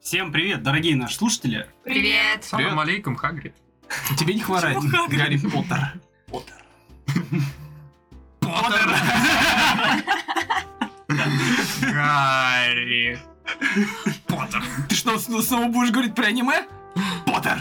Всем привет, дорогие наши слушатели. Привет! Салам алейкум, Хагрид. Тебе не хворать, Чего как? Гарри Поттер. Гарри. Поттер. Ты что, с- снова будешь говорить про аниме? Поттер.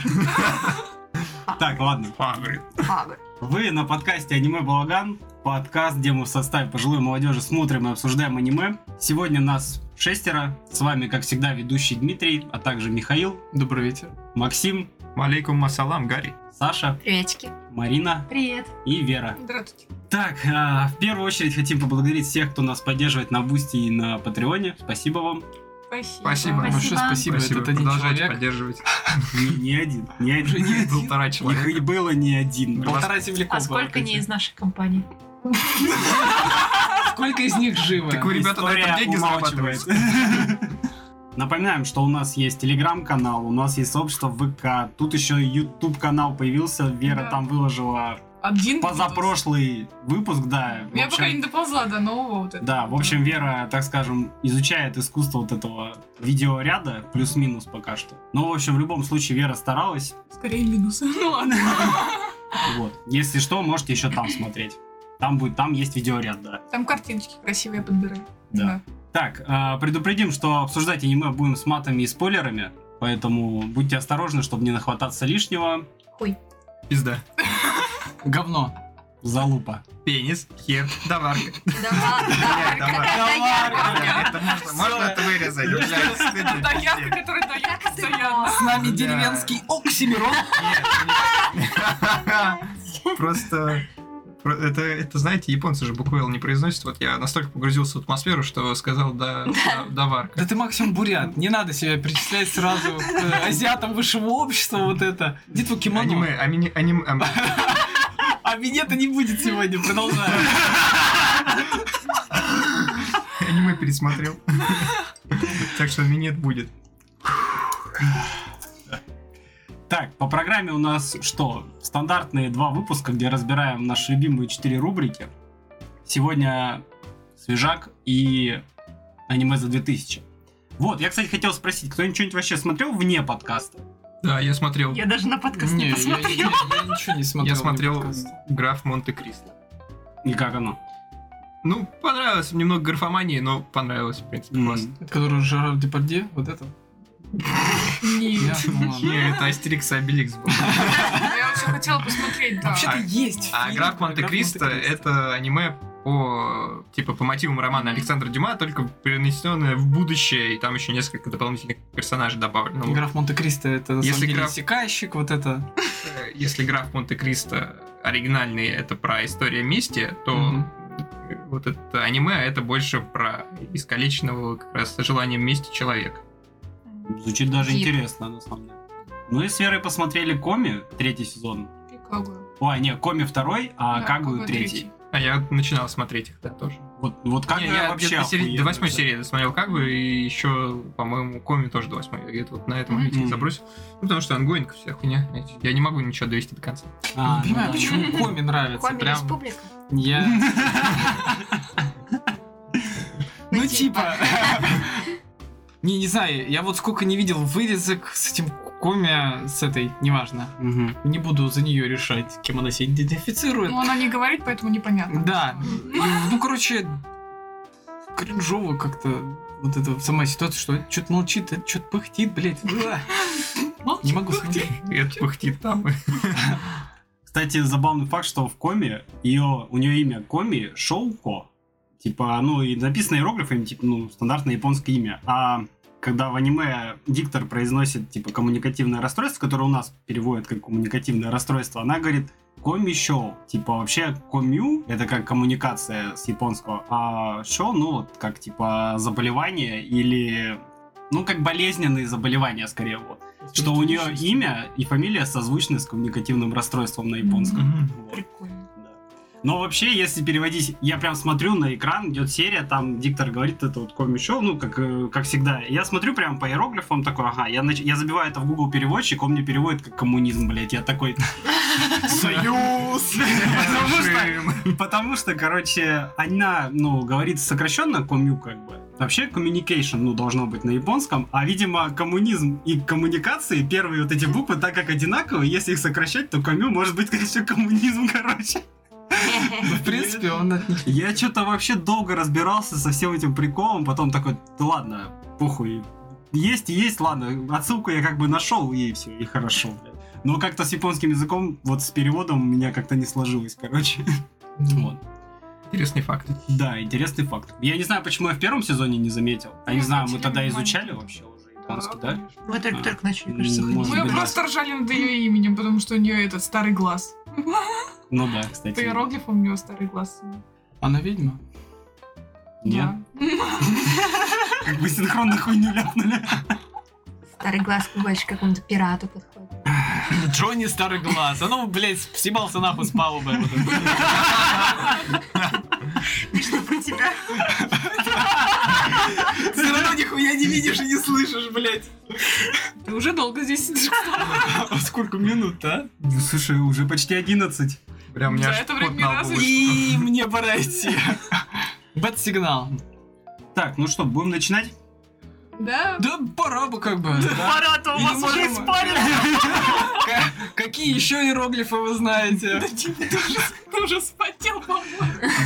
Так, ладно. Хагрид. А, Хагрид. Вы на подкасте «Аниме Балаган», подкаст, где мы в составе пожилой молодежи смотрим и обсуждаем аниме. Сегодня нас шестеро, с вами, как всегда, ведущий Дмитрий, а также Михаил, Добрый вечер. Максим, Малейкум масалам, Гарри. Саша, Приветики. Марина Привет. и Вера. Здравствуйте. Так, а, в первую очередь хотим поблагодарить всех, кто нас поддерживает на Бусти и на Патреоне. Спасибо вам. Спасибо. Спасибо. Большое спасибо. Этот один Продолжайте человек поддерживать. Не, не один, не уже один. не один. Полтора Их и человека. было не один. Два Полтора А земляков. сколько не из нашей компании? Сколько из них живо? Так вы, Ну, ребята, на этом История деньги умалчивает. зарабатываете. Напоминаем, что у нас есть телеграм-канал, у нас есть сообщество ВК, тут еще YouTube канал появился, Вера Да. там выложила Один выпуск. позапрошлый выпуск, да. в Я общем, пока не доползла до нового вот этого. Да, в общем, Вера, так скажем, изучает искусство вот этого видеоряда, плюс-минус пока что. Но, в общем, в любом случае, Вера старалась. Скорее минус. Ну ладно. Вот. Если что, можете еще там смотреть. Там будет, там есть видеоряд, да. Там картиночки красивые подбираю. Да. Так, а, предупредим, что обсуждать аниме будем с матами и спойлерами, поэтому будьте осторожны, чтобы не нахвататься лишнего. Пизда. Говно. Залупа. Пенис, хер, даварка. Да ладно, Блядь, да, давай. какая яркая. Бля, Это можно, можно это вырезать? Блядь, стыдно, Да, Та явка, пиздец. которая дает Как это постоянно. С нами Да. деревенский Оксимирон. Нет, Просто... про- Это, это, знаете, японцы же буквы Л не произносят. Вот я настолько погрузился в атмосферу, что сказал да, да, даварка. Да ты максимум бурят. Не надо себя перечислять сразу к э, азиатам высшего общества вот это. Иди твой кимоно. Аниме, амини- аним- ам- А минета не будет сегодня. Продолжаем. аниме пересмотрел. Так что минет будет. Так, по программе у нас что? Стандартные два выпуска, где разбираем наши любимые четыре рубрики. Сегодня свежак и аниме за 2000. Вот, я, кстати, хотел спросить, кто-нибудь что-нибудь вообще смотрел вне подкаста? Да, я смотрел. Я даже на подкаст Не, не я- я посмотрела. я ничего не смотрел. Я смотрел мне подкаст. граф Монте-Кристо. И как оно? Ну, понравилось. Немного графомании, но понравилось, в принципе, М. классно. Это который Жерар Депардье, вот это. Нет. Ясно, ладно. Не, Ну, это Астерикс и Обеликс был. Я вообще хотела посмотреть, да. Вообще-то есть. А фильм «Граф про Монте-Кристо» — Монте-Кристо. это аниме по, типа, по мотивам романа Мгм. Александра Дюма, только перенесенное в будущее, и там еще несколько дополнительных персонажей добавлено. Ну, Граф Монте-Кристо это на Если самом деле граф- секайщик, вот это. э, Если «Граф Монте-Кристо» оригинальный — это про историю мести, то Мгм. э, вот это аниме — это больше про искалеченного как раз желанием мести человека. Звучит даже Дип. интересно, на самом деле. Мы с Верой посмотрели Коми, третий сезон. Кагую. Ой, не, Коми второй, а Да, Кагую Кагуя третий. третий. А я начинал смотреть их, да, тоже. Вот, вот как Не, я я вообще где-то до, середины- до охуенно восьмой вообще. серии досмотрел как бы, и еще, по-моему, Коми тоже до восьмой. Я где-то вот на этом моменте Мгм. забросил. Ну, потому что ангоинг вся хуйня. знаете. Я не могу ничего довести до конца. А, Не понимаю, ну да. почему Коми нравится. Коми Прям Республика. я... Ну, типа. типа... Не, не знаю, я вот сколько не видел вырезок с этим Коми, с этой, неважно. Мгм. Не буду за нее решать, кем она себя идентифицирует. Ну, она не говорит, поэтому непонятно. Да. И, ну, короче, кринжово как-то вот эта сама ситуация, что это что-то молчит, это что-то пыхтит, блядь. Бла. Не могу смотреть. И это пыхтит там. Кстати, забавный факт, что в Коми ее, у нее имя Коми Шоуко. Типа, ну и написано иероглифами, типа, ну, стандартное японское имя. А когда в аниме диктор произносит, типа, коммуникативное расстройство, которое у нас переводят как коммуникативное расстройство, она говорит коми шоу. Типа, вообще, комью — это как коммуникация с японского, а шоу, ну, вот как, типа, заболевание или... Ну, как болезненные заболевания, скорее, вот. Что у нее имя и фамилия созвучны с коммуникативным расстройством на японском. Мгм. Вот. Прикольно. Да. Но вообще, если переводить, я прям смотрю на экран, идет серия, там диктор говорит это вот коми-шоу, ну, как, э, как всегда. И Я смотрю прям по иероглифам, такой, ага, я, нач- я забиваю это в Google переводчик, он мне переводит как коммунизм, блядь. Я такой, союз! Потому что Потому что, короче, она, ну, говорит сокращенно комью, как бы. Вообще, communication, ну, должно быть на японском, а, видимо, коммунизм и коммуникации, первые вот эти буквы, так как одинаковые, если их сокращать, то комью может быть, конечно, коммунизм, короче. Ну, в принципе, он от них. Я что-то вообще долго разбирался со всем этим приколом, потом такой, да ладно, похуй. Есть и есть, ладно, отсылку я как бы нашел, и все, и хорошо, блядь. Но как-то с японским языком, вот с переводом у меня как-то не сложилось, короче. Вот. Интересный факт. Да, интересный факт. Я не знаю, почему я в первом сезоне не заметил. Я не Мы знаю, мы обратили тогда внимание. изучали вообще уже японский, да? Мы А. только-только начали, кажется, М, ходить. может Мы быть, Ну, просто ржали над ее именем, потому что у нее этот старый глаз. Ну да, По кстати. иероглифам у нее старый глаз. Она ведьма? Нет, Да. как бы синхронно хуйню ляпнули. Старый глаз больше какому-то пирату подходит. Джонни Старый Глаз. А ну, блядь, съебался нахуй с палубы. Вот это. Ты что, про тебя? Все равно нихуя не видишь и не слышишь, блядь. Ты уже долго здесь сидишь. Сколько минут, а? Ну, Слушай, уже почти 11. Прям у меня За аж это пот время на раз лбу и- выступил. И мне пора идти. Бэт-сигнал. Так, ну что, будем начинать? Да? Да пора бы как бы. Пора-то у Или вас уже можем- испарено. К- Какие еще иероглифы вы знаете? Ты уже спотел, по-моему.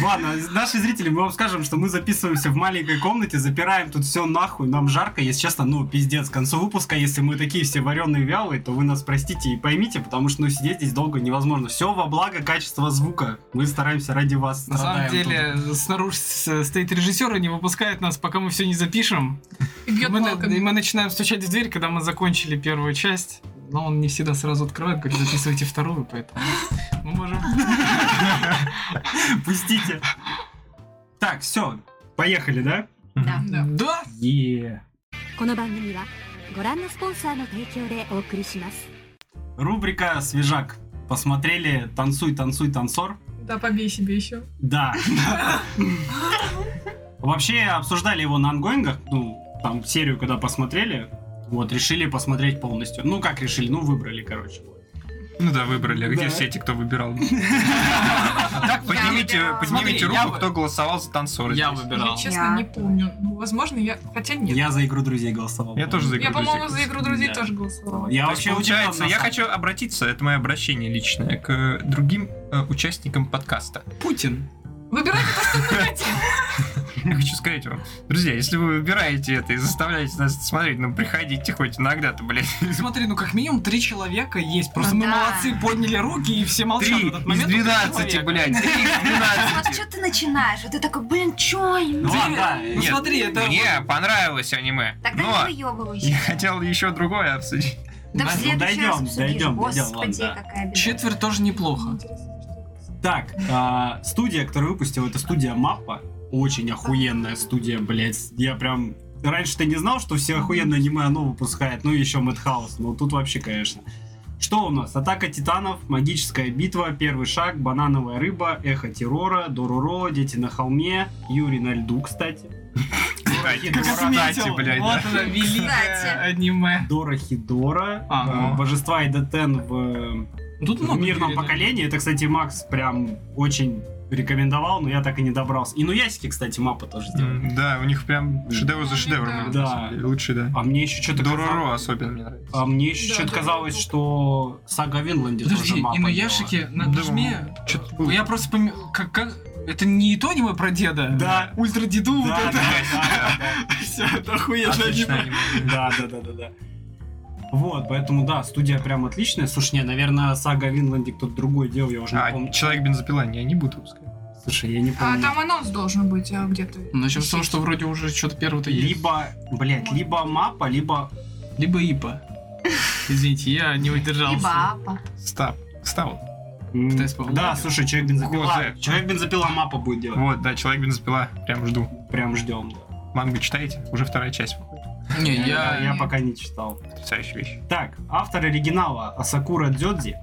Ладно, наши зрители, мы вам скажем, что мы записываемся в маленькой комнате, запираем тут все нахуй, нам жарко, если честно, ну, пиздец, к концу выпуска, если мы такие все вареные вялые, то вы нас простите и поймите, потому что, ну, сидеть здесь долго невозможно. Все во благо качества звука. Мы стараемся ради вас. На самом страдаем тут. деле, снаружи с- э, стоит режиссер и не выпускает нас, пока мы все не запишем. И бьет Мы, на- и палками. мы начинаем стучать в дверь, когда мы закончили первую часть. Но он не всегда сразу открывает, говорит, записывайте вторую, поэтому мы можем... Пустите. Так, все, поехали, да? Да. Да. Да! Е. この番組はご覧のスポンサーの提供でお送りします Рубрика «Свежак». Посмотрели «Танцуй, танцуй, танцор». Да, побей себе еще. Да. Вообще обсуждали его на ангоингах, ну, там серию, когда посмотрели, вот, решили посмотреть полностью. Ну, как решили, ну, выбрали, короче. Ну да, выбрали. А Где Да. все те, кто выбирал? Так, Я поднимите, выбирала. поднимите Смотри, я руку, бы- кто голосовал за танцора. Я здесь. Я, выбирал. честно, не помню. Ну, возможно, я... Хотя нет. Я за «Игру друзей» голосовал. Я тоже за Я, «Игру по-моему, друзей» за игру друзей Да. тоже Я голосовала. То есть, А вообще удивлен, получается, на я самом- хочу обратиться, это мое обращение личное, к другим э, участникам подкаста. Путин. Выбирайте то, что вы хотите. Я хочу сказать вам, друзья, если вы выбираете это и заставляете нас это смотреть, ну приходите хоть иногда-то, блядь. Смотри, ну как минимум три человека есть. Просто Ну мы да. молодцы, подняли руки и все молчат. Три в этот из момент. Три 12, человека. блядь, три из 12. Вот что ты начинаешь? Вот ты такой, блин, чё? им? Ну, ладно, да. Ну Нет, смотри, это... Мне понравилось аниме, Тогда но не Ну я выебывайся. хотел еще другое обсудить. Да в Ну, следующий дойдем, раз обсудишь. дойдем, дойдем, Господи, ладно, да. какая беда. Четверть тоже неплохо. Так, а, студия, которую выпустила, это студия Маппа. Очень охуенная студия, блядь. Я прям... Раньше ты не знал, что все охуенное аниме оно выпускает, ну и еще Мэтхаус, но тут вообще, конечно. Что у нас? Атака титанов, магическая битва, первый шаг, банановая рыба, эхо террора, Дороро, дети на холме, Юрий на льду, кстати. Кстати, Как кстати, Заметил. блядь, Вот да. это Кстати. великое аниме. Дора Хидора, Ага. э, божества и Детен в Тут в много Ну, мирном юридов. поколении. Это, кстати, Макс прям очень рекомендовал, но я так и не добрался. И ну ясики, кстати, мапа тоже сделали. М, Да, у них прям шедевр за шедевром. Да. Лучше, да. А мне еще что-то Дороро особенно мне нравится. А мне еще Да, что-то да, казалось, да. что сага о Винланде тоже Подожди, мапа. и на Яшике на- Да, нажми. чё-то Ну, было. Я просто помню, как, как- Это не то аниме про деда? Да. Ультра деду, делала. вот Да, это. да, да, Все, это охуенно Отличное аниме. аниме. да, да, да, да, да, да. Вот, поэтому да, студия прям отличная. Слушай, не, наверное, сага о Винланде кто-то другой делал, я уже не А помню. человек бензопила не они будут выпускать. Слушай, я не А, помню. Там анонс должен быть а, где-то. Начнем Ну, с того, что вроде уже что-то первое-то есть. Либо, блядь, либо мапа, либо... Либо ипа. Извините, я не И удержался. баба. Став. Став. М, Кстати, по-моему, Да, нет. слушай, человек бензопила. Гозе. Человек бензопила мапа будет делать. Вот, да, человек бензопила. Прям жду. Прям ждем. Мангу читаете? Уже вторая часть выходит. Не, Да, я... я пока не читал. Потрясающая вещь. Так, автор оригинала Асакура Дзёдзи.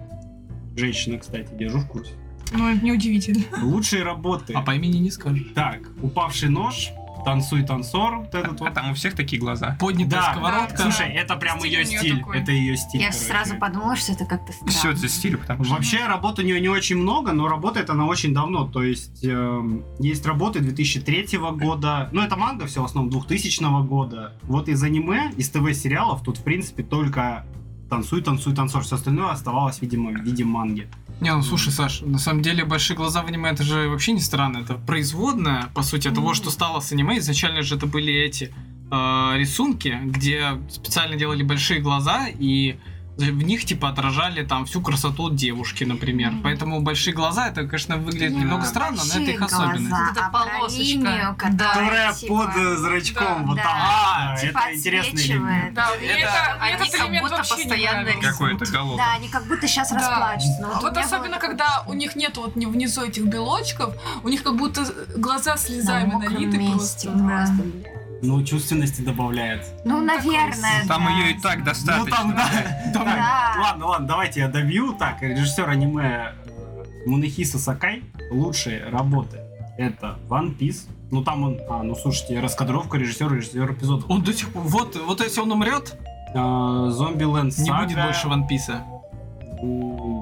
Женщина, кстати, держу в курсе. Ну, это неудивительно. Лучшие работы. А по имени не скажешь. Так, упавший нож, танцуй танцор, вот этот А вот. там у всех такие глаза. Поднятая Да. сковородка. Да. Слушай, это прям Стиль ее у неё стиль. такой. Это ее стиль. Я же короче. сразу подумала, что это как-то странно. Все это стиль, потому что... Вообще работ у нее не очень много, но работает она очень давно. То есть эм, есть работы 2003 года. Ну, это манга все в основном 2000 года. Вот из аниме, из ТВ-сериалов тут, в принципе, только танцуй, танцуй, танцор. Все остальное оставалось, видимо, в виде манги. Не, ну слушай, Саш, на самом деле большие глаза в аниме это же вообще не странно. Это производная, по сути, от того, что стало с аниме. Изначально же это были эти э, рисунки, где специально делали большие глаза и в них типа отражали там всю красоту девушки, например. Мгм. Поэтому большие глаза это, конечно, выглядит Да. немного странно, но это Большие их глаза, особенность. Вот эта а про полосочка. линию, Да. которая, А, Которая типа, под э, зрачком да, вот да. там. А, Да, типа это интересный элемент. отсвечивает. Да, мне Это- это, мне они этот как элемент будто вообще не постоянно нравился. Какой-то голов. Да, они как будто сейчас Да. расплачутся. но А у вот меня было особенно, такое когда у ощущение. них нет вот ни- внизу этих белочков, у них как будто глаза на слезами мокром налиты месте. просто. да. Ну, чувственности добавляет. Ну, Ну, такой наверное, Там да. ее и так Ну, достаточно. там, да. Давай. Да. Ладно, ладно, давайте я добью. Так, режиссер аниме э, Мунехиса Сакай. Лучшие работы. Это One Piece. Ну там он, а, ну слушайте, раскадровка режиссера, режиссер эпизодов. Он до сих пор. Вот, вот если он умрет, Зомби Лэнд не будет больше Ван Писа.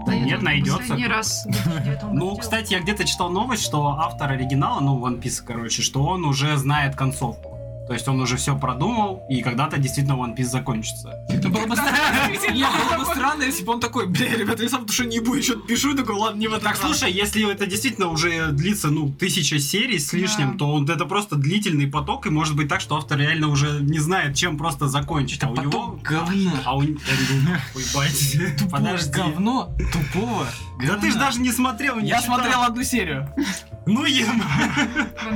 Да я нет, только найдется. Последний раз в 2009 Ну, году. кстати, я где-то читал новость, что автор оригинала, ну, One Piece, короче, что он уже знает концовку. То есть он уже все продумал, и когда-то действительно One Piece закончится. Это было бы странно. Не, было бы странно, если бы он такой, бля, ребят, я сам потому что не буду, что-то пишу, и такой, ладно, не в этот Так, раз». слушай, если это действительно уже длится, ну, тысяча серий с лишним, Да. то он, это просто длительный поток, и может быть так, что автор реально уже не знает, чем просто закончить. Это а у потом него... говно. А у него... Тупое Подожди. говно, тупого Да ты же даже не смотрел, не Я читал. смотрел одну серию. Ну, ем.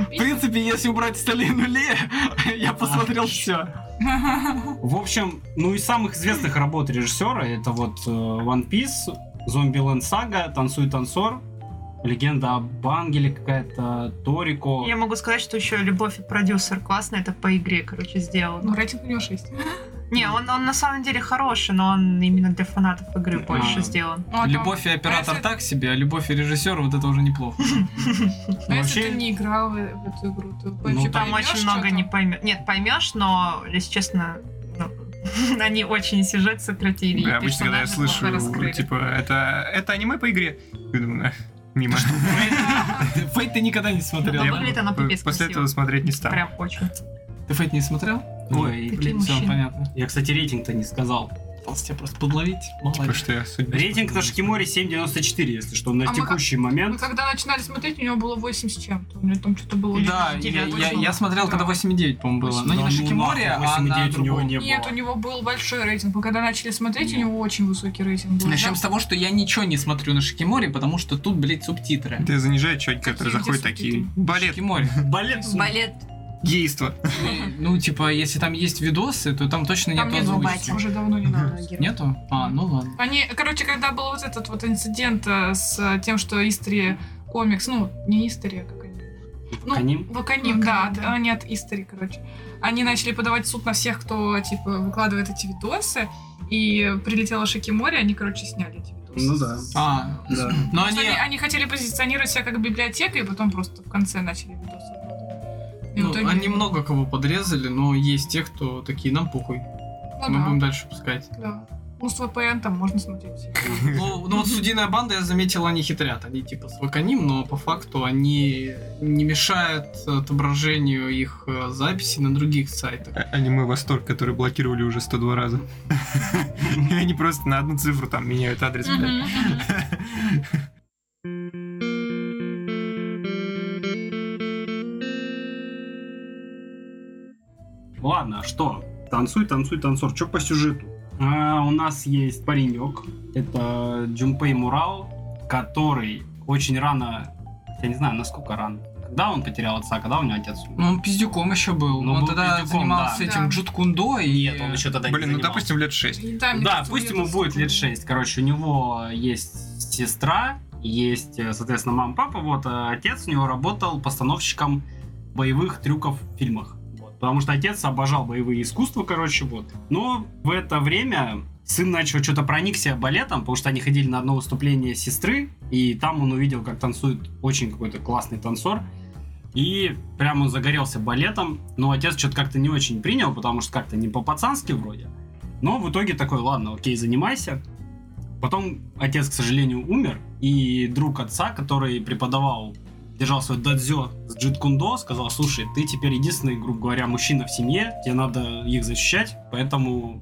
В принципе, если убрать остальные нули, я посмотрел все. В общем, ну из самых известных работ режиссера это вот э, One Piece, Зомбиленд Сага, Танцуй танцор, Легенда об Ангеле какая-то, Торико. Я могу сказать, что еще любовь и продюсер классно это по игре, короче, Ну, сделано. рейтинг у него Ну, 6. Не, он, он на самом деле хороший, но он именно для фанатов игры А. больше сделан. Любовь и оператор так себе, а любовь и режиссер вот это уже неплохо. А если Вообще- ты не играл в в эту игру, то вообще Там поймёшь, очень что много там? не поймешь. Нет, поймешь, но, если честно, ну, они очень сюжет сократили. и Да, обычно, когда я персонажей плохо слышу, раскрыли. типа, это, это аниме по игре. Я думаю, «Э, мимо. Фейт ты никогда не смотрел. Да, да? выглядит она пипец После красиво. этого смотреть не стану. Прям очень. Ты Фейт не смотрел? Ой, Такие блин. мужчины. Все, понятно. Я, кстати, рейтинг-то не сказал. Пытался тебя просто подловить. Потому Молодец. Типа, что я судьбу Рейтинг на смотрю. Шикиморе 7.94, если что, на А мы как- текущий Мы момент. когда начинали смотреть, у него было 8 с чем-то. У него там что-то было... Ну Да, или я, 9, я- я очень смотрел, много. когда 8,9, по-моему, было. Но не Да на ну Шикиморе, нахуй, а 8,9 на у него другом. не было. Нет, у него был большой рейтинг. Мы когда начали смотреть, у него очень высокий рейтинг был. Начнем с того, что я ничего не смотрю на Шикиморе, потому что тут, блядь, субтитры. Это занижает человек, который Какие заходит где такие. субтитры? Балет, Шикиморе. Балет. Балет гейство. Ну, типа, если там есть видосы, то там точно Там нет нет озвучки. озвучки. уже давно не надо. Нету? А, ну ладно. Они, короче, когда был вот этот вот инцидент э, с э, тем, что Истри комикс, ну, не Истри, а как они? Ну, Ваканим? Ваканим, Ваканим, да, от- да. они от Истри, короче. Они начали подавать в суд на всех, кто, типа, выкладывает эти видосы, и прилетела Шикимори, они, короче, сняли эти видосы. Ну да. А, Да. но Потому что они... Они, они хотели позиционировать себя как библиотека, и потом просто в конце начали видосы. выкладывать. И в ну, итоге- они много кого подрезали, но есть те, кто такие, нам похуй, Ну мы да, будем дальше пускать. да. Ну, с VPN там можно смотреть. Ну, ну вот студийная банда, я заметил, они хитрят. Они типа с ваканим, но по факту они не мешают отображению их э, записи на других сайтах. А- Аниме Восторг, который блокировали уже 102 раза. И они просто на одну цифру там меняют адрес. блядь. Ладно, что? Танцуй, танцуй, танцор. Что по сюжету? А, у нас есть паренек. Это Джумпей Мурао, который очень рано... Я не знаю, насколько рано. Когда он потерял отца, когда у него отец умер? Ну, он пиздюком еще был. Ну, он был тогда пиздюком, занимался да. этим Да. джуткундо и... Нет, он еще тогда Блин, не ну занимался. допустим лет 6. Да, мне Да, кажется, пусть мне ему это будет скучно. лет 6. Короче, у него есть сестра, есть, э, соответственно, мама, папа. Вот, а отец у него работал постановщиком боевых трюков в фильмах. Вот. Потому что отец обожал боевые искусства, короче, вот. Но в это время сын начал что-то проникся балетом, потому что они ходили на одно выступление сестры, и там он увидел, как танцует очень какой-то классный танцор, и прям он загорелся балетом, но отец что-то как-то не очень принял, потому что как-то не по-пацански вроде. Но в итоге такой, ладно, окей, занимайся. Потом отец, к сожалению, умер, и друг отца, который преподавал, держал свой дадзё с джиткундо, сказал, слушай, ты теперь единственный, грубо говоря, мужчина в семье, тебе надо их защищать, поэтому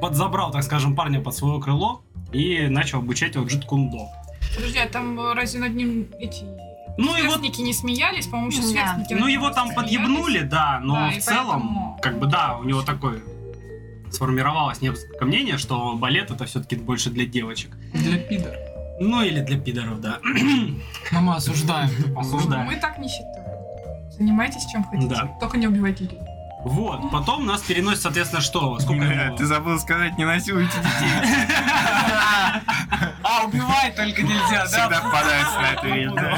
подзабрал, так скажем, парня под свое крыло и начал обучать его джиткундо. Подожди, а там э, разве над ним эти Ну и вот, сверстники не смеялись? По-моему, еще Да. сверстники. над ну ним его там смеялись. подъебнули, да, но Да, и в целом, поэтому- как бы да, у него такое сформировалось несколько мнение, что балет это все-таки больше для девочек. Для пидор. Ну или для пидоров, да. Мама, осуждаем. Осуждаем. Ну, Мы так не считаем. Занимайтесь чем хотите, Да. только не убивайте людей. Вот, потом нас переносит, соответственно, что? А Сколько Бля, ему- Ты забыл сказать, не насилуйте детей. А, убивать только нельзя, Всегда попадается на ответ. да.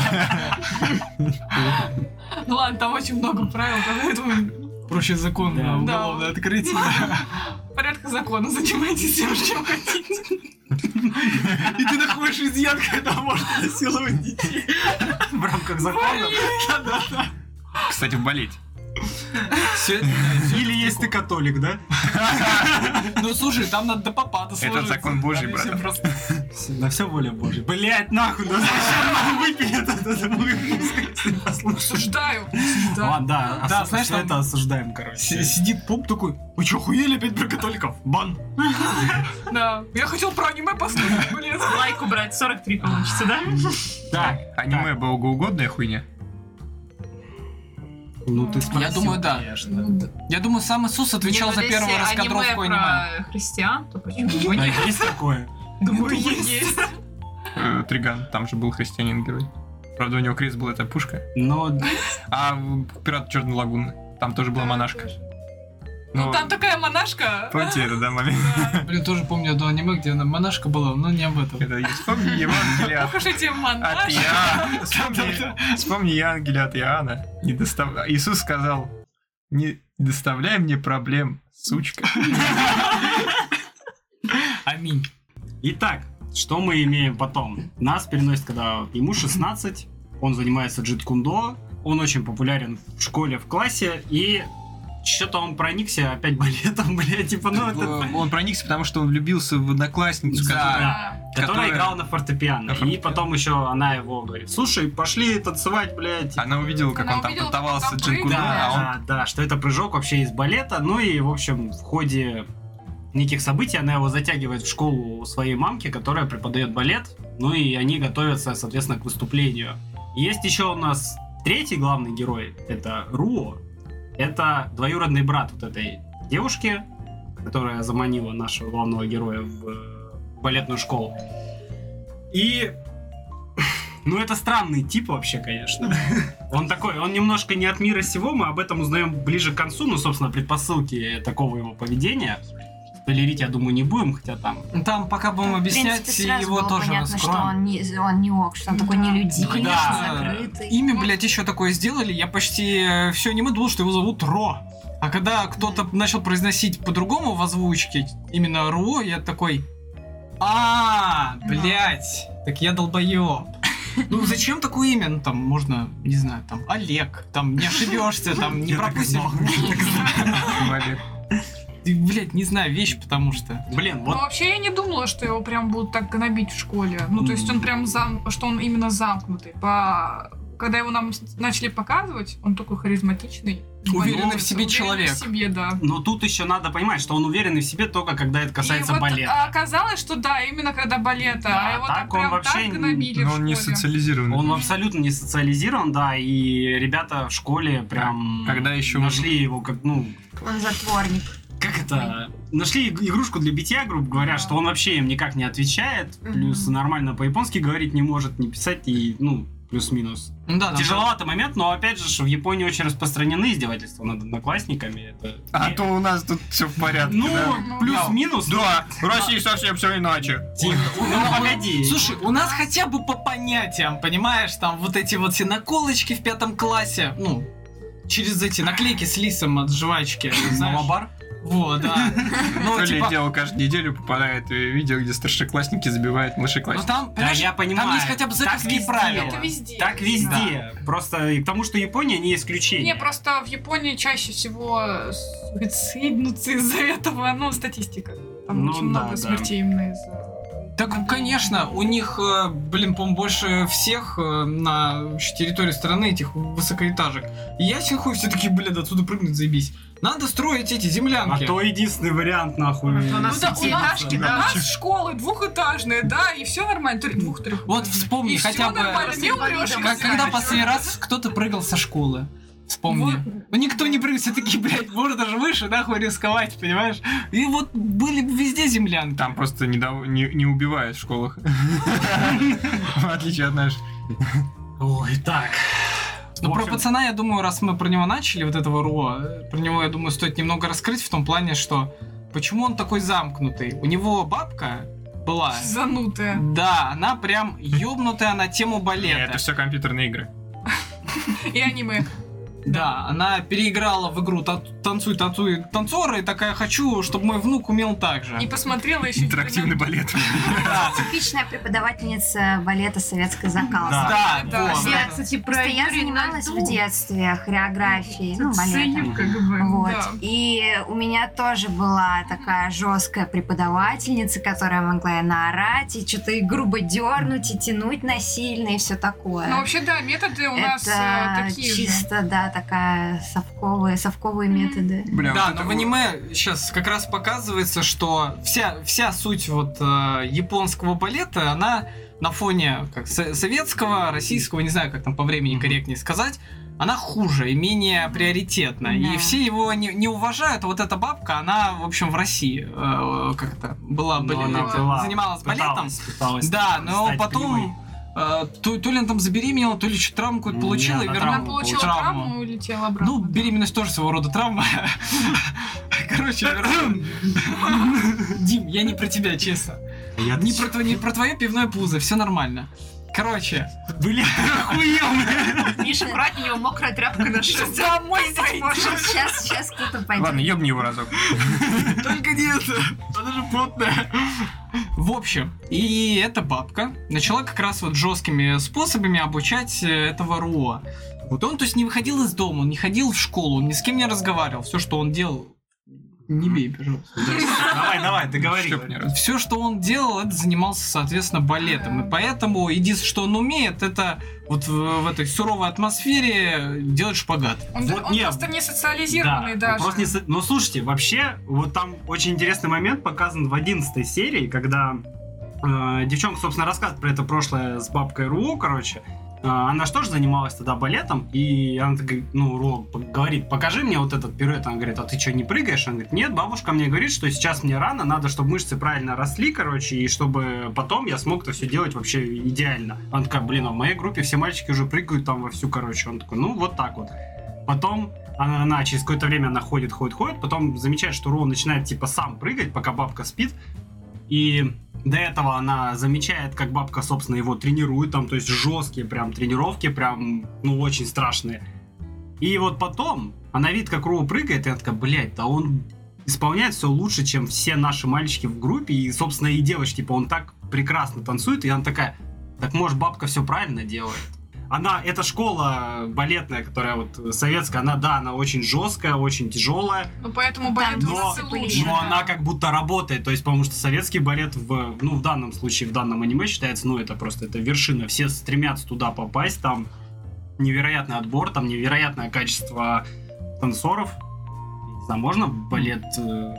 Ну ладно, там очень много правил, поэтому Проще Да. законно уголовное открытие. в порядке закона занимайтесь тем, чем хотите. И ты находишь изъян, когда можно насиловать детей. в рамках закона? Кстати, в балете. Или есть ты католик, да? Ну слушай, там надо до попада сложиться. закон божий, Там если братан. просто- На все воля Божья. Блять, нахуй, да зачем нам выпили этот этот выпуск, если послушать? Осуждаю. осуждаю. Ладно, да, Да, осу- знаешь, всё там- это осуждаем, короче. Си- Сидит поп такой, вы чё, хуели опять про католиков? Бан! Да. Я хотел про аниме послушать, блин. Лайк убрать, 43 получится, да? Так, Аниме богоугодная хуйня. ну ты Я думаю, да. Ну, конечно. Я думаю, сам Иисус отвечал Не, за ну, если первую раскадровку аниме аниме. про христиан, то почему бы Да, нет? есть такое. Думаю, Думаю, есть. Э, Триган, там же был христианин-герой. Правда, у него крест был, это пушка. Но А в «Пираты Черной Лагуны» там тоже была монашка. Ну там такая монашка. Помните это, да, момент? Блин, тоже помню одно аниме, где она монашка была, но не об этом. Это и вспомни Евангелие от- Ох уж эти от монашки. Иоанна. Вспомни- Вспомни Евангелие от Иоанна. Не достав- Иисус сказал, не доставляй мне проблем, сучка. Аминь. Итак, что мы имеем потом? Нас переносит, когда ему 16, он занимается джиткундо, он очень популярен в школе, в классе, и что-то он проникся опять балетом, блядь, типа, ну, это... Он проникся, потому что он влюбился в одноклассницу, Да. которая Ну, Которая которая- играла на фортепиано. На И фортепиано. потом еще она его говорит, слушай, пошли танцевать, блядь. Она увидела, как Типа, Она он там увидела, как поддавался он там джинку, Да, а он да, да, что это прыжок вообще из балета. Ну и, в общем, в ходе неких событий она его затягивает в школу у своей мамки, которая преподает балет. Ну и они готовятся, соответственно, к выступлению. Есть еще у нас третий главный герой, это Руо. Это двоюродный брат вот этой девушки, которая заманила нашего главного героя в э, балетную школу. И... Ну, это странный тип вообще, конечно. Он такой, он немножко не от мира сего, мы об этом узнаем ближе к концу, ну, собственно, предпосылки такого его поведения. Спойлерить, я думаю, не будем, хотя там... Там пока будем В принципе, объяснять, сразу его было тоже понятно, что раскроем. он не, он не ок, что он такой Да. нелюдимый, Ну, конечно, закрытый. Имя, блядь, еще такое сделали. Я почти все аниме думал, что его зовут Ро. А когда кто-то начал произносить по-другому в озвучке, именно Ро, я такой... А, блядь, так я долбоеб. Ну зачем такое имя? Ну там можно, не знаю, там Олег, там не ошибешься, там не Я так и пропустишь. знал. Валер. Ты, блядь, не знаю, вещь, потому что. Блин, Ну, вот... вообще, я не думала, что его прям будут так гнобить в школе. Ну, то есть он прям зам... что он именно замкнутый. По... Когда его нам с- начали показывать, он такой харизматичный. Уверенный Боец, в себе уверенный человек. в себе, да. Но тут еще надо понимать, что он уверенный в себе только когда это касается и вот балета. а, оказалось, что да, именно когда балета. Да, а его так так, он прям вообще ну, так гнобили Но в он не школе. социализированный. Он абсолютно не социализирован, да, и ребята в школе прям... Когда еще Нашли его как, ну, Он затворник. как это? Нашли иг- игрушку для битья, грубо говоря, Да. что он вообще им никак не отвечает, Мгм. плюс нормально по-японски говорить не может, не писать и, ну, плюс-минус. Ну да, там- Тяжеловатый момент, но опять же, ж в Японии очень распространены издевательства над одноклассниками. Это... А И- то у нас тут все в порядке. Ну, да. да. плюс-минус. Да, в России совсем все иначе. Тихо. Ну, погоди. Слушай, у нас хотя бы по понятиям, понимаешь, там вот эти вот все наколочки в пятом классе, ну, через эти наклейки с лисом от жвачки, знаешь. Малабар? Вот, да. Ну, То ли типа, дело каждую неделю попадает э, видео, где старшеклассники забивают ну младшеклассников. там, Да, понимаешь, я понимаю. там есть хотя бы Так заковские везде. правила. Это везде. Так везде. Просто и к тому, что Япония не исключение. Не, просто в Японии чаще всего суицид, ну, из-за этого, ну, статистика. Там Ну очень да, много да. смертей именно из-за... Так, конечно, у них, э, блин, по-моему, больше всех э, на вообще территории страны этих высокоэтажек. И ясен хуй, все такие, блин, отсюда прыгнуть заебись. Надо строить эти а землянки. то единственный вариант, нахуй. У нас Ну да, у нас, пятиэтажки, у да. нас школы двухэтажные, да, и все нормально, три- двух-трех. Вот вспомни И всё хотя бы, нормально, не умрёшь, Как- не как- когда знаешь. последний раз кто-то прыгал со школы. Вспомни. Ну никто не прыгал, все такие, блядь, можно даже выше, нахуй рисковать, понимаешь? И вот были бы везде землянки. Там просто не, дав- не, не убивают в школах. В отличие от нашей. Ой, так. Ну, В про общем, пацана, я думаю, раз мы про него начали, вот этого Руа, э, про него, я думаю, стоит немного раскрыть в том плане, что почему он такой замкнутый? У него бабка была, Занутая. да, она прям ёбнутая на тему Не, балета. это все компьютерные игры. И аниме. Да, она переиграла в игру «Та- «Танцуй, танцуй, танцора» и такая «Хочу, чтобы мой внук умел так же». И посмотрела еще... Интерактивный балет. Да, Типичная преподавательница балета советской закалки. да, Да, вот. да. Я, кстати, про Просто я Юрия на занималась льду в детстве хореографией, ну, балетом. Ценю, как бы, Вот. да. И у меня тоже была такая жесткая преподавательница, которая могла и наорать, и что-то и грубо дернуть, и тянуть насильно, и все такое. Ну, вообще, да, методы у нас э, Это такие же. чисто, да, такая совковые, совковые методы. Бля, Да, вот но это в вот. аниме сейчас как раз показывается, что вся, вся суть вот э, японского балета, она на фоне как, со- советского, российского, не знаю, как там по времени корректнее сказать, она хуже и менее приоритетна. И Да. все его не, не уважают. А Вот эта бабка, она, в общ-м, в России э, как это была, но блин, она э, была. занималась балетом. Пыталась, пыталась Да, но стать потом прямой. э, то, то ли она там забеременела, то ли что травму какую-то Не, получила и она вернула. Она Травму получила получила. травму и улетела обратно. Ну, да. беременность тоже своего рода травма. Короче, верну. Дим, я не про тебя, честно. Я Не про, тво- не про твое пивное пузо, все нормально. Короче, Блин, Миша, аккуратнее, у него мокрая тряпка на шее. Домой пойди. Сейчас, сейчас кто-то пойдет. Ладно, ёбни его разок. только не это, она же плотная. В общем, и эта бабка начала как раз вот жесткими способами обучать э, этого Руо. Вот он, то есть, не выходил из дома, он не ходил в школу, он ни с кем не разговаривал. Все, что он делал, не бей, пожалуйста. Давай, давай, договори. Шлёпни раз. Все, что он делал, это занимался, соответственно, балетом. И поэтому единственное, что он умеет, это вот в, в этой суровой атмосфере делать шпагат. Он, Вот он не- просто не Да, социализированный он даже. просто не со- Но слушайте, вообще, вот там очень интересный момент показан в 11 серии, когда э, девчонка, собственно, рассказывает про это прошлое с бабкой Ру, короче. Э, она же тоже занималась тогда балетом, и она так говорит, ну, Ру п- говорит, покажи мне вот этот пируэт. Она говорит, а ты что, не прыгаешь? Она говорит, нет, бабушка мне говорит, что сейчас мне рано, надо, чтобы мышцы правильно росли, короче, и чтобы потом я смог это все делать вообще идеально. Она такая, блин, а в моей группе все мальчики уже прыгают там вовсю, короче. Он такой, ну, вот так вот. Потом она, она через какое-то время она ходит, ходит, ходит, потом замечает, что Роу начинает типа сам прыгать, пока бабка спит. И до этого она замечает, как бабка, собственно, его тренирует, там, то есть жесткие прям тренировки, прям, ну, очень страшные. И вот потом она видит, как Роу прыгает, и она такая, блядь, да он исполняет все лучше, чем все наши мальчики в группе, и, собственно, и девочки, типа, он так прекрасно танцует, и она такая, так может, бабка все правильно делает. Она, эта школа э, балетная, которая вот советская, она, да, она очень жесткая, очень тяжелая, Ну, поэтому Там балет у но- нас и лучше. но да. она как будто работает, то есть потому что советский балет в, ну в данном случае в данном аниме считается, ну это просто это вершина, все стремятся туда попасть, там невероятный отбор, там невероятное качество танцоров, не знаю, можно балет э,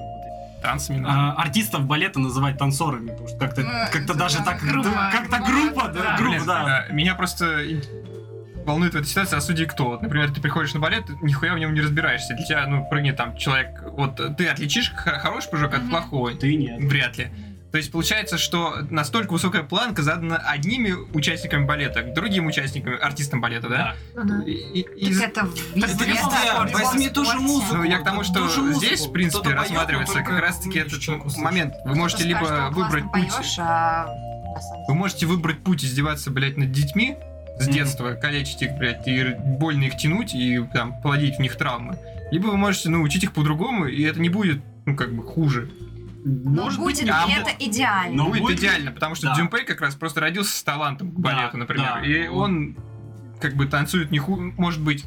Танцами э, А, надо. артистов балета называть танцорами, потому что как-то Э, как-то это даже да, так грубо, да, как-то грубо, группа, да, да. группа, Блин, да. э, Меня просто и- волнует в этой ситуации, а судьи кто? Вот, например, ты приходишь на балет, ты нихуя в нем не разбираешься. Для тебя, ну, прыгнет там человек, вот э, ты отличишь хо- хороший прыжок от Мгм. плохого? Ты нет. Вряд ли. То есть получается, что настолько высокая планка задана одними участниками балета, к другим участникам, артистам балета, да? Ну, И- и- и- Так это везде, везде, в любом возьми ту же спорте. музыку. Ну, я к тому, что Ту же музыку. здесь, в принципе, Кто-то поёт, но рассматривается только как раз-таки умеющий этот человек услышит. момент. Вы можете Кто-то скажет, либо что выбрать классно путь поешь, а на самом Вы можете выбрать путь издеваться, блядь, над детьми с Мгм. детства, калечить их, блядь, и р- больно их тянуть и там плодить в них травмы. Либо вы можете научить их по-другому, и это не будет ну, как бы хуже. Но Может быть, Ну, будет а ли это идеально? Ну, будет, будет. идеально, потому что Да. Дзюмпей как раз просто родился с талантом к Да, балету, например. да. И он как бы танцует не ху... может быть,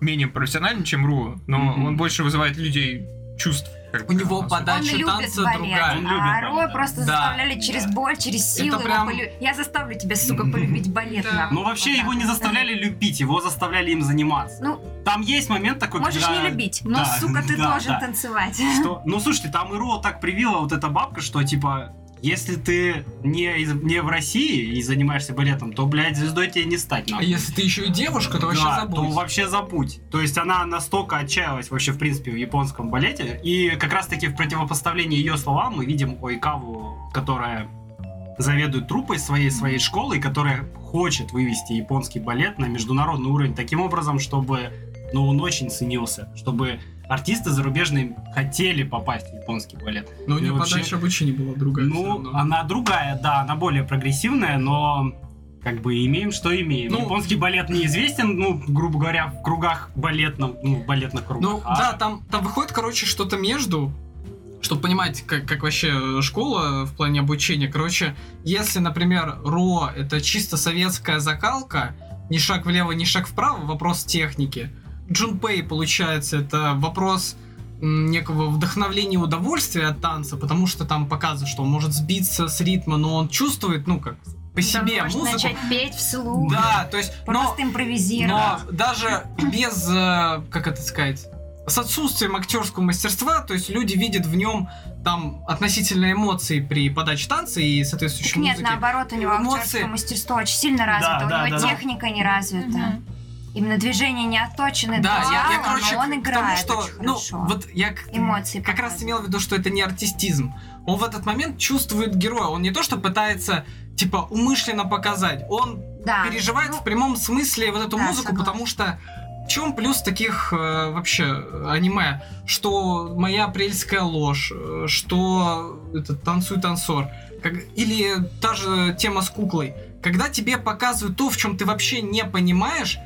менее профессионально, чем Ру, но Мгм. он больше вызывает людей чувств. как У бы, него на самом Он подача любит танца балет, другая. Он любит а Роя балет, да. просто Да. заставляли через боль, через Это силу. его прям- Ну, полю- Я заставлю тебя, сука, полюбить балет. Да. нахуй. Но вообще Вот его так. не заставляли любить, его заставляли им заниматься. Ну, Там есть момент такой, Можешь когда- не любить, но, Да, сука, ты да, должен да. танцевать. Что? Ну, слушайте, там и Ро так привила вот эта бабка, что, типа, если ты не, из- не в России и занимаешься балетом, то, блядь, звездой тебе не стать А нам. если ты еще и девушка, то вообще забудь. то вообще забудь. То есть она настолько отчаялась вообще, в принципе, в японском балете. И как раз-таки в противопоставлении ее словам мы видим Ойкаву, которая заведует труппой своей своей школы, и которая хочет вывести японский балет на международный уровень таким образом, чтобы ну, он очень ценился, чтобы артисты зарубежные хотели попасть в японский балет. Но у нее И вообще- подача вообще Ну, а не была другая. всё Ну, равно. она другая, да, она более прогрессивная, но как бы имеем, что имеем. Ну, Японский балет неизвестен, ну, грубо говоря, в кругах балетном, ну, в балетных кругах. Ну а да, там, там выходит, короче, что-то между, чтобы понимать, как, как вообще э, школа в плане обучения. Короче, если, например, РО это чисто советская закалка, ни шаг влево, ни шаг вправо, вопрос техники. Джунпей, получается, это вопрос м, некого вдохновления и удовольствия от танца, потому что там показывают, что он может сбиться с ритма, но он чувствует, ну как, по себе Можно музыку. начать петь вслух, Да, то есть, но просто импровизировать. но даже без, э, как это сказать, с отсутствием актерского мастерства, то есть люди видят в нем там относительно эмоций при подаче танца и соответствующей Нет, музыки. наоборот, у него Эмоции. актерское мастерство очень сильно развито, да, у него да, да. техника не развита. Именно движения не отточены Да, до я, я, идеала, короче, но он к играет тому, что, очень ну, хорошо. вот я к- Эмоции как раз показывает. имел в виду, что это не артистизм. Он в этот момент чувствует героя, он не то, что пытается, типа, умышленно показать, он да. переживает Ну, в прямом смысле вот эту да, музыку, согласна. потому что в чем плюс таких э, вообще э, аниме, что моя апрельская ложь, э, что этот танцуй танцор, как, или та же тема с куклой, когда тебе показывают то, в чем ты вообще не понимаешь,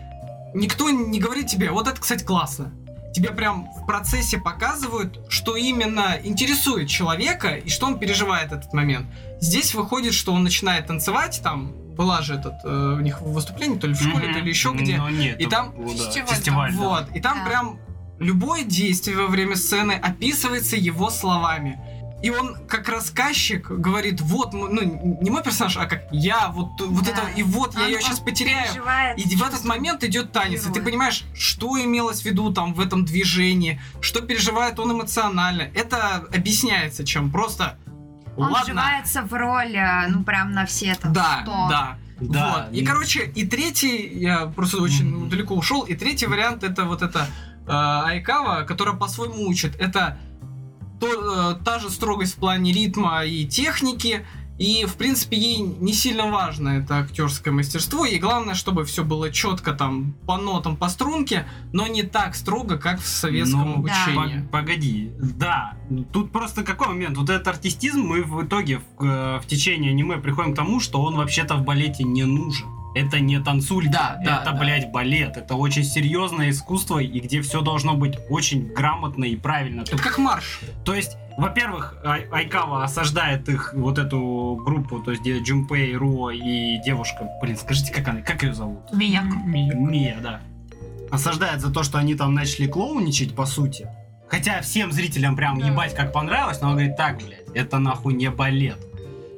никто не говорит тебе, вот это, кстати, классно. Тебе прям в процессе показывают, что именно интересует человека и что он переживает этот момент. Здесь выходит, что он начинает танцевать, там была же этот, э, у них выступление, то ли в школе, Мгм. то ли еще где. Ну, нет, И это там было, да, фестиваль там, фестиваль, да. Вот. И там Да. прям любое действие во время сцены описывается его словами. И он, как рассказчик, говорит, вот, мы- ну, не мой персонаж, а как я, вот, вот Да. это, и вот, я Он- ее он сейчас потеряю. переживает, И в этот момент идет танец, и ты героя. понимаешь, что имелось в виду там в этом движении, что переживает он эмоционально. Это объясняется, чем просто. он Ладно. вживается в роль, э, ну, прям на все там Да, сто. да. Да, Вот. И, короче, и третий, я просто очень Мгм. далеко ушел, и третий вариант это вот это э, Айкава, которая по-своему учит. Это то- э, та же строгость в плане ритма и техники, и, в принципе, ей не сильно важно это актерское мастерство, и главное, чтобы все было четко там по нотам, по струнке, но не так строго, как в советском Ну, обучении. Пог- Погоди, да. Тут просто какой момент? Вот этот артистизм, мы в итоге в, э, в течение аниме приходим к тому, что он вообще-то в балете не нужен. Это не танцулька, Да, да, это, да. блядь, балет. Это очень серьезное искусство, и где все должно быть очень грамотно и правильно. Ты Это как марш. то есть, во-первых, Ай- Айкава осаждает их вот эту группу, то есть где Джумпей, Руо и девушка. Блин, скажите, как она, как ее зовут? Мияко. Мия, да. Осаждает за то, что они там начали клоуничать, по сути. Хотя всем зрителям прям Да. ебать как понравилось, но она говорит, так, блядь, это нахуй не балет.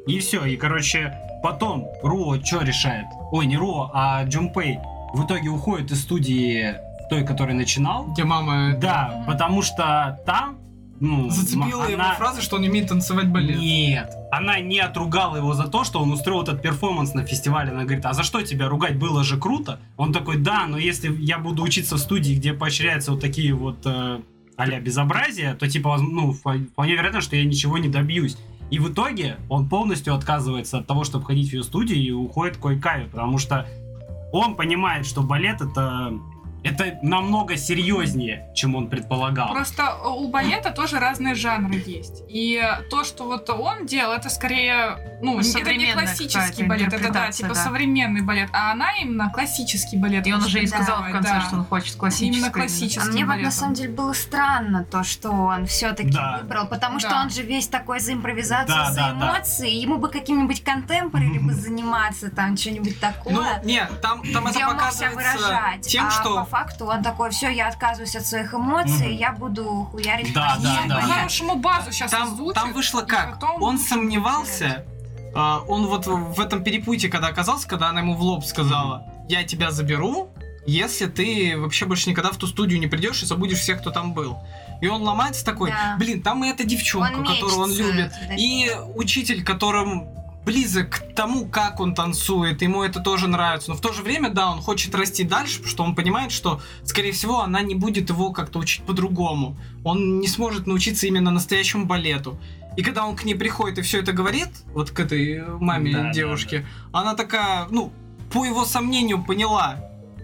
И все, и короче, потом Руо что решает? Ой, не Руо, а Джумпей в итоге уходит из студии той, который начинал. Где мама Да, потому что там, ну, зацепила м- его она- фразой, что он умеет танцевать балет. Нет, она не отругала его за то, что он устроил этот перформанс на фестивале. Она говорит, а за что тебя ругать было же круто? Он такой, да, но если я буду учиться в студии, где поощряются вот такие вот э, а-ля безобразия, то типа, воз- ну, впо- вполне вероятно, что я ничего не добьюсь. И в итоге он полностью отказывается от того, чтобы ходить в ее студию и уходит к Койкаю, потому что он понимает, что балет это Это намного серьезнее, чем он предполагал. Просто у балета тоже разные жанры есть. И то, что вот он делал, это скорее, ну, Ну, это не современная, классический кстати, балет, это да, интерпретация, типа да. современный балет, а она именно классический балет. И он уже и Да, сказал в конце, да. что он хочет классическое. Именно А классический. мне вот на балетом. самом деле было странно то, что он все-таки Да. выбрал, потому что Да. он же весь такой за импровизацию, Да, за да, да. эмоции, ему бы каким-нибудь контемпори бы заниматься, там что-нибудь Ну, такое. нет, там, там это где он мог себя показывается выражать, тем, а по что... факту он такой, все, я отказываюсь от своих эмоций, Мгм. я буду хуярить Да, по да, Нет, всем да. подряд». Хорош ему базу сейчас Там, озвучит, там вышло и как? потом Он уже сомневался, а, он вот в этом перепуте, когда оказался, когда она ему в лоб сказала, я тебя заберу, если ты вообще больше никогда в ту студию не придешь и забудешь всех, кто там был. И он ломается такой, Да. блин, там и эта девчонка, которую он мечется, любит, э, да. и учитель, которым близок к тому, как он танцует, ему это тоже нравится. Но в то же время, да, он хочет расти дальше, потому что он понимает, что, скорее всего, она не будет его как-то учить по-другому. Он не сможет научиться именно настоящему балету. И когда он к ней приходит и все это говорит, вот к этой э, маме Да, да, девушки, она такая, ну, по его сомнению поняла,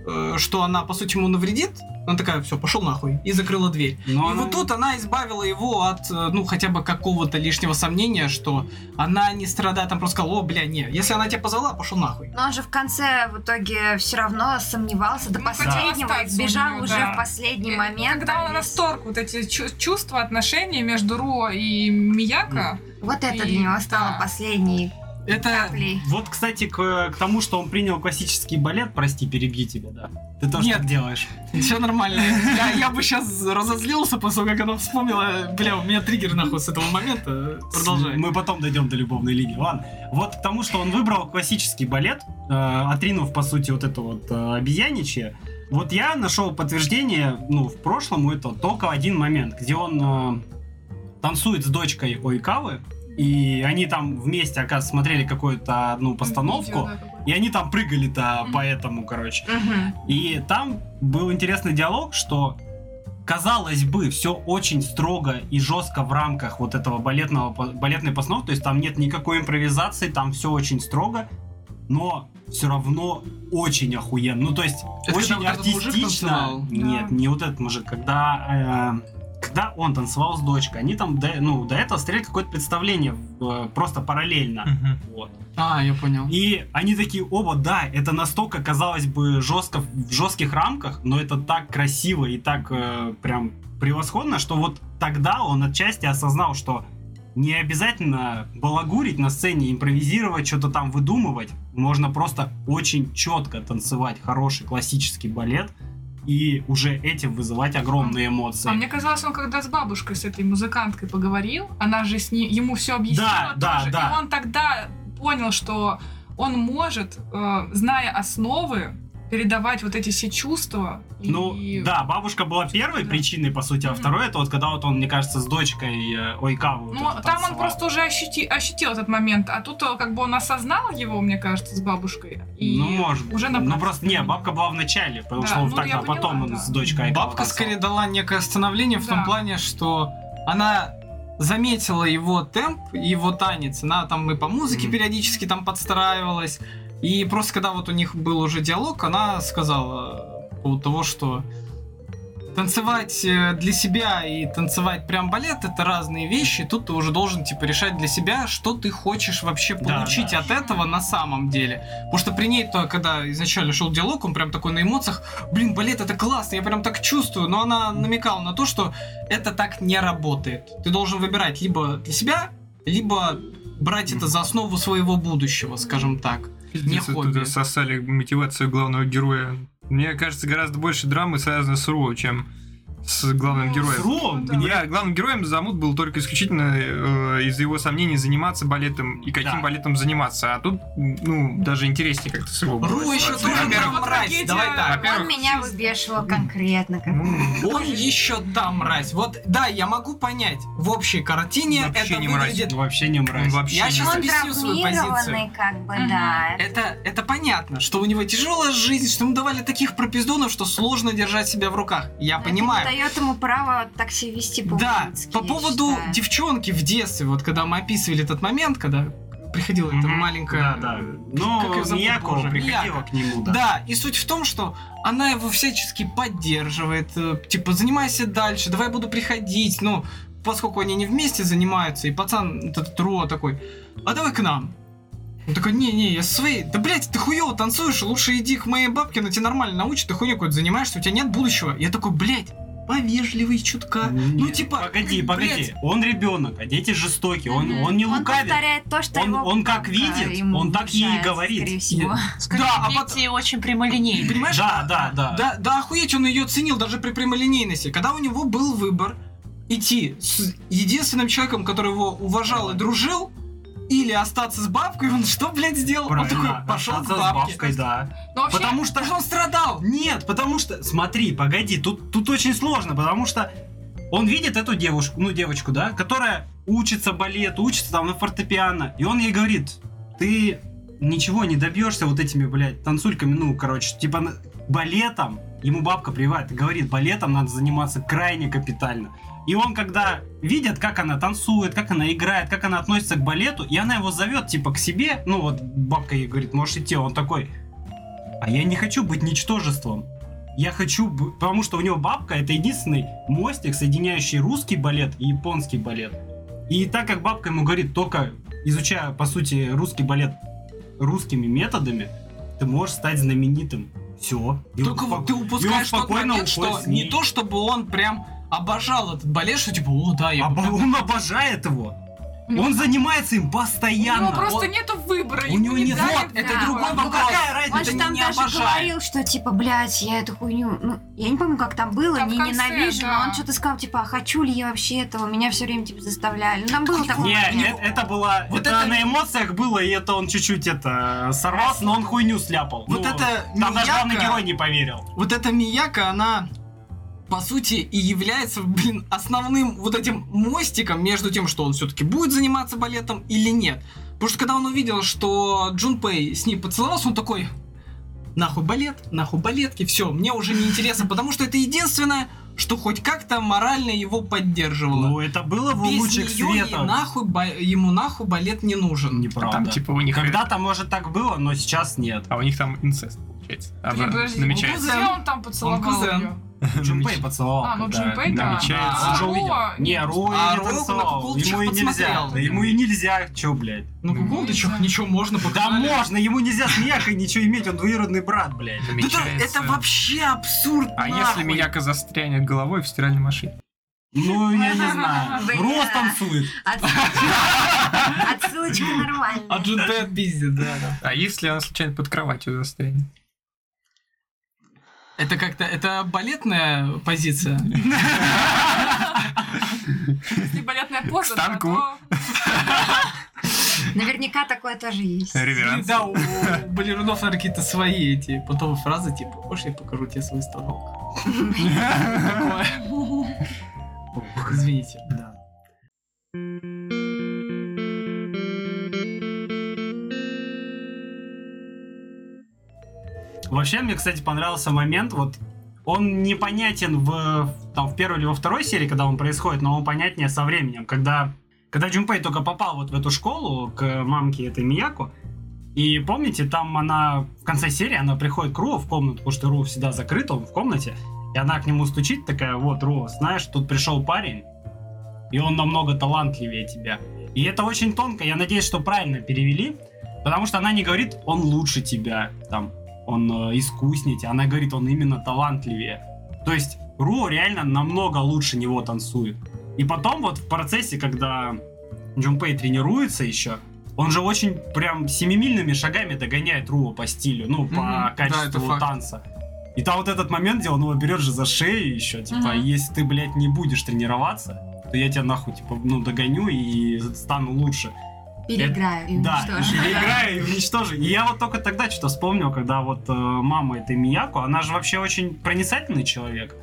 э, что она, по сути, ему навредит. Она такая, все, пошел нахуй, и закрыла дверь. Но И она- вот тут она избавила его от, э, ну, хотя бы какого-то лишнего сомнения, что она не страдает, там просто сказала, о, бля, не, если она тебя позвала, пошел нахуй. Но он же в конце в итоге все равно сомневался до Ну, хотел последнего и остаться у сбежал неё, уже да. в последний Э, момент. Когда там он весь. расторг вот эти чу- чувства, отношения между Ро и Мияко, Ну, Вот это И- для него стало да. последней Это... каплей. Вот, кстати, к, к тому, что он принял классический балет, прости, перебью тебя, да. Ты тоже Нет. так делаешь. Все нормально. Я, я бы сейчас разозлился, после того, как она вспомнила. Бля, у меня триггер нахуй с этого момента. Продолжай. Мы потом дойдем до любовной линии. Ладно. Вот к тому, что он выбрал классический балет, э, отринув, по сути, вот это вот э, обезьяничье. Вот я нашел подтверждение, ну, в прошлом, это только один момент, где он э, танцует с дочкой Ойкавы, и они там вместе, оказывается, смотрели какую-то одну видео, постановку, да, какое-то. и они там прыгали-то Мгм. по этому, короче. Мгм. И там был интересный диалог, что казалось бы, все очень строго и жестко в рамках вот этого балетного, по- балетной постановки, то есть там нет никакой импровизации, там все очень строго, но все равно очень охуенно. Ну, то есть Это очень когда вот этот мужик артистично. танцевал? Нет, Да. не вот этот мужик, когда э, когда он танцевал с дочкой, они там до, ну, до этого стреляли какое-то представление э, просто Хм. параллельно. Вот. А, я понял. И они такие, оба, да, это настолько, казалось бы, жестко в жестких рамках, но это так красиво и так э, прям превосходно, что вот тогда он отчасти осознал, что не обязательно балагурить на сцене, импровизировать, что-то там выдумывать. Можно просто очень четко танцевать хороший классический балет и уже этим вызывать огромные эмоции. А мне казалось, он когда с бабушкой, с этой музыканткой поговорил, она же с ней, ему все объяснила Да, да, тоже. да. И он тогда понял, что он может, э, зная основы, передавать вот эти все чувства. и- Ну, да, бабушка была первой Да. причиной, по сути, а Мгм. второй это вот когда вот он, мне кажется, с дочкой э, Ойкавы. вот Ну, это там он танцевал. просто уже ощути- ощутил этот момент, а тут э, как бы он осознал его, мне кажется, с бабушкой. И ну, может быть. уже на Ну, практике просто, не, понял. бабка была в начале, потому Да, что он ну, так, я а потом поняла, он да. с дочкой. Бабка катался. скорее дала некое становление в том Да. плане, что она заметила его темп, его танец. Она там и по музыке Мгм. периодически там подстраивалась. И просто когда вот у них был уже диалог, она сказала э, по поводу того, что танцевать э, для себя и танцевать прям балет это разные вещи. Тут ты уже должен типа решать для себя, что ты хочешь вообще Да, получить да. от этого на самом деле. Потому что при ней то, когда изначально шел диалог, он прям такой на эмоциях, блин, балет это классно, я прям так чувствую. Но она намекала на то, что это так не работает. Ты должен выбирать либо для себя, либо брать это за основу своего будущего, скажем так. Не Пиздец, хобби. оттуда сосали мотивацию главного героя. Мне кажется, гораздо больше драмы связано с Ру, чем с главным Ну, героем. С Ру, Да. мне- Я главным героем замут был только исключительно э, из-за его сомнений заниматься балетом и каким Да. балетом заниматься. А тут, ну, даже интереснее как-то с Ру. была Ру еще ситуация. тоже Во-первых, там мразь, трагедия. давай так. Он Во-первых, меня выбешивал конкретно. как- ну, Он еще там мразь. Вот, да, я могу понять. В общей картине Вообще это не мразь. Ну, выглядит... Вообще не он мразь. вообще Я не щас мразь. Он объясню свою травмированный, как бы, Мгм. да. Это, это понятно, что у него тяжелая жизнь, что ему давали таких пропиздонов, что сложно держать себя в руках. Я Но это не понимаю. дает ему право так себя вести Да, по-мужицки, по я поводу типа считаю. девчонки в детстве, вот когда мы описывали этот момент, когда приходила эта Мгм. маленькая... Да, да. Ну, как её Но зовут, Мияко боже, приходила Мияко. к нему, да. Да, и суть в том, что она его всячески поддерживает, э, типа, занимайся дальше, давай буду приходить, ну, поскольку они не вместе занимаются, и пацан, этот Тро такой, а давай к нам. Он такой, не-не, я со своей, да, блядь, ты хуёво танцуешь, лучше иди к моей бабке, она тебя нормально научит, ты хуйню какую-то занимаешься, у тебя нет будущего. Я такой, блядь, повежливый чутка. Ну, Нет, типа, Погоди, блядь. погоди. Он ребенок, а дети жестокие. Он, он не Он лукавит. повторяет то, что Он- его он как папа видит, ему он так ей и внушает, говорит. скорее всего. Скажи, Да, а дети очень прямолинейные. Понимаешь? Да, да, да. Да, да охуеть, он ее ценил даже при прямолинейности. Когда у него был выбор идти с единственным человеком, который его уважал и дружил, или остаться с бабкой, он что, блядь, сделал? Правильно. Он такой, пошел к Остаться с бабке. бабкой, да. Ну, вообще, Потому что... Даже он страдал. Нет, потому что... Смотри, погоди, тут, тут очень сложно, потому что он видит эту девушку, ну, девочку, да, которая учится балету, учится там на фортепиано, и он ей говорит, ты ничего не добьешься вот этими, блядь, танцульками, ну, короче, типа на- балетом, ему бабка прививает, и говорит, балетом надо заниматься крайне капитально. И он, когда видит, как она танцует, как она играет, как она относится к балету, и она его зовет, типа, к себе, ну, вот бабка ей говорит, можешь идти, он такой, а я не хочу быть ничтожеством. Я хочу, бы- потому что у него бабка это единственный мостик, соединяющий русский балет и японский балет. И так как бабка ему говорит, только изучая, по сути, русский балет русскими методами, ты можешь стать знаменитым. Все. Только вот ты упускаешь тот момент, что не то, чтобы он прям обожал этот балет, что типа, о, да, я бы так». Он обожает его. Ну, Он занимается им у него постоянно. просто Он- нету выбора. у ему него не- дали Вот, это выбора. другой Ну, вопрос. какая разница? Он же не там даже говорил, что типа, блядь, я эту хуйню, ну, я не помню, как там было, Там в не конце, ненавижу, да. но он что-то сказал, типа, а хочу ли я вообще этого, меня все время типа заставляли. Ну, там было такое. Не, блядь. э- это было... Вот это, это- на эмоциях было, и это он чуть-чуть это сорвался, но он хуйню сляпал. Вот Ну, это Там даже главный Мияка- герой не поверил. вот эта Мияка, она по сути и является, блин, основным вот этим мостиком между тем, что он все-таки будет заниматься балетом или нет. Потому что когда он увидел, что Джунпей с ней поцеловался, он такой, нахуй балет, нахуй балетки, все, мне уже не интересно, потому что это единственное, что хоть как-то морально его поддерживало. Ну, это было в Без лучших неё ей света. нахуй ба- ему нахуй балет не нужен. Неправда. Там типа у них... Когда-то, может, так было, но сейчас нет. А у них там инцест получается. Блин, Обра- подожди, намечается. где он там Он поцеловал кузен. ее? Джунпей поцеловал. А, ну когда Джунпей, да. намечается. Да. Он же А увидел. Роу- Не, Роу А не Роу на танцевал. куколочках Ему и нельзя. подсмотрел. Да ему и нельзя. Че, блядь? Ну, Ну, какого ты чё, нельзя. ничего можно Да показали. можно, ему нельзя с Мияхой ничего иметь, он двоюродный брат, блядь. Да Это, это намечается. вообще абсурд. А нахуй. если Мияка застрянет головой в стиральной машине? Ну, я не знаю. Бля. Рост танцует. Отсылочка отсылочка нормальная. А Джунте пиздит, да. да. А если она случайно под кроватью застрянет? Это как-то, это балетная позиция. Если балетная поза, да, станку. то... Наверняка такое тоже есть. Реверанс. Да, у балерунов, наверное, какие-то свои эти потом фразы, типа, хочешь, я покажу тебе свой станок? Такое. Извините. Да. Вообще, мне, кстати, понравился момент, вот он непонятен в, там, в первой или во второй серии, когда он происходит, но он понятнее со временем, когда, когда Джунпей только попал вот в эту школу к мамке этой Мияку, и помните, там она в конце серии, она приходит к Ру в комнату, потому что Ру всегда закрыт, он в комнате, и она к нему стучит, такая, вот, Ру, знаешь, тут пришел парень, и он намного талантливее тебя. И это очень тонко, я надеюсь, что правильно перевели, потому что она не говорит, он лучше тебя, там, он э, искуснее тебя», она говорит, он именно талантливее. То есть Ру реально намного лучше него танцует. И потом вот в процессе, когда Джунпей тренируется еще, он же очень прям семимильными шагами догоняет Руо по стилю, ну, по Мгм, да, это качеству факт. танца. И там вот этот момент, где он его берет же за шею еще, типа, Мгм. если ты, блядь, не будешь тренироваться, то я тебя нахуй, типа, ну, догоню и стану лучше. Переиграю. ну и да, уничтожу. переиграю и уничтожу. И я вот только тогда что-то вспомнил, когда вот э, мама этой Мияко, она же вообще очень проницательный человек,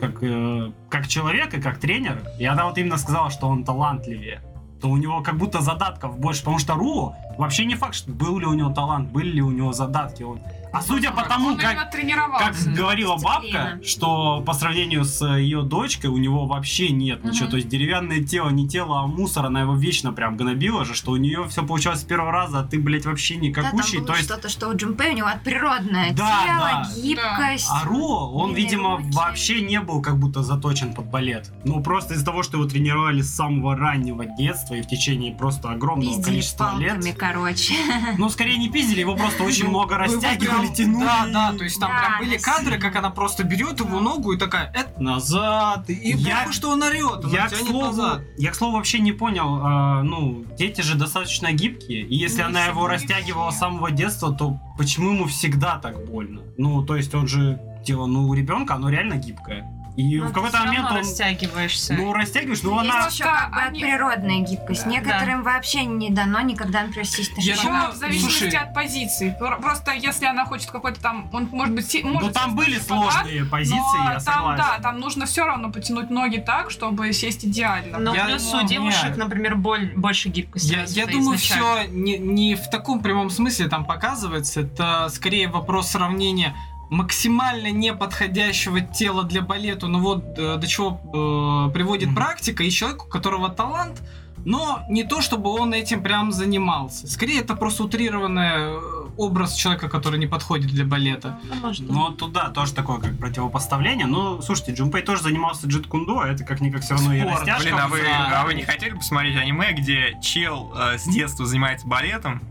как, э, как человек и как тренер. И она вот именно сказала, что он талантливее. То у него как будто задатков больше, потому что Ру вообще не факт, что был ли у него талант, были ли у него задатки. Он А судя по Он тому, именно как, тренировался. как говорила Дисциплина. бабка, что по сравнению с ее дочкой у него вообще нет ничего. Мгм. То есть деревянное тело не тело, а мусор, она его вечно прям гнобила же, что у нее все получалось с первого раза, а ты, блядь, вообще Да, там никакущий. было то есть что-то, что у Джумпе у него от природное Да, тело, да. гибкость. А Руо, он, Длинные видимо, руки. вообще не был как будто заточен под балет. Ну, просто из-за того, что его тренировали с самого раннего детства и в течение просто огромного Пиздили количества палками, лет. короче. Ну, скорее не пиздили, его просто очень Ну, много Вы растягивали, прям- тянули. Да, да, то есть там Да, прям были кадры, как она просто берет его ногу и такая, это назад, и Я- плохо, что он орет, А она Я к, тянет слову, назад. я, к слову, вообще не понял, а, ну, дети же достаточно гибкие, и если Не она все, его не растягивала с все. самого детства, то почему ему всегда так больно? Ну, то есть он же, дело, ну, у ребенка оно реально гибкое. И Но в ты какой-то Ну, всё момент равно он... растягиваешься. Ну, растягиваешь, ну, Есть она... еще как бы от Они- природная гибкость. Да. Некоторым вообще не дано никогда, например, сесть на Я шпагат. думаю, в зависимости Слушай. от позиции. Про- Просто если она хочет какой-то там, он может быть, си- Ну может там сесть были на шпагат, сложные позиции, но я там, согласен. да, там нужно все равно потянуть ноги так, чтобы сесть идеально. Но Я- плюс ну, у не. девушек, например, боль, больше Я, гибкости. я развита думаю, изначально. все не, не в таком прямом смысле там показывается. Это скорее вопрос сравнения максимально неподходящего тела для балета. Ну вот э, до чего э, приводит Мгм. практика и человеку, у которого талант, но не то, чтобы он этим прям занимался. Скорее, это просто утрированный э, образ человека, который не подходит для балета. Ну, может, Ну, вот туда тоже такое, как противопоставление. Ну, слушайте, Джумпей тоже занимался джиткундо, а это как-никак все равно и Спорт, растяжка. Блин, а вы, Да. а вы не хотели посмотреть аниме, где чел э, с детства занимается балетом,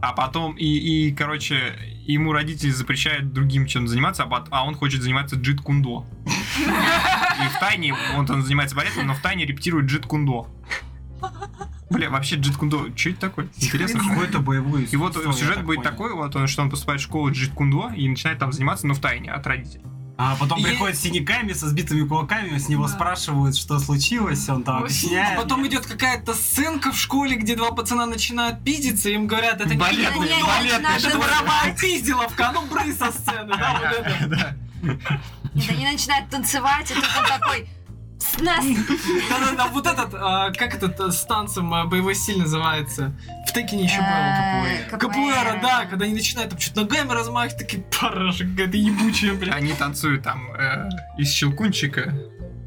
а потом и, и короче, ему родители запрещают другим чем заниматься, а, пот- а он хочет заниматься джит-кундо. И в тайне, он там занимается балетом, но в тайне рептирует джит-кундо. Бля, вообще джит-кундо, что это такое? Интересно. Какой-то боевой И вот сюжет будет такой, вот он, что он поступает в школу джит-кундо и начинает там заниматься, но в тайне от родителей. А потом И- приходит с синяками, со сбитыми кулаками, с него Да. спрашивают, что случилось, он там Ой, А объясняет. потом идет какая-то сценка в школе, где два пацана начинают пиздиться, и им говорят, это не Балет, балет, балет, это балет, это балет. воровая пизделовка, а ну брысь со сцены, да, вот это. Да. Нет, они начинают ну, танцевать, и тут он такой... «С нас!» Да-да-да, вот этот, а, как этот а, с танцем а, боевой стиль называется? В Текине еще Э, было капуэра. Капуэра, да, когда они начинают там что-то ногами размахивать, такие параша какая-то ебучая, бля. Они танцуют там э, из щелкунчика,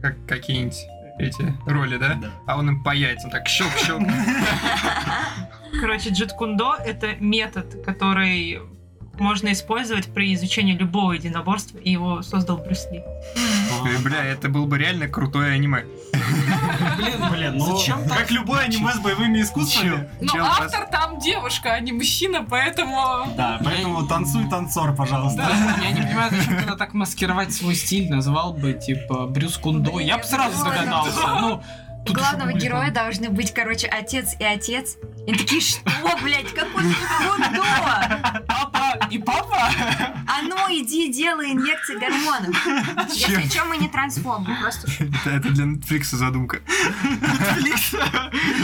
как какие-нибудь эти роли, да? Да. А он им по яйцам так щелк-щелк. Короче, джиткундо — это метод, который можно использовать при изучении любого единоборства, и его создал Брюс Ли. Э, Бля, это было бы реально крутое аниме. Блин, Блин, ну, зачем так? как любое аниме с боевыми искусствами. Но Чел просто- Ну, автор там девушка, а не мужчина, поэтому... Да, поэтому танцуй танцор, пожалуйста. Я не понимаю, зачем тогда так маскировать свой стиль, назвал бы, типа, Брюс Кундо. Я бы сразу Блин, догадался. Ну, тут Главного уже будет, героя должны быть, короче, отец и отец. И такие, что, блядь, какой же кундо? Папа и папа? А ну, иди, делай инъекции гормонов. Если что, мы не трансформы, просто Это это для Netflix задумка.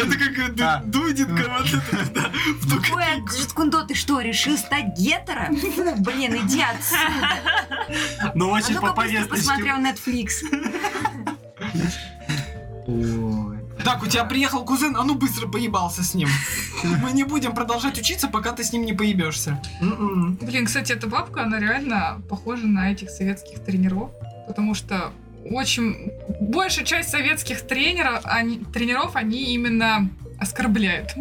Это как Да. э, Дудинка вот это. да. Ой, а Джиткундо, ты что, решил стать гетером? Фу, блин, иди отсюда. Ну, А очень по ну-ка быстро повесточке. посмотрел Netflix. Ой. Так, у тебя приехал кузен, а ну быстро поебался с ним. Мы не будем продолжать учиться, пока ты с ним не поебешься. М-м. Блин, кстати, эта бабка, она реально похожа на этих советских тренеров, потому что очень... Большая часть советских тренеров, они, тренеров, они именно оскорбляют.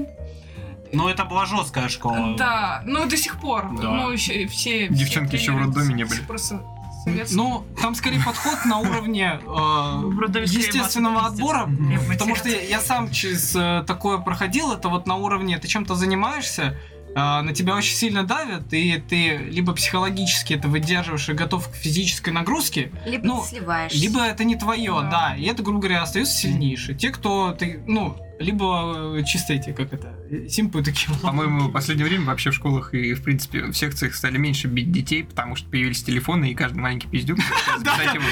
Ну, это была жесткая школа. Да, ну до сих пор. Да. Ну, еще, все, Девчонки все еще в тренеры роддоме не до сих были. пор со- советские. Ну, там скорее подход на уровне э, родове скорее естественного базовый, отбора, естественно. м, потому что я, я сам через э, такое проходил, это вот на уровне ты чем-то занимаешься, э, на тебя очень сильно давят, и ты либо психологически это выдерживаешь и готов к физической нагрузке, Либо Ну, ты сливаешься. либо это не твое, Да. да. и это, грубо говоря, остаются сильнейшие. Те, кто ты, ну, либо э, чисто эти, как это, э, симпы такие. По-моему, в последнее время вообще в школах и, в принципе, в секциях стали меньше бить детей, потому что появились телефоны, и каждый маленький пиздюк. может записать его.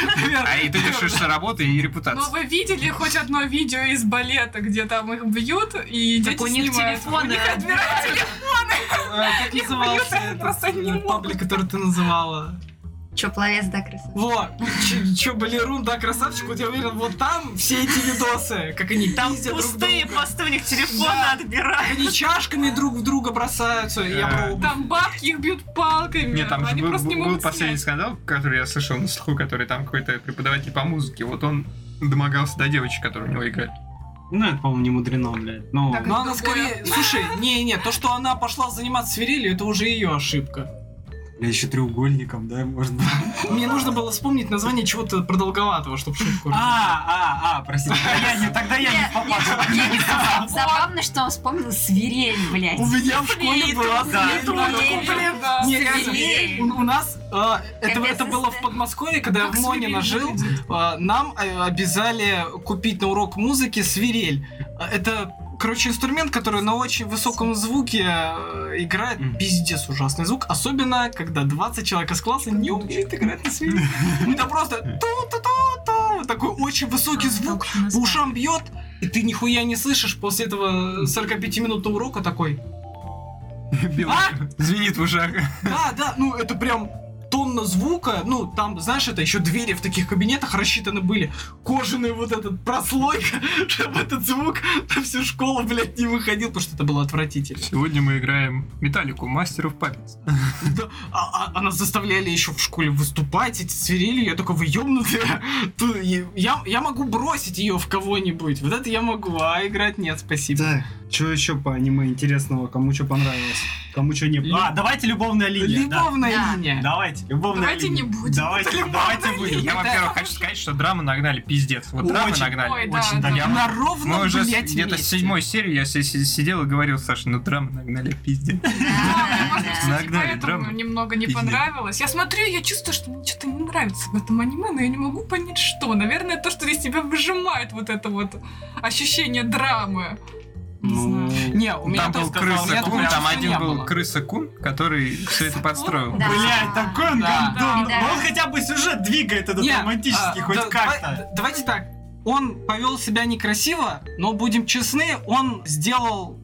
А и ты лишишься работы и Но репутации. вы видели хоть одно видео из балета, где там их бьют, и Так дети у них снимают. телефоны У них отбирают телефон. Э, Как Я боюсь, назывался я просто не этот э, могу. паблик, который ты называла? Че, пловец, да, красавчик? Во, че- че, балерун, да, красавчик, вот я уверен, вот там все эти видосы, как они Там пиздят друг пустые друга. посты у них телефоны Да. отбирают. Как они чашками друг в друга бросаются. Я Э, про обувь. Там бабки их бьют палками. Нет, там же они был, просто не был могут последний снять. скандал, который я слышал на слуху, который там какой-то преподаватель по музыке. Вот он домогался до девочек, которые у него играли. Ну, это, по-моему, не мудрено, блядь. Ну, Так, Но она другое. скорее... Слушай, не-не, то, что она пошла заниматься свирелью, это уже ее ошибка. я еще треугольником, да, может быть. Мне нужно было вспомнить название чего-то продолговатого, чтобы шутку... А, а, а, простите. Тогда я не- Тогда я не попал. Я не знала. Забавно, что он вспомнил свирель, блядь. У меня в школе Флейт, была... флейт, флейт. Да, да, да. ну, Да. Не, реально, у у нас... а, Это Капец, это было в да. Подмосковье, когда я в Как Монино свирель жил. выглядит. А, Нам э, обязали купить на урок музыки свирель. А, Это, короче, инструмент, который на очень высоком звуке э, играет Мгм. пиздец ужасный звук, особенно когда 20 человек из класса не умеют играть на свирели. Это просто ту-ту-ту-ту, такой очень высокий звук, ну, по ушам бьет, и ты нихуя не слышишь после этого 45-минутного урока такой. А? Звенит в ушах. Да, да, ну это прям тонна звука, ну там, знаешь, это еще двери в таких кабинетах рассчитаны были, кожаный вот этот прослойка, чтобы этот звук на всю школу, блядь, не выходил, потому что это было отвратительно. Сегодня мы играем металлику мастеров папец. Да, а, а- а нас заставляли еще в школе выступать, эти свирели, я такой выебнутая. Ту- и- Я, я могу бросить ее в кого-нибудь, вот это я могу, а играть нет, спасибо. Да, что еще по аниме интересного, кому что понравилось, кому что не... Лю- А, давайте любовная линия, да. Любовная Да. линия. Давайте, любовная Давайте линия. не будем. Давайте, давайте будем. Я, Это- во-первых, хочу сказать, что драмы нагнали пиздец. Вот драмы Очень. нагнали. Ой, да, очень да. Я- На Мы ровном, уже с- блядь, где-то с месте. седьмой серии я си- си- сидел и говорил, Саша, ну драмы нагнали пиздец. Да, может, кстати, Нагнали поэтому драму. немного не Пиздец. понравилось. Я смотрю, я чувствую, что мне что-то не нравится в этом аниме, но я не могу понять, что. Наверное, то, что из тебя выжимает вот это вот ощущение драмы. Не Ну, знаю. Не, у меня Там был тоже сказал, крыса я такого Кун, там чувства не один был было. крыса Кун, который все это подстроил. Да. Блядь, такой он Да. гандон. Да. Ну, Он хотя бы сюжет двигает этот Не, романтический, а, хоть да- как-то. давай- Давайте так. Он повел себя некрасиво, но будем честны, он сделал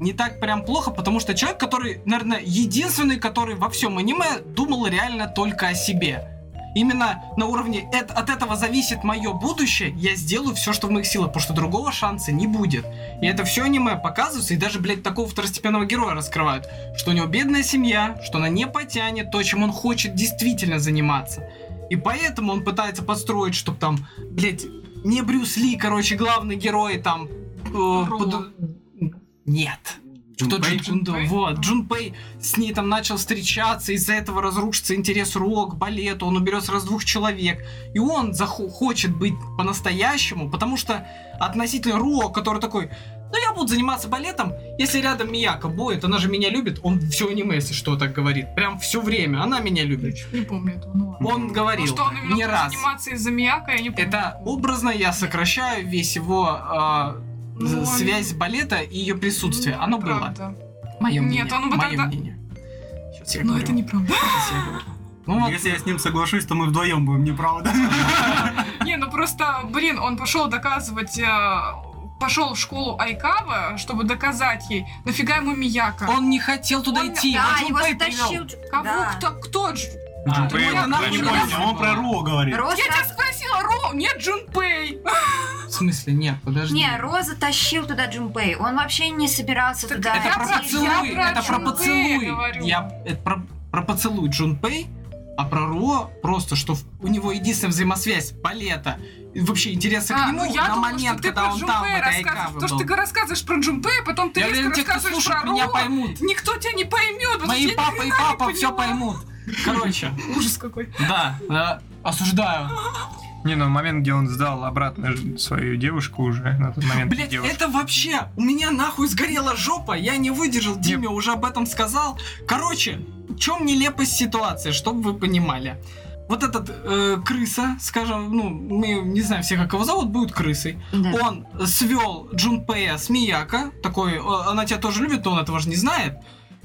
не так прям плохо, потому что человек, который, наверное, единственный, который во всем аниме думал реально только о себе. Именно на уровне «эт- от этого зависит мое будущее, я сделаю все, что в моих силах, потому что другого шанса не будет. И это все аниме показывается, и даже, блядь, такого второстепенного героя раскрывают, что у него бедная семья, что она не потянет то, чем он хочет действительно заниматься. И поэтому он пытается подстроить, чтобы там, блядь, не Брюс Ли, короче, главный герой там... э, под- Нет. Кто Джунпей? Джун- Джунпей? Вот, Джунпей с ней там начал встречаться, из-за этого разрушится интерес рок, балету, он уберет сразу двух человек. И он захо- хочет быть по-настоящему, потому что относительно рок, который такой, ну я буду заниматься балетом, если рядом Мияка будет, она же меня любит, он все аниме, если что, так говорит, прям все время, она меня любит. Не помню этого, ну ладно. Он говорил, Ну, что он именно не будет раз. заниматься из-за Мияка, я не помню. Это образно я сокращаю весь его а, Ну, з- он- Ну, связь балета и ее присутствие. Оно было. Правда. Мое мнение. Нет, оно бы Моё тогда- мнение. Сейчас я Но говорю. Ну, это неправда. Сейчас я говорю. Ну вот, Если я с ним соглашусь, то мы вдвоем будем неправы, да? Не, ну просто, блин, он пошел доказывать, э, пошел в школу Айкава, чтобы доказать ей, нафига ему Мияка. он не хотел туда Он- идти. Да, его его Джунпей привёл. стащил. Кого? Да. Кто? Кто? Дж- А, Джунпей ну, его она Я Не не была- понял, он про Руо говорит. Роз Я тебя раз- спросила, Роу, нет Джунпей. В смысле, нет, подожди. Не, Роза тащил туда Джумпей. Он вообще не собирался Так туда. это я про про- поцелуй, я про это про Джунпея поцелуй. говорю. Я это про, про поцелуй Джунпей, а про Руо просто, что в- у него единственная взаимосвязь балета. И вообще интересы А, к нему ну я на думала, момент, что ты про когда он там, в Джунпея этой Айкаве рассказываешь. То, что был. ты рассказываешь про Джунпея, потом ты Я резко уверен, те, кто рассказываешь слушает, про меня Роу. поймут. Никто тебя не поймет. потому Мои что я папа и ни хрена не папа все поняла. поймут. Короче, Ужас какой. да, да, э, осуждаю. Не, ну момент, где он сдал обратно ж- свою девушку уже, на тот момент Блять, девушка. это вообще, у меня нахуй сгорела жопа, я не выдержал, Диме уже об этом сказал. Короче, в чем нелепость ситуации, чтобы вы понимали. Вот этот э, крыса, скажем, ну, мы не знаем все, как его зовут, будет крысой. Да. Он свел Джунпея с Мияко, такой, э, она тебя тоже любит, но он этого же не знает.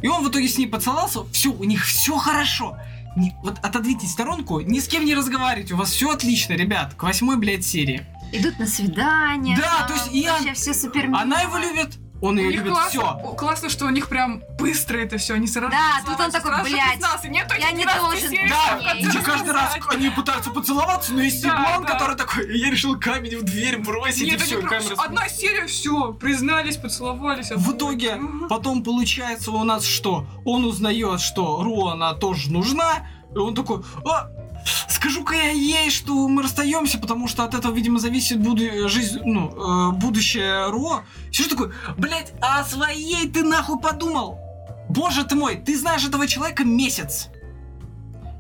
И он в итоге с ней поцеловался, все, у них все хорошо. Не- вот отодвиньте сторонку, ни с кем не разговаривайте, у вас все отлично, ребят, к восьмой, блядь, серии. Идут на свидание. Да, там то есть и вообще все супер. мило. Она его любит, Он У ее них любит классно, все. о, классно, что у них прям быстро это все, они сразу Да, же А тут он сразу такой, же «Блядь, признался, Нет, я не должен был Да, в и конце же каждый раз они пытаются поцеловаться, но есть Да, Сиглан, да. который такой, я решил камень в дверь бросить, Нет, и все, они прям камера... одна серия, все, признались, поцеловались. В итоге обои. Потом получается у нас что? Он узнает, что Ру она тоже нужна, и он такой, а, скажу-ка я ей, что мы расстаемся, потому что от этого, видимо, зависит буду- жизнь, ну, э, будущее Ро. Все такой, блять, а о своей ты нахуй подумал? Боже ты мой, ты знаешь этого человека месяц.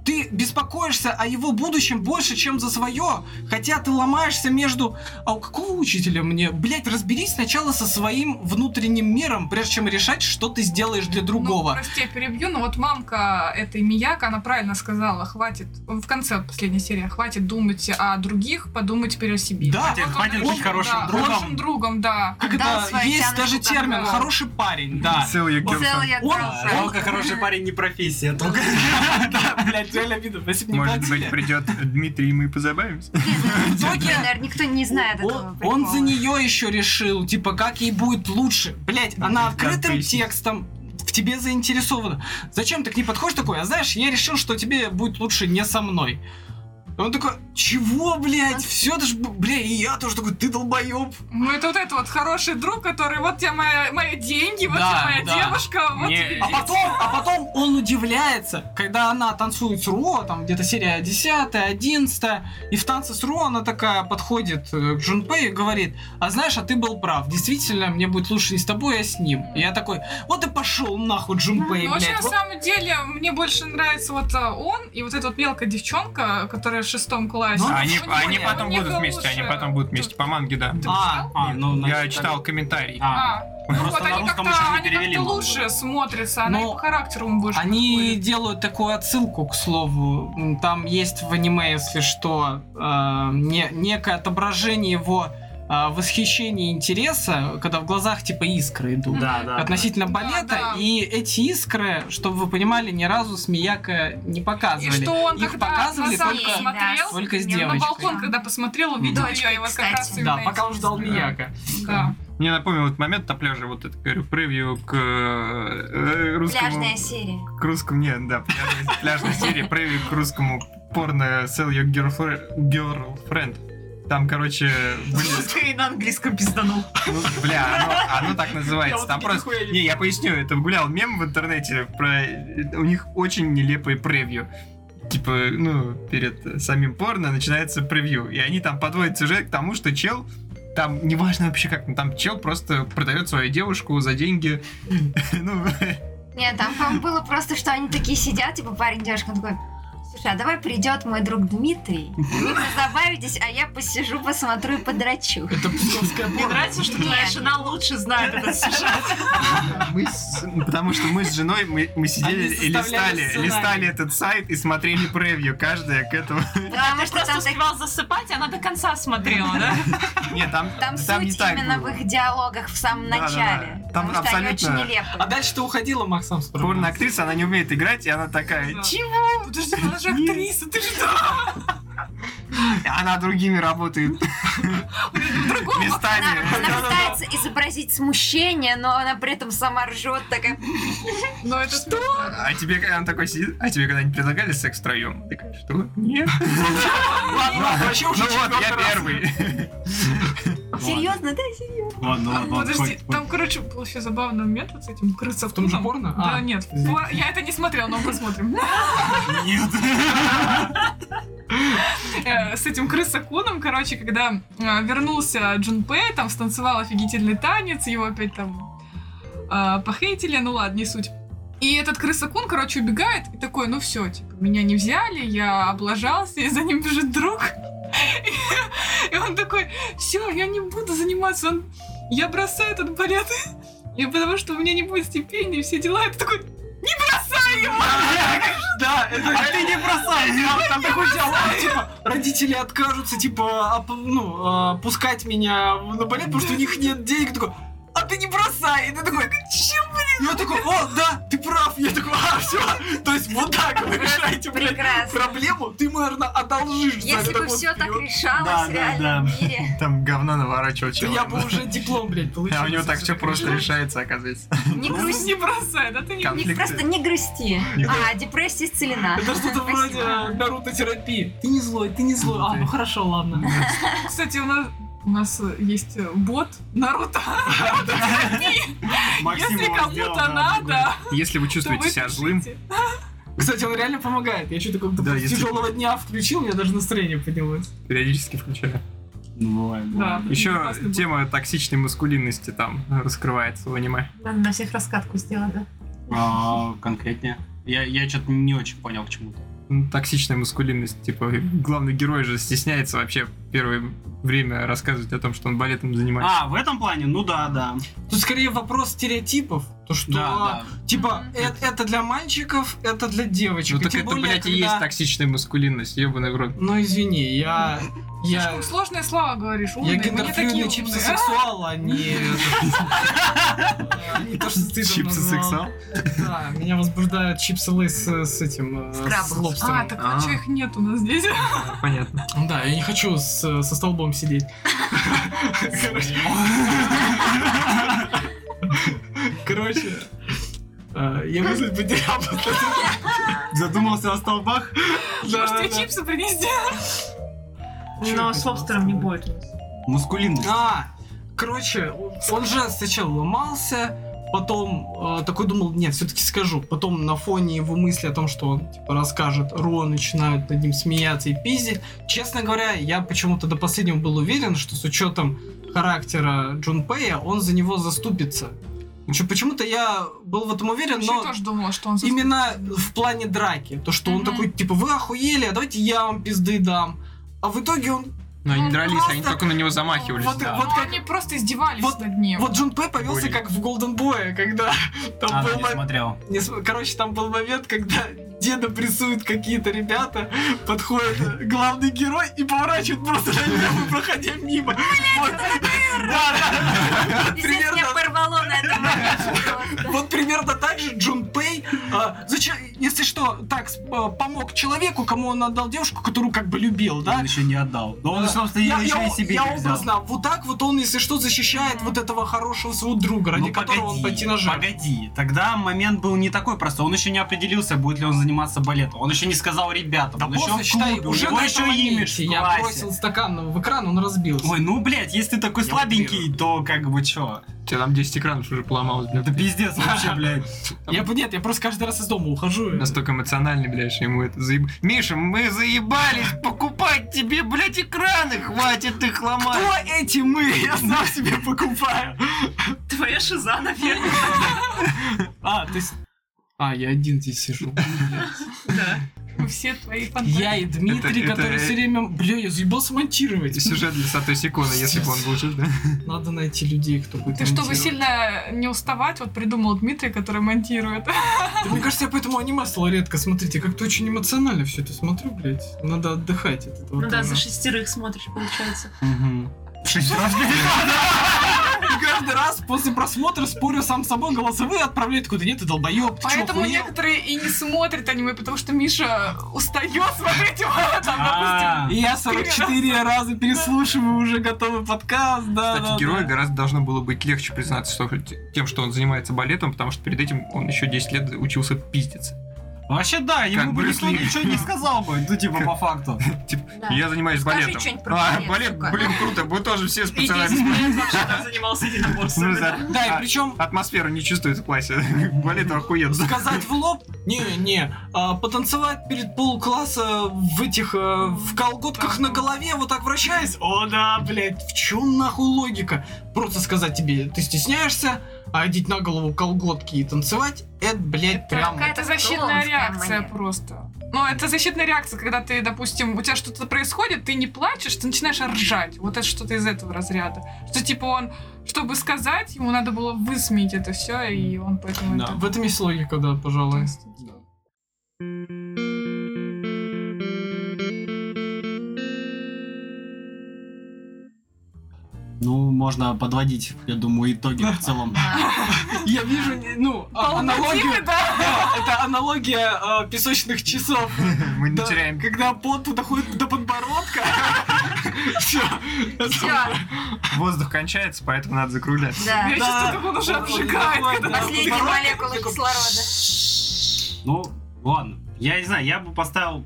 Ты беспокоишься о его будущем больше, чем за свое, хотя ты ломаешься между а у какого учителя мне? Блять, разберись сначала со своим внутренним миром, прежде чем решать, что ты сделаешь для Ну, другого. прости, я перебью, но вот мамка этой Мияка, она правильно сказала, хватит, в конце последней серии, хватит думать о других, подумать теперь о себе. Да, Вот он хватит решил, быть хорошим да, другом. Хорошим другом, да. как отдал это, свою есть тянущую даже контроль. термин «хороший парень», да. Целый Вот Целая Он- голова. Жалко, хороший парень не профессия, только. Да, блядь, реально обидно, если бы не Может быть, платили. придет Дмитрий, и мы позабавимся. Блин, ну, В итоге- блин, наверное, никто не знает этого Он, он прикола. за нее еще решил, типа, как ей будет лучше. Блять, она Да, открытым поясни. текстом в тебе заинтересована. Зачем ты к ней подходишь такой? А знаешь, я решил, что тебе будет лучше не со мной. Он такой, чего, блять, все, ты ж, блядь, и я тоже такой, ты долбоеб. Ну, это вот это вот хороший друг, который вот тебе моя- мои деньги, вот Да, тебе моя да. девушка, вот Не, тебе А дети. потом, а потом он удивляется, когда она танцует с Ро, там где-то серия 10, 11, и в танце с Ро она такая подходит э, к Джунпэй и говорит, а знаешь, а ты был прав, действительно, мне будет лучше не с тобой, а с ним. И я такой, вот и пошел нахуй Джунпэй, Ну, вообще, на блядь. вот». самом деле, мне больше нравится вот а, он и вот эта вот мелкая девчонка, которая в шестом классе. Ну, У она А Они, него- они у потом них будут вместе, они лучше. потом будут вместе. По манге, да. А, А, ну, Я значит, читал комментарий. А, А, ну Просто вот на они русском как-то еще не они перевели, как-то могут. лучше смотрятся, она Но и по характеру им больше Они подходит. делают такую отсылку, к слову. М, Там есть в аниме, если что, э, не- некое отображение его э, восхищения и интереса, когда в глазах типа искры идут. да, да. относительно Да, балета, да. и эти искры, чтобы вы понимали, ни разу Смеяка не И показывали. что он Их когда показывали на самом только, деле, смотрел, только с на девочкой. балкон, когда посмотрел, увидел Мгм. ее, и вот как раз Кстати. именно Да, пока он ждал эти- Мияка. Да. Мне напомнил этот момент на пляже, вот это, говорю, превью к э, русскому... Пляжная серия. К русскому, нет, да, пляжная- пляжная серия, превью к русскому порно Sell Your girlfri- Girlfriend. Там, короче, были- Скорее на английском пизданул. Ну, бля, оно, оно так называется. Там просто... Не, я поясню, это гулял мем в интернете про... У них очень нелепые превью. Типа, ну, перед э, самим порно начинается превью. И они там подводят сюжет к тому, что чел там, неважно вообще как, ну, там чел просто продает свою девушку за деньги. Ну, Нет, там, по-моему, было просто, что они такие сидят, типа парень, девушка, он такой, слушай, а давай придет мой друг Дмитрий, вы позабавитесь, а я посижу, посмотрю и подрачу. Это псковская Мне порно. нравится, что твоя Нет. жена лучше знает этот сюжет. мы с- Потому что мы с женой, мы, мы сидели Они и составляли листали, сценарий. листали этот сайт и смотрели превью, каждая к этому. Потому что Просто там, так- успевал засыпать, и она до конца смотрела, да? Нет, там, там не суть так именно в было. их диалогах в самом Да-да-да. начале. Там потому что они очень абсолютно- А нелепые. дальше ты уходила, Макс сам справился. Порно-актриса, она не умеет играть, и она такая... Да. «Чи-». Чего? Подожди, она же актриса, ты что? Она другими работает Она, местами. она пытается изобразить смущение, но она при этом сама ржет такая. Ну это что? А тебе, когда он такой сидит, а тебе когда-нибудь предлагали секс втроем? Ты такая, что? Нет. Ладно, ладно, вообще Ну уже вот, я четвертый раз. первый. Серьезно, да, серьезно? Ладно, ладно, ладно. Подожди, хватит, там, короче, был еще забавный момент вот с этим крысовком. В том же Ну, порно? Да, А. нет. Извините. Пла- Я это не смотрела, но посмотрим. хватит. Нет. Э, С этим крысакуном, короче, когда э, вернулся Джунпэй, там станцевал офигительный танец, его опять там э, похейтили, ну ладно, не суть. И этот крысакун, короче, убегает и такой, ну все, типа, меня не взяли, я облажался, и за ним бежит друг. И он такой, все, я не буду заниматься, он... я бросаю этот балет, и потому что у меня не будет стипендии, все дела. Это такой, не бросай его! Да, это... А ты не бросай! Там такой диалог, типа, родители откажутся, типа, оп- ну, э, пускать меня на балет, потому что у них нет денег. Такой, а ты не бросай! И ты такой, чем, блин? Я такой, о, да, ты прав. Я такой, а, все. То есть вот так вы решаете, блядь, Прекрасно. проблему тему ты, наверное, одолжишь за Если этот бы вот все так период. Да, решалось да, в реальном мире. Там говна наворачивал Да я человек. бы уже диплом, блядь, получил. А у него если так всё все просто решалось. решается, оказывается. Не Просто грусти. не бросай, да ты не... Не, просто не грусти. А, депрессия исцелена. Это что-то Спасибо. вроде э, нарутотерапии. Ты не злой, ты не злой. А, ну хорошо, ладно. Кстати, у нас... У нас э, есть э, бот Наруто. Максим Если его сделал, да, кому-то надо, Если вы то вы чувствуете себя злым, пишите. Кстати, он реально помогает. Я что такое Да, после если- тяжелого дня включил, у меня даже настроение поднялось. периодически включаю. Ну, бывает, Да. бывает. Еще Прекрасный бот. тема токсичной маскулинности там раскрывается в аниме. Надо на всех раскатку сделать, да? А, конкретнее. Я, я что-то не очень понял к чему-то. Ну, токсичная маскулинность, типа, главный герой же стесняется вообще первое время рассказывать о том, что он балетом занимается. А, в этом плане? Ну да, да. Тут скорее вопрос стереотипов. То, что Да, да. типа э- это, для мальчиков, это для девочек. ну так типа, тем это, более, блядь, и когда- есть токсичная маскулинность, ебаный в рот. Ну извини, я. Я. Слишком сложные слова говоришь, Я умные. Мы не такие гендерфлюидный умные. чипсосексуал, а не... не то, что ты там назвал. Чипсосексуал? Да, меня возбуждают чипсы лейс с с этим, э, с Скрабблс. А, лобстером. так А. а что их нет у нас здесь? Понятно. Да, я не хочу с- со столбом сидеть. Короче. Короче, э, я мысль потерял. Задумался о столбах? Может, тебе чипсы принести? Но с лобстером не будет у нас. Мускулинность. А, короче, он же сначала ломался, потом э, такой думал, нет, все-таки скажу. Потом на фоне его мысли о том, что он типа расскажет, Ро начинают над ним смеяться и пиздить. Честно говоря, я почему-то до последнего был уверен, что с учетом характера Джунпея он за него заступится. Чё- Почему-то я был в этом уверен, Я но тоже думала, что он... со- именно в плане драки. То, что он Мгм. такой, типа, вы охуели, а давайте я вам пизды дам. А в итоге он Но они Ну, дрались, просто- они только на него замахивались. Вот- да. Ну, вот как- они просто издевались вот- над ним. Вот Джон Пэ повелся Более. как в Голден Бое, когда там А, был я мом- смотрел. не см- Короче, там был момент, когда деда прессуют какие-то ребята, подходит э, главный герой и поворачивает просто налево, проходя мимо. Вот. Да, да. Вот Пиздец, меня примерно- порвало на этом моменте. Вот примерно так же Джун Пэй, а, зачем, если что, так с- а, помог человеку, кому он отдал девушку, которую как бы любил, да? Он еще не отдал. Но он, Да. собственно, Я, еще я- и себе я не взял. образно, вот так вот он, если что, защищает вот этого хорошего своего друга, ради Ну, которого он пойти на жертву. Погоди, тогда момент был не такой просто. Он еще не определился, будет ли он заниматься балетом. Он еще не сказал ребятам. Да он еще поздно, в А считай, клубе, у уже него на еще этом имидж моменте в я классе. бросил стакан в экран, он разбился. Ой, ну, блядь, если ты такой Я слабенький, то как бы чё? У тебя там 10 экранов уже поломалось, блядь. Это пиздец вообще, блядь. Я бы нет, я просто каждый раз из дома ухожу. Настолько эмоциональный, блядь, что ему это заеб... Миша, мы заебались покупать тебе, блядь, экраны, хватит их ломать. Кто эти мы? Я сам себе покупаю. Твоя шиза, наверное. А, то есть... А, я один здесь сижу. Да. Мы Все твои фантазии. Я и Дмитрий, Это- это- который все время... Бля, я заебался монтировать. Сюжет для Сато Секона, если бы он был жив, да? Надо найти людей, кто будет Ты, чтобы монтировать. сильно не уставать, вот придумал Дмитрий, который монтирует. Да мне кажется, я поэтому аниме стал редко смотреть. Я как-то очень эмоционально все это смотрю, блядь. Надо отдыхать от этого. Ну да, тоже. за шестерых смотришь, получается. Мгм. Шесть раз. И каждый раз после просмотра спорю сам с собой голосовые отправляют куда нет, ты долбоеб, ты чё, Поэтому охуел?» некоторые и не смотрят аниме, потому что Миша устает смотреть его. Там, допустим, А, И я 44 раза переслушиваю уже готовый подкаст, да. да, Кстати, герою да. гораздо должно было быть легче признаться что т- тем, что он занимается балетом, потому что перед этим он еще 10 лет учился пиздиться. Вообще да, ему бы Брюс никто Ли. ничего не сказал бы, ну типа по факту. Типа, Да. я занимаюсь Скажи балетом. что-нибудь про А, балет, балет, сука. блин, круто, вы тоже все с И 10 пацанами. лет вообще там занимался единоборствами. Ну, да. да. Да, А, и причем Атмосферу не чувствует в классе. Балет охуенно. сказать в лоб, не-не, а, потанцевать перед полкласса в этих, а, в колготках на голове, вот так вращаясь, о да, блядь, в чем нахуй логика? Просто сказать тебе, ты стесняешься, а одеть на голову колготки и танцевать, это, блядь, Это прям... какая-то а Это защитная клоунская реакция манера. просто. Ну, это защитная реакция, когда ты, допустим, у тебя что-то происходит, ты не плачешь, ты начинаешь ржать. Вот это что-то из этого разряда. Что типа он, чтобы сказать, ему надо было высмеять это все, и он поэтому Да, в этом есть логика, да, пожалуй. это... Ну, можно подводить, я думаю, итоги в целом. Я вижу, не- ну, а- аналогию... Да, это аналогия э, песочных часов. Мы не Да, теряем. Когда пот доходит до подбородка. Все. Все, Воздух кончается, поэтому надо закругляться. да. Я чувствую, как он уже обжигает. когда- Последняя молекула кислорода. Ну, ладно. Я не знаю, я бы поставил...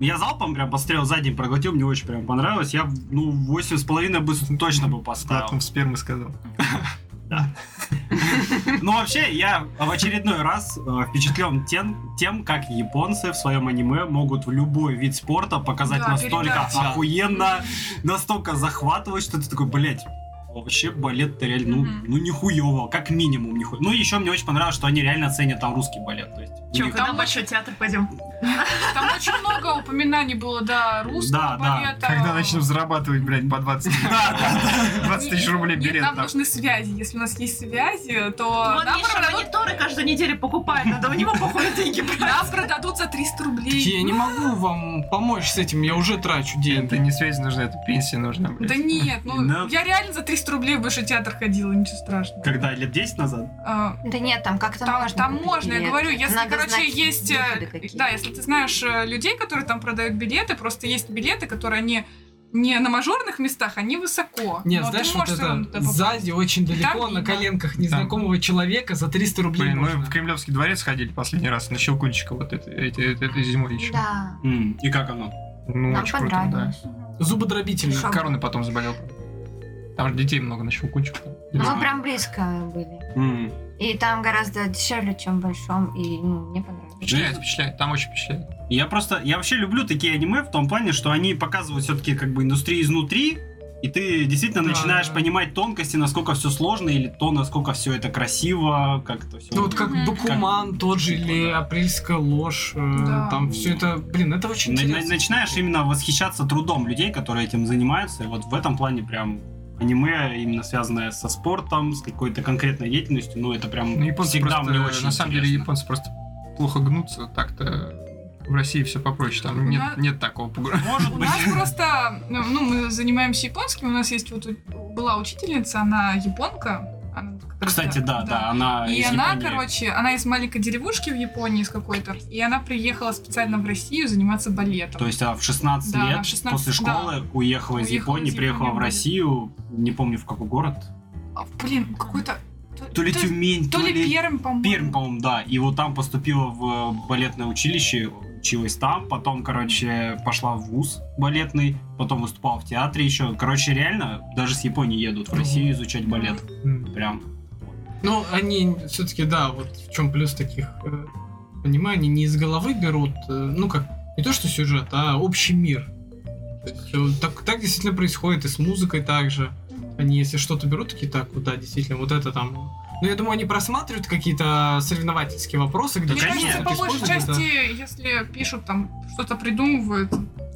Я залпом прям посмотрел, за день проглотил, мне очень прям понравилось. Я, ну, восемь с половиной бы с- точно бы поставил. Платом спермы сказал. Ну, вообще, я в очередной раз э, впечатлен тем, тем, как японцы в своем аниме могут в любой вид спорта показать Да, настолько передать. охуенно, настолько захватывать, что ты такой, блядь, вообще балет-то реально, ну, Мгм. ну нихуево, как минимум нихуево. Ну, еще мне очень понравилось, что они реально ценят там русский балет. То есть, у них- Че, Ну, когда там в Большой театр пойдем? Там очень много упоминаний было, да, Да, русского да. балета. Когда начнем зарабатывать, блядь, по 20 тысяч. Да, да, да. 20 тысяч рублей Нет, билет. нам там. нужны связи. Если у нас есть связи, то А, Ну, Он нам мне еще продадут, мониторы каждую неделю покупает, надо у него походу деньги брать. нам продадут за 300 рублей. Я не могу вам помочь с этим, я уже трачу Это деньги. не связь нужна, это пенсия нужна, блядь. Да нет, ну Да. я реально за 300 рублей в большой театр ходила, ничего страшного. Когда лет 10 назад? А, Да нет, там как-то Там, можно. там купить можно, я билет. говорю, если, Надо короче, знать есть... э, выходы какие. Да, если ты знаешь э, людей, которые там продают билеты, просто есть билеты, которые они не на мажорных местах, они высоко. Нет, Но ну, ты знаешь, вот можешь всё равно это туда попасть. сзади очень далеко, Там на видно. коленках незнакомого человека за 300 рублей Блин, мы можно. в Кремлевский дворец ходили последний раз на Щелкунчика вот это- эти- это- этой зимой еще. Да, М, И как оно? Ну, нам очень круто, да. Ну, понравилось. Зубодробительно. Шо- Короны потом заболел. Там же детей много на Щелкунчику. Ну, мы прям близко были. М. И там гораздо дешевле, чем в большом, и ну, мне понравилось. Впечатляет, впечатляет, там очень впечатляет. Я просто, я вообще люблю такие аниме в том плане, что они показывают все-таки как бы индустрию изнутри, и ты действительно Да, начинаешь да. понимать тонкости, насколько все сложно, или то, насколько все это красиво, как это все. Ну вот как Мгм. Бакуман тот же или Апрельская ложь, э, Да. там все это, блин, это очень интересно. начинаешь именно восхищаться трудом людей, которые этим занимаются, и вот в этом плане прям аниме, именно связанное со спортом, с какой-то конкретной деятельностью, ну это прям Ну, японцы всегда просто, мне очень на самом деле, интересно. японцы просто плохо гнутся, так-то в России все попроще, там нет, Да. нет такого пугра. Может А У быть. нас просто, ну, ну, мы занимаемся японским, у нас есть вот у- была учительница, она японка. она как раз, Кстати, да, да, она И А, из она, Японии. короче, она из маленькой деревушки в Японии, из какой-то, и она приехала специально в Россию заниматься балетом. То есть а, в 16 Да, лет в 16, после школы уехала из Уехала Японии, из приехала Японии, в да. Россию, не помню в какой город. А, блин, какой-то... То ли Тюмень, то ли Пермь, по-моему. Пермь, по-моему, да. И вот там поступила в э, балетное училище, училась там, потом, короче, пошла в вуз балетный, потом выступала в театре еще. Короче, реально, даже с Японии едут в Мгм. Россию изучать балет. Прям. Ну, они все-таки, да, вот в чем плюс таких э, аниме, они не из головы берут, э, ну как, не то что сюжет, а общий мир. То есть, э, так, так действительно происходит и с музыкой также. Они, если что-то берут, такие, так, вот, да, действительно, вот это там. Ну, я думаю, они просматривают какие-то соревновательские вопросы, где Мне Да, конечно, кажется, что-то по большей используют, да. части, если пишут там, что-то придумывают,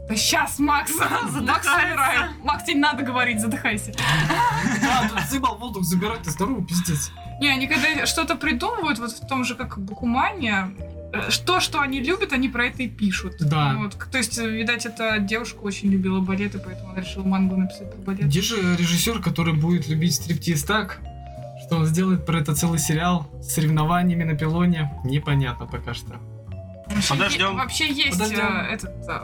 да сейчас, Макс, Макс умирает. Макс, тебе не надо говорить, задыхайся. Да, тут заебал воздух забирать, ты здорово, пиздец. Не, они когда что-то придумывают, вот в том же, как Бакумания, э, то, что они любят, они про это и пишут. Да. Вот, к- то есть, э, видать, эта девушка очень любила балет, и поэтому она решила мангу написать про балет. Где же режиссер, который будет любить стриптиз так, что он сделает про это целый сериал с соревнованиями на пилоне? Непонятно пока что. Вообще, Подождем. е- Вообще есть э, Подождем. этот, э,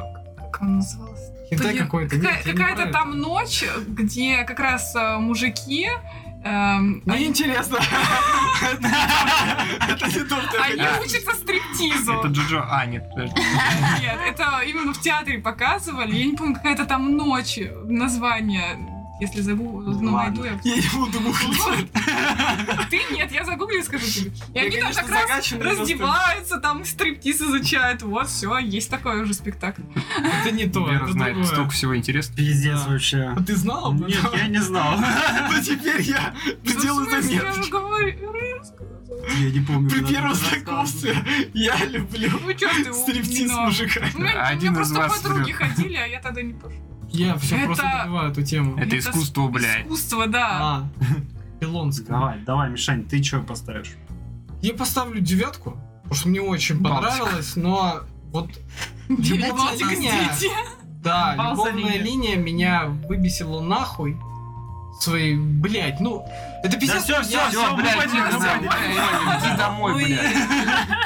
как он назывался? Хентай Блин, какой-то. какая- нет, я не про Какая-то это. там ночь, где как раз э, мужики... эм, Мне интересно. Это не то, А что я Они хотел. учатся стриптизу. Это Джоджо. А, нет, подожди. Нет, это именно в театре показывали. Я не помню, какая-то там ночь, название. Если забуду, Ну, ну, найду я. Я не буду гуглить. Ты нет, я загуглю и скажу тебе. И Я, они там конечно, как раз закачанный раздеваются, там стриптиз изучают. Вот, все, есть такой уже спектакль. Это не то, Вера это знает столько другое. всего интересного. Пиздец Да. вообще. А Ты знал об Нет, этом? я не знал. Ну теперь я Ну, в сделаю смысле, я же заметку. говорю, я рассказывала. Я не помню. При когда первом ты рассказывал. знакомстве я люблю Ну чё ты, стриптиз умна. мужика. У меня, у меня Один из просто вас подруги врет. ходили, а я тогда не пошла. Я все Это- просто добиваю эту тему. Это Это искусство, блядь. Искусство, да. А, Пилонская. Давай, давай, Мишань, ты что поставишь? Я поставлю девятку, потому что мне очень Балтика. понравилось, но вот Девять Любовная лодек из линия. девяти. Да, Балл за любовная линию. линия меня выбесила нахуй. своей, блядь, ну, это Да пиздец. все, все, я- все, мы блядь, пойдем ну, домой. Иди Ну домой, и- блядь.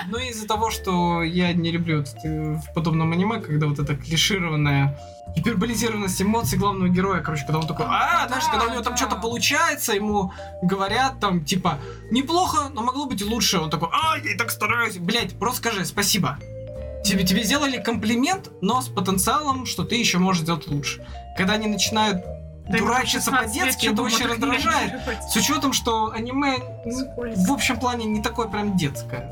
Ну и из-за того, что я не люблю вот, э, в подобном аниме, когда вот эта клишированная гиперболизированность эмоций главного героя, короче, когда он такой, а, знаешь, когда у него там да. что-то получается, ему говорят там, типа, неплохо, но могло быть лучше, он такой, а, я и так стараюсь, блядь, просто скажи спасибо. Тебе, тебе сделали комплимент, но с потенциалом, что ты еще можешь сделать лучше. Когда они начинают Да ему дурачиться 16 лет, по-детски, чё это было очень так раздражает. реагировать? С учетом, что аниме ну, в общем плане не такое прям детское.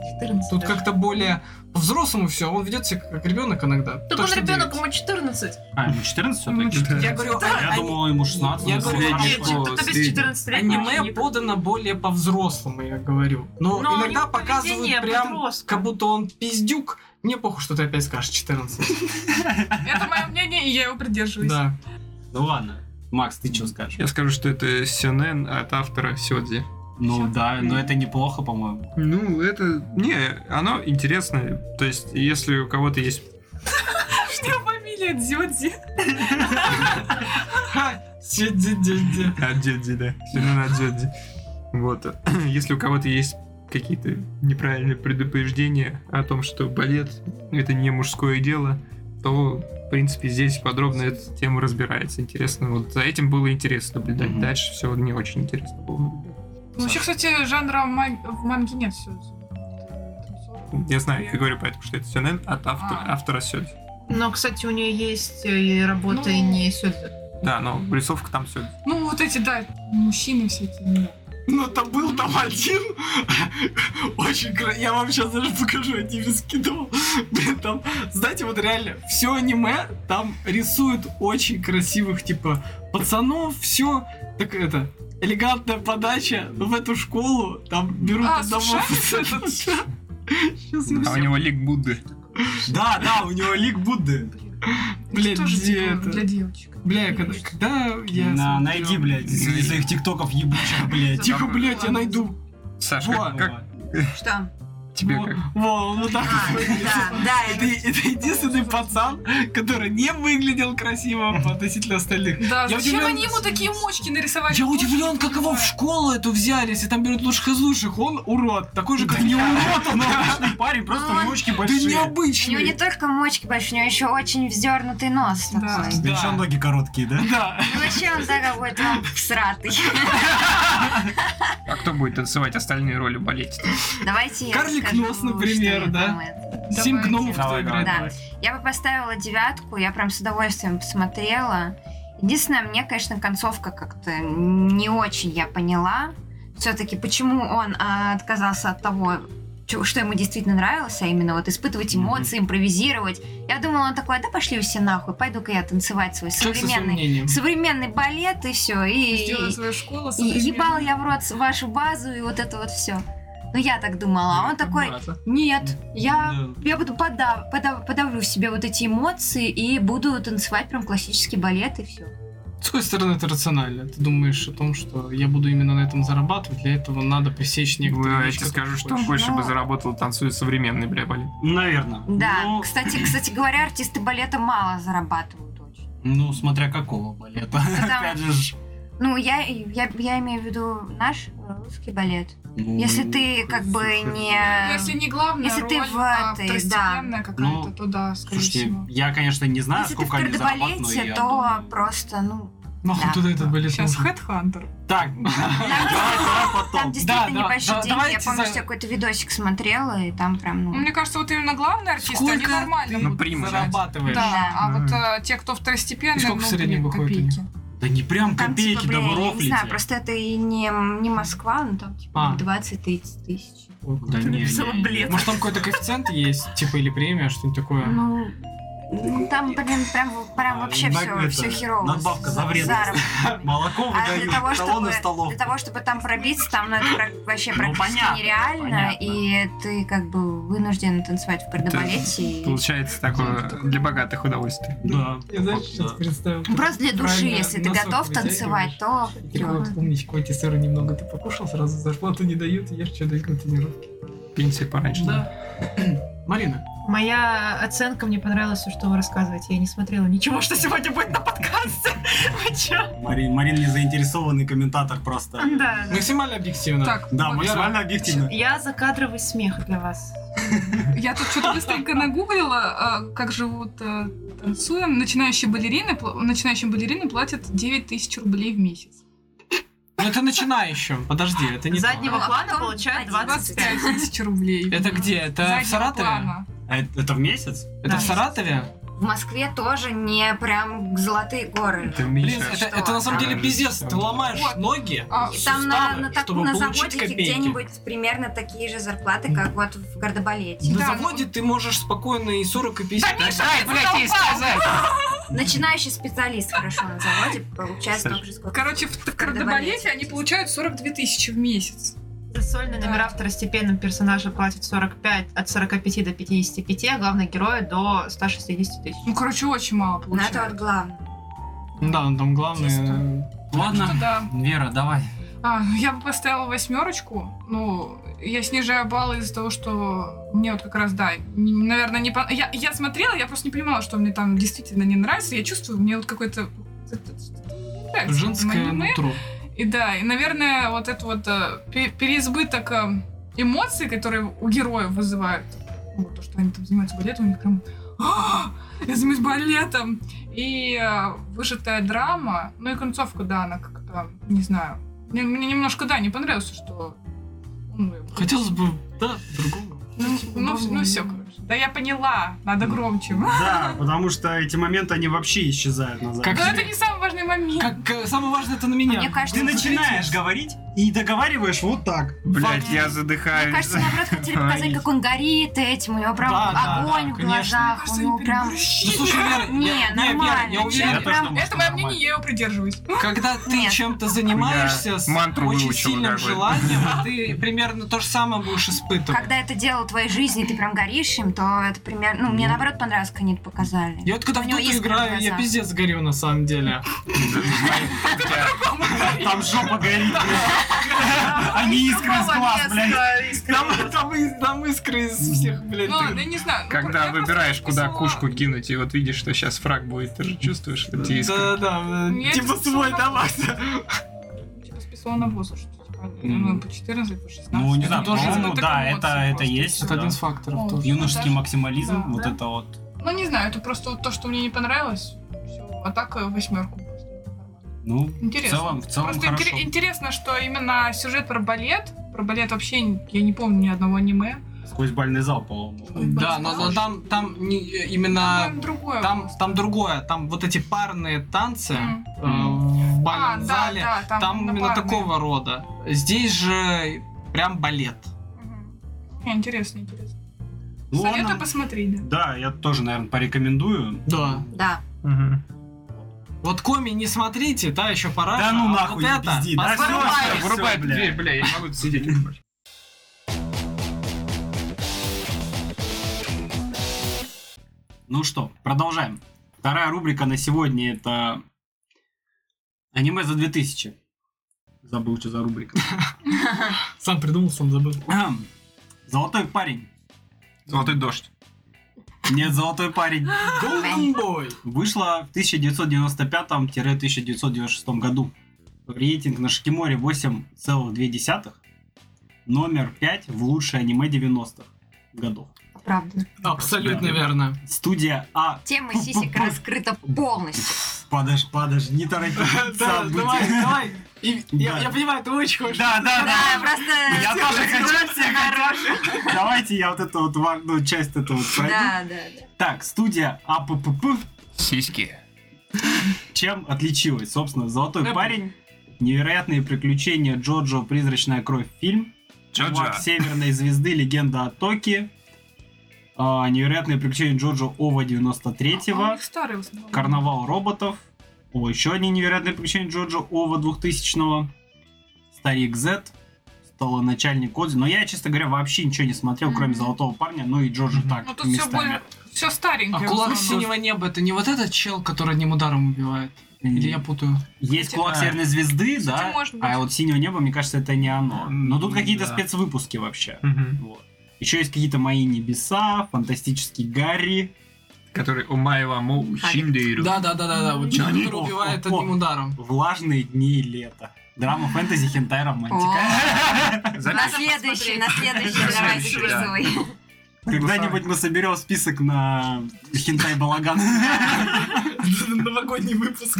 Тут как-то более по-взрослому все. Он ведет себя как ребенок иногда. Так То, он что ребенок, девять. ему 14. А, ему 14 Ну, все-таки? Я говорю, а- Я ани- думал, ему 16. Я но говорю, хорошо. нет, Кто-то без 14 лет аниме вообще подано более по-взрослому, я говорю. Но, Но у иногда него поведение показывают прям, подростка. как будто он пиздюк. Мне похуй, что ты опять скажешь 14. Это мое мнение, и я его придерживаюсь. Да. Ну ладно. Макс, ты что скажешь? Я скажу, что это Сенен от автора Сёдзи. Ну да, но это неплохо, по-моему. Ну, это... Не, оно интересное. То есть, если у кого-то есть... Что фамилия Дзюдзи? Ха, си-ди-ди-ди. От Дзюдзи, да. Сенен от Дзюдзи. Вот. Если у кого-то есть какие-то неправильные предупреждения о том, что балет — это не мужское дело, то, в принципе, здесь подробно эта тема разбирается. Интересно. Вот за этим было интересно наблюдать. Мгм. Дальше все не очень интересно было наблюдать. Ну, вообще, кстати, жанра ман- в манге нет все. Я знаю, я говорю поэтому, что это Сенен от автора, А. автора Сёдзи. Но, кстати, у нее есть э, и работа, и Ну. не сюда. Да, но рисовка там Сёдзи. Ну, вот эти, да, мужчины всякие. не знаю. Ну, там был там один. Очень кра- Я вам сейчас даже покажу, я тебе скидывал. Блин, там, знаете, вот реально, все аниме там рисуют очень красивых, типа, пацанов, все. Так это, элегантная подача в эту школу, там берут А, одного Сушарин пацана. Сейчас я А у всё- него лик Будды. Да, да, у него лик Будды. Блин, Тоже где типа для это? девочек. Бля, когда, когда я... На, смотрел- найди, блядь, из из своих тиктоков ебучих, блядь. Тихо, блядь, я найду. Саш, Во. как, как Что? тебе Во, как? Во, он вот так А, вот смотрит. да, да, Это, это... это единственный пацан, который не выглядел красиво относительно остальных. Да, Я зачем удивлен- они ему такие мочки нарисовали? Я Вот удивлен, не как его в понимаю. школу эту взяли, если там берут лучших из лучших. Он урод. Такой же, как не урод, он обычный Ну, парень, просто у него очки Ты большие. У него не необычный. только мочки большие, у него еще очень вздернутый нос Да. такой. Да еще ноги короткие, да? Да. Ну вообще он за какой-то он всратый. А кто будет танцевать остальные роли в балете? Давайте я Карлик расскажу, нос, например, что я да? там это. Семь Давайте. гномов, кто Давай, играет. давай. Я бы поставила девятку, я прям с удовольствием посмотрела. Единственное, мне, конечно, концовка как-то не очень я поняла. Все-таки, почему он а, отказался от того, чё- что ему действительно нравилось, а именно вот испытывать Мгм. эмоции, импровизировать. Я думала, он такой, да пошли вы все нахуй, пойду-ка я танцевать свой Как со своим современный, мнением? современный балет и все. Сделала И, свою школу. и ебал современную. я в рот с- вашу базу и вот это вот все. Ну я так думала, а он такой, нет, я Ну, я буду подав- подав- подавлю в себе вот эти эмоции и буду танцевать прям классический балет и все. С какой стороны это рационально? Ты думаешь о том, что я буду именно на этом зарабатывать, для этого надо пресечь некоторые Я вещи, тебе которые скажу, что он хочешь. больше Но- бы заработал, танцуя современный, бля, балет. Наверное. Да, Ну, кстати, кстати говоря, артисты балета мало зарабатывают очень. Ну, смотря какого балета. Опять же. ж- Ну, я, я, я имею в виду наш э, русский балет. ну, Если ты как бы Ну, не... Если не главная Если роль, ты в а этой, да. второстепенная какая-то, Ну, то да, скорее Слушайте, всего. я, конечно, не знаю, Если ты в сколько они зарабатывают, но кардебалете, ну, я то думаю- просто, ну, Нахуй Да. туда этот балет Сейчас нужен? Хедхантер. Так, там, давай там потом. действительно да, небольшие да, деньги. я давайте помню, за- что я какой-то видосик смотрела, и там прям, ну... Ну, Мне кажется, вот именно главные артисты, они нормально ты Ну, будут примы, да. зарабатывать. зарабатываешь? Да, а Да. вот э, те, кто второстепенные, И сколько ну, в среднем блин, выходит у них? копейки. Да не прям Там, типа, копейки, да бля, вы я ров не знаю, летите. просто это и не, не Москва, ну там типа А. 20-30 тысяч. Ой, Да не, написала не, не. «блед». Может, там какой-то коэффициент есть, типа, или премия, что-нибудь такое? Ну, там, блин, прям, прям А, вообще на- все, это, все херово. надбавка с- за с вредность. заработками. Молоко А для выдают, того, талоны чтобы, столов. для того, чтобы там пробиться, там ну, это пра- вообще Ну, практически понятно, нереально, понятно. и ты как бы вынужден танцевать в кардебалете. Ну, и- Получается такое для богатых удовольствие. Да. Я знаешь, сейчас представил. ну, Просто для души, Правильно, если ты носок готов вытягиваешь. танцевать, то Такой вот умничка, эти сыры немного ты покушал, сразу зарплату не дают, и ешь что-то на тренировке. Пенсия пораньше. Марина, Моя оценка мне понравилась, все, что вы рассказываете. Я не смотрела ничего, что сегодня будет на подкасте. Вы чё? Марин, Марин не заинтересованный комментатор просто. Да. Максимально объективно. Так, Да, вот, максимально объективно. Я закадровый смех для вас. я тут что-то быстренько нагуглила, а, как живут а, танцуем. Начинающие балерины, пла- начинающим балерины платят 9 тысяч рублей в месяц. Ну это начинающим. Подожди, это не то. Заднего Ну, а плана потом получают 25. 25 тысяч рублей. Это где? Это в Заднего Саратове? плана. А это, это в месяц? Это в Саратове? В Москве тоже не прям золотые горы. Это Блин, Миша. это, что? это на самом деле Там пиздец. же Ты ломаешь Вот. ноги, А, И там на, суставы, на, так- чтобы на получить заводике копейки. где-нибудь примерно такие же зарплаты, как вот в Гордобалете. На Да, ну- заводе ты можешь спокойно и 40, и 50. Ай, блядь, ей сказать. Начинающий специалист хорошо на заводе получает столько же, сколько... ну, Короче, в Кардебалете они получают 42 тысячи в месяц. За сольные номера второстепенным персонажа платят 45, от 45 до 55, а главного героя до 160 тысяч. Ну, короче, очень мало Но это вот получают. главное. Да, ну там главное... Так что Ладно, да. Вера, давай. А, я бы поставила восьмерочку. Ну, я снижаю баллы из-за того, что мне вот как раз, да, н- наверное, не по... я, я смотрела, я просто не понимала, что мне там действительно не нравится. Я чувствую, мне вот какой-то... не нравится в этом Женское аниме. нутро. И да, и, наверное, вот это вот э, пе- переизбыток э, эмоций, которые у героев вызывают, ну, то, что они там занимаются балетом, у них прям «А, я занимаюсь балетом! И э, выжатая драма, ну и концовка, да, она как-то, не знаю, мне, мне немножко, да, не понравилось, что... ну, Хотелось бы, да, другого. Ну, ну, все, короче. Да я поняла, надо громче. Да, потому что эти моменты, они вообще исчезают назад. Как Но это не самый важный момент. Как э, самое важное это на меня. А Мне кажется, Ты начинаешь говорить и договариваешь вот так. Блять, я Мне задыхаюсь. кажется, наоборот, хотели показать, как он горит этим, у него прям Да, да, огонь да, в конечно. глазах, у Кажется, него они прям... Ну переборщили. слушай, Вера, Не, я, не, Вера, нормально. я уверен, Я тоже думаю, Это мое мнение, я его придерживаюсь. Когда ты Нет. чем-то занимаешься с Я мантру очень выучил сильным какой-то. желанием, ты примерно то же самое будешь испытывать. Когда это дело твоей жизни, ты прям горишь им, то это примерно... Ну, мне наоборот понравилось, как они это показали. Я вот когда У в него доту есть играю, глаза. я пиздец горю на самом деле. А Там жопа горит. Они искры из глаз, блядь. Там, там и- там искры из всех, блядь. Ну ладно, я не знаю. ну, Когда я просто выбираешь, куда написала. кушку кинуть, и вот видишь, что сейчас фраг будет, ты же чувствуешь, что тебе искры. Да, да, да. Я Типа это свой слышала. давай. Типа списала на босса, что типа, М. ну, по 14, по 16. Ну, не Это знаю, тоже по-моему, знаток да, эмоций это, это просто. есть. Это да. один из факторов О. тоже. Юношеский Да. максимализм, Да. вот Да. это вот. Ну, не знаю, это просто вот то, что мне не понравилось. Всё, А так э, восьмерку. Ну, в Интересно. целом, в целом Просто интере- хорошо. интересно, что именно сюжет про балет. Про балет вообще н- я не помню ни одного аниме. Сквозь бальный зал, по-моему. Да, но, но там, там не- именно По-моему, другое. А, Там, там другое, там вот эти парные танцы М. э, в а, бальном да, зале, да, там, там на именно парной. такого рода. Здесь же прям балет. Мгм. Не, Интересно, интересно. Ну, Советую ладно. посмотреть, да. Да, я тоже, наверное, порекомендую. Да. Да. Мгм. Вот коми не смотрите, да, еще пора. Да ну нахуй, вот не это. пизди, да, посмотрим. всё, Всё, Вырубай всё, эту бля. дверь, бля, я не могу тут сидеть. Ну что, продолжаем. Вторая рубрика на сегодня это аниме за 2000. Забыл, что за рубрика. Сам придумал, сам забыл. Ахм. Золотой парень. Золотой дождь. Нет, золотой парень. Голденбой. Вышла в 1995-1996 году. Рейтинг на Шикиморе 8,2. Номер 5 в лучшее аниме 90-х годов. Правда. Абсолютно Да. верно. Студия А. Тема сисек раскрыта полностью. Подожди, подожди, не торопись. Да, давай, давай. И- Я Да. я понимаю, ты очень хочешь. Да, да, да. Да, просто... Я тоже хочу, все хорошие. Давайте я вот эту вот важную часть этого вот пройду. Да, да, да. Так, студия А АППП Сиськи. чем отличилась? Собственно, «Золотой Э, парень», «Невероятные приключения Джоджо. Призрачная кровь» фильм, Джо-Джо. «Чувак северной звезды. Легенда о Токе», а, «Невероятные приключения Джоджо Ова А у 93-го», них старые в основном. «Карнавал роботов», о, еще одни «Невероятные приключения Джоджо Ова 2000-го», «Старик Зет», «Столоначальник Кодзи». Но я, честно говоря, вообще ничего не смотрел, кроме Мгм. «Золотого парня», ну и Джоджо Мгм. так, Ну тут все местами. более... Все старенькое. А в кулак основном. синего неба это не вот этот чел, который одним ударом убивает? Или я путаю? Есть Кстати, кулак да. Северной звезды, Кстати, да. может быть. А вот синего неба, мне кажется, это не оно. М, Но тут какие-то да. спецвыпуски вообще. Вот. Еще есть какие-то мои небеса, фантастический Гарри. Который Умайва Моу Шиндейру. Да, да, да, да, да. Вот Они- человек, который убивает о, о, о. одним ударом. Влажные дни лета. Драма, фэнтези, хентай, романтика. На Запись. следующий, на следующий, На давай следующий, записывай. Когда-нибудь мы соберем список на хентай балаган. Новогодний выпуск.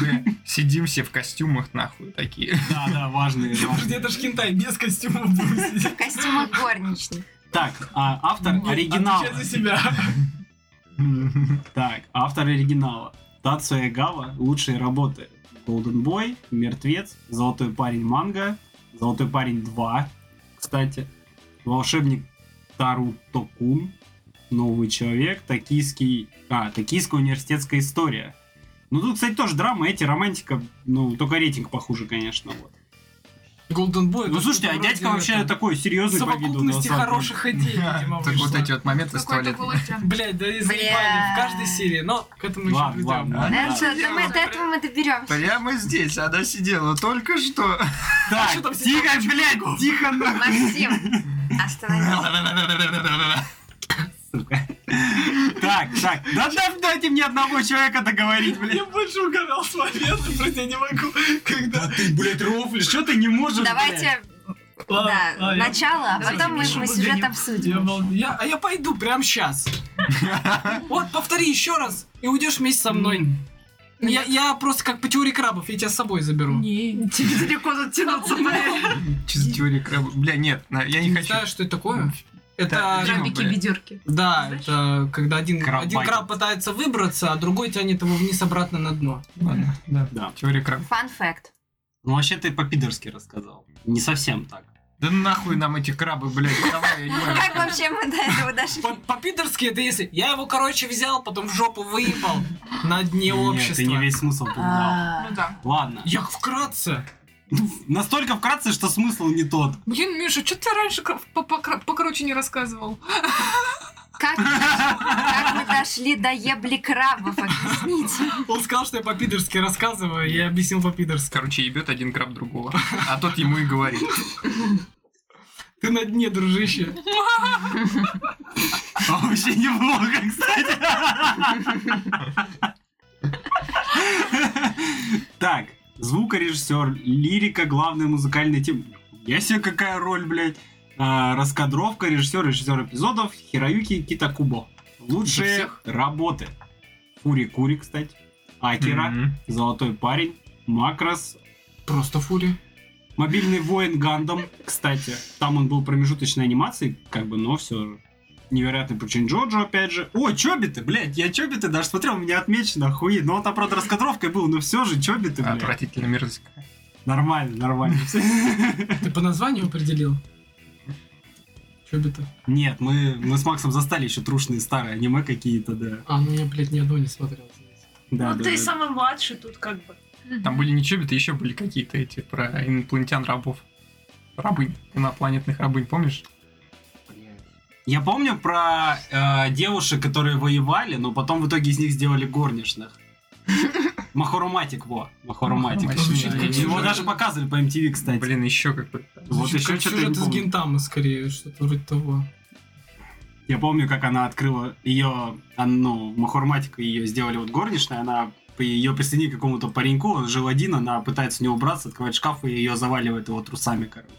Да. Сидим все в костюмах, нахуй, такие. Да, да, важные. важные. ж хентай без костюмов будем сидеть. Костюмы горничных. Так, а, автор оригинала. себя. Так, автор оригинала. Тацу Эгава, лучшие работы. Golden Boy, Мертвец, Золотой парень Манго, Золотой парень 2, кстати, Волшебник Тару Токун, Новый человек, Токийский... А, Токийская университетская история. Ну, тут, кстати, тоже драма, эти, романтика, ну, только рейтинг похуже, конечно, вот. Голден Бой. Ну, слушайте, а дядька вообще такой серьезный по виду. на совокупности самом деле. хороших идей, видимо, Так вот вышло. эти вот моменты с Какой-то туалетом. булочка. Блядь, да и заебали в каждой серии, но к этому еще Ладно, ладно, придем. ладно. Да, всё, да мы- До этого мы доберемся. Прямо здесь она сидела только что. Так, тихо, блядь, тихо, нахуй. Максим, остановись. Сука. Так, так. Да да- дайте мне одного человека договорить, блядь. Я больше угадал с момента, просто я не могу, когда... Ты, блядь, рофлишь, что ты не можешь, Давайте да, начало, а потом мы, мы сюжет обсудим. Я, а я пойду прямо сейчас. Вот, повтори еще раз, и уйдешь вместе со мной. Я, я просто как по теории крабов, я тебя с собой заберу. Не, тебе далеко затянуться, блядь. Чисто теория краба. Бля, нет, на- я не хочу. знаю, что это такое. Это... Да, Дима, блядь. Крабики-бедерки. Да, Знаешь? это когда один, Краб один байтит. краб пытается выбраться, а другой тянет его вниз обратно на дно. Ладно, да. Да. Теория краба. Фан факт. Ну, вообще ты по-пидорски рассказал. Не совсем так. Да нахуй нам эти крабы, блядь, давай, я не понял. Как вообще мы до этого дошли? По- По-пидорски это если... Я его, короче, взял, потом в жопу выебал на дне Нет, общества. ты не весь смысл понял. А, Ну да. Ладно. Я вкратце. Настолько вкратце, что смысл не тот. Блин, Миша, что ты раньше кра- по- покра- покороче не рассказывал? Как, как мы дошли до ебли крабов, объясните. Он сказал, что я по-пидорски рассказываю, я объяснил по-пидорски. Короче, ебет один краб другого, а тот ему и говорит. Ты на дне, дружище. А вообще неплохо, кстати. Так, звукорежиссер, лирика, главная музыкальная тема. Я себе какая роль, блядь. А, раскадровка, режиссер, режиссер эпизодов Хироюки Китакубо. Лучшие всех? работы. Фури Кури, кстати. Акера, Мгм. Золотой парень, Макрос, Просто фури. Мобильный воин Гандам, кстати. Там он был промежуточной анимацией, как бы, но все же. Невероятный причин Джоджо, опять же. О, Чобиты, блядь, я Чобиты даже смотрел, у меня отмечено, охуенно. Ну, он там, правда, раскадровкой был, но все же Чобиты, блядь. Отвратительно мерзко. Нормально, нормально. Ты по названию определил? Чобита. Нет, мы, мы с Максом застали еще трушные старые аниме какие-то, да. А, ну я, блядь, ни одного не смотрел. да Ну да, ты да. самый младший тут как бы. Там были не чобиты, еще были какие-то эти про инопланетян-рабов. Рабынь, инопланетных рабынь, помнишь? Я помню про э, девушек, которые воевали, но потом в итоге из них сделали горничных. Махороматик, во. Махороматик. Махороматик. Звучит Да, как Его сюжет. даже показывали по MTV, кстати. Блин, еще какой-то. Вот Звучит еще как что-то я сюжет не из помню. Гинтамы, скорее, что-то вроде того. Я помню, как она открыла ее, ну, махорматика ее сделали вот горничной, она ее присоединили к какому-то пареньку, он жил один, она пытается не убраться, открывает шкаф и ее заваливает его трусами, короче.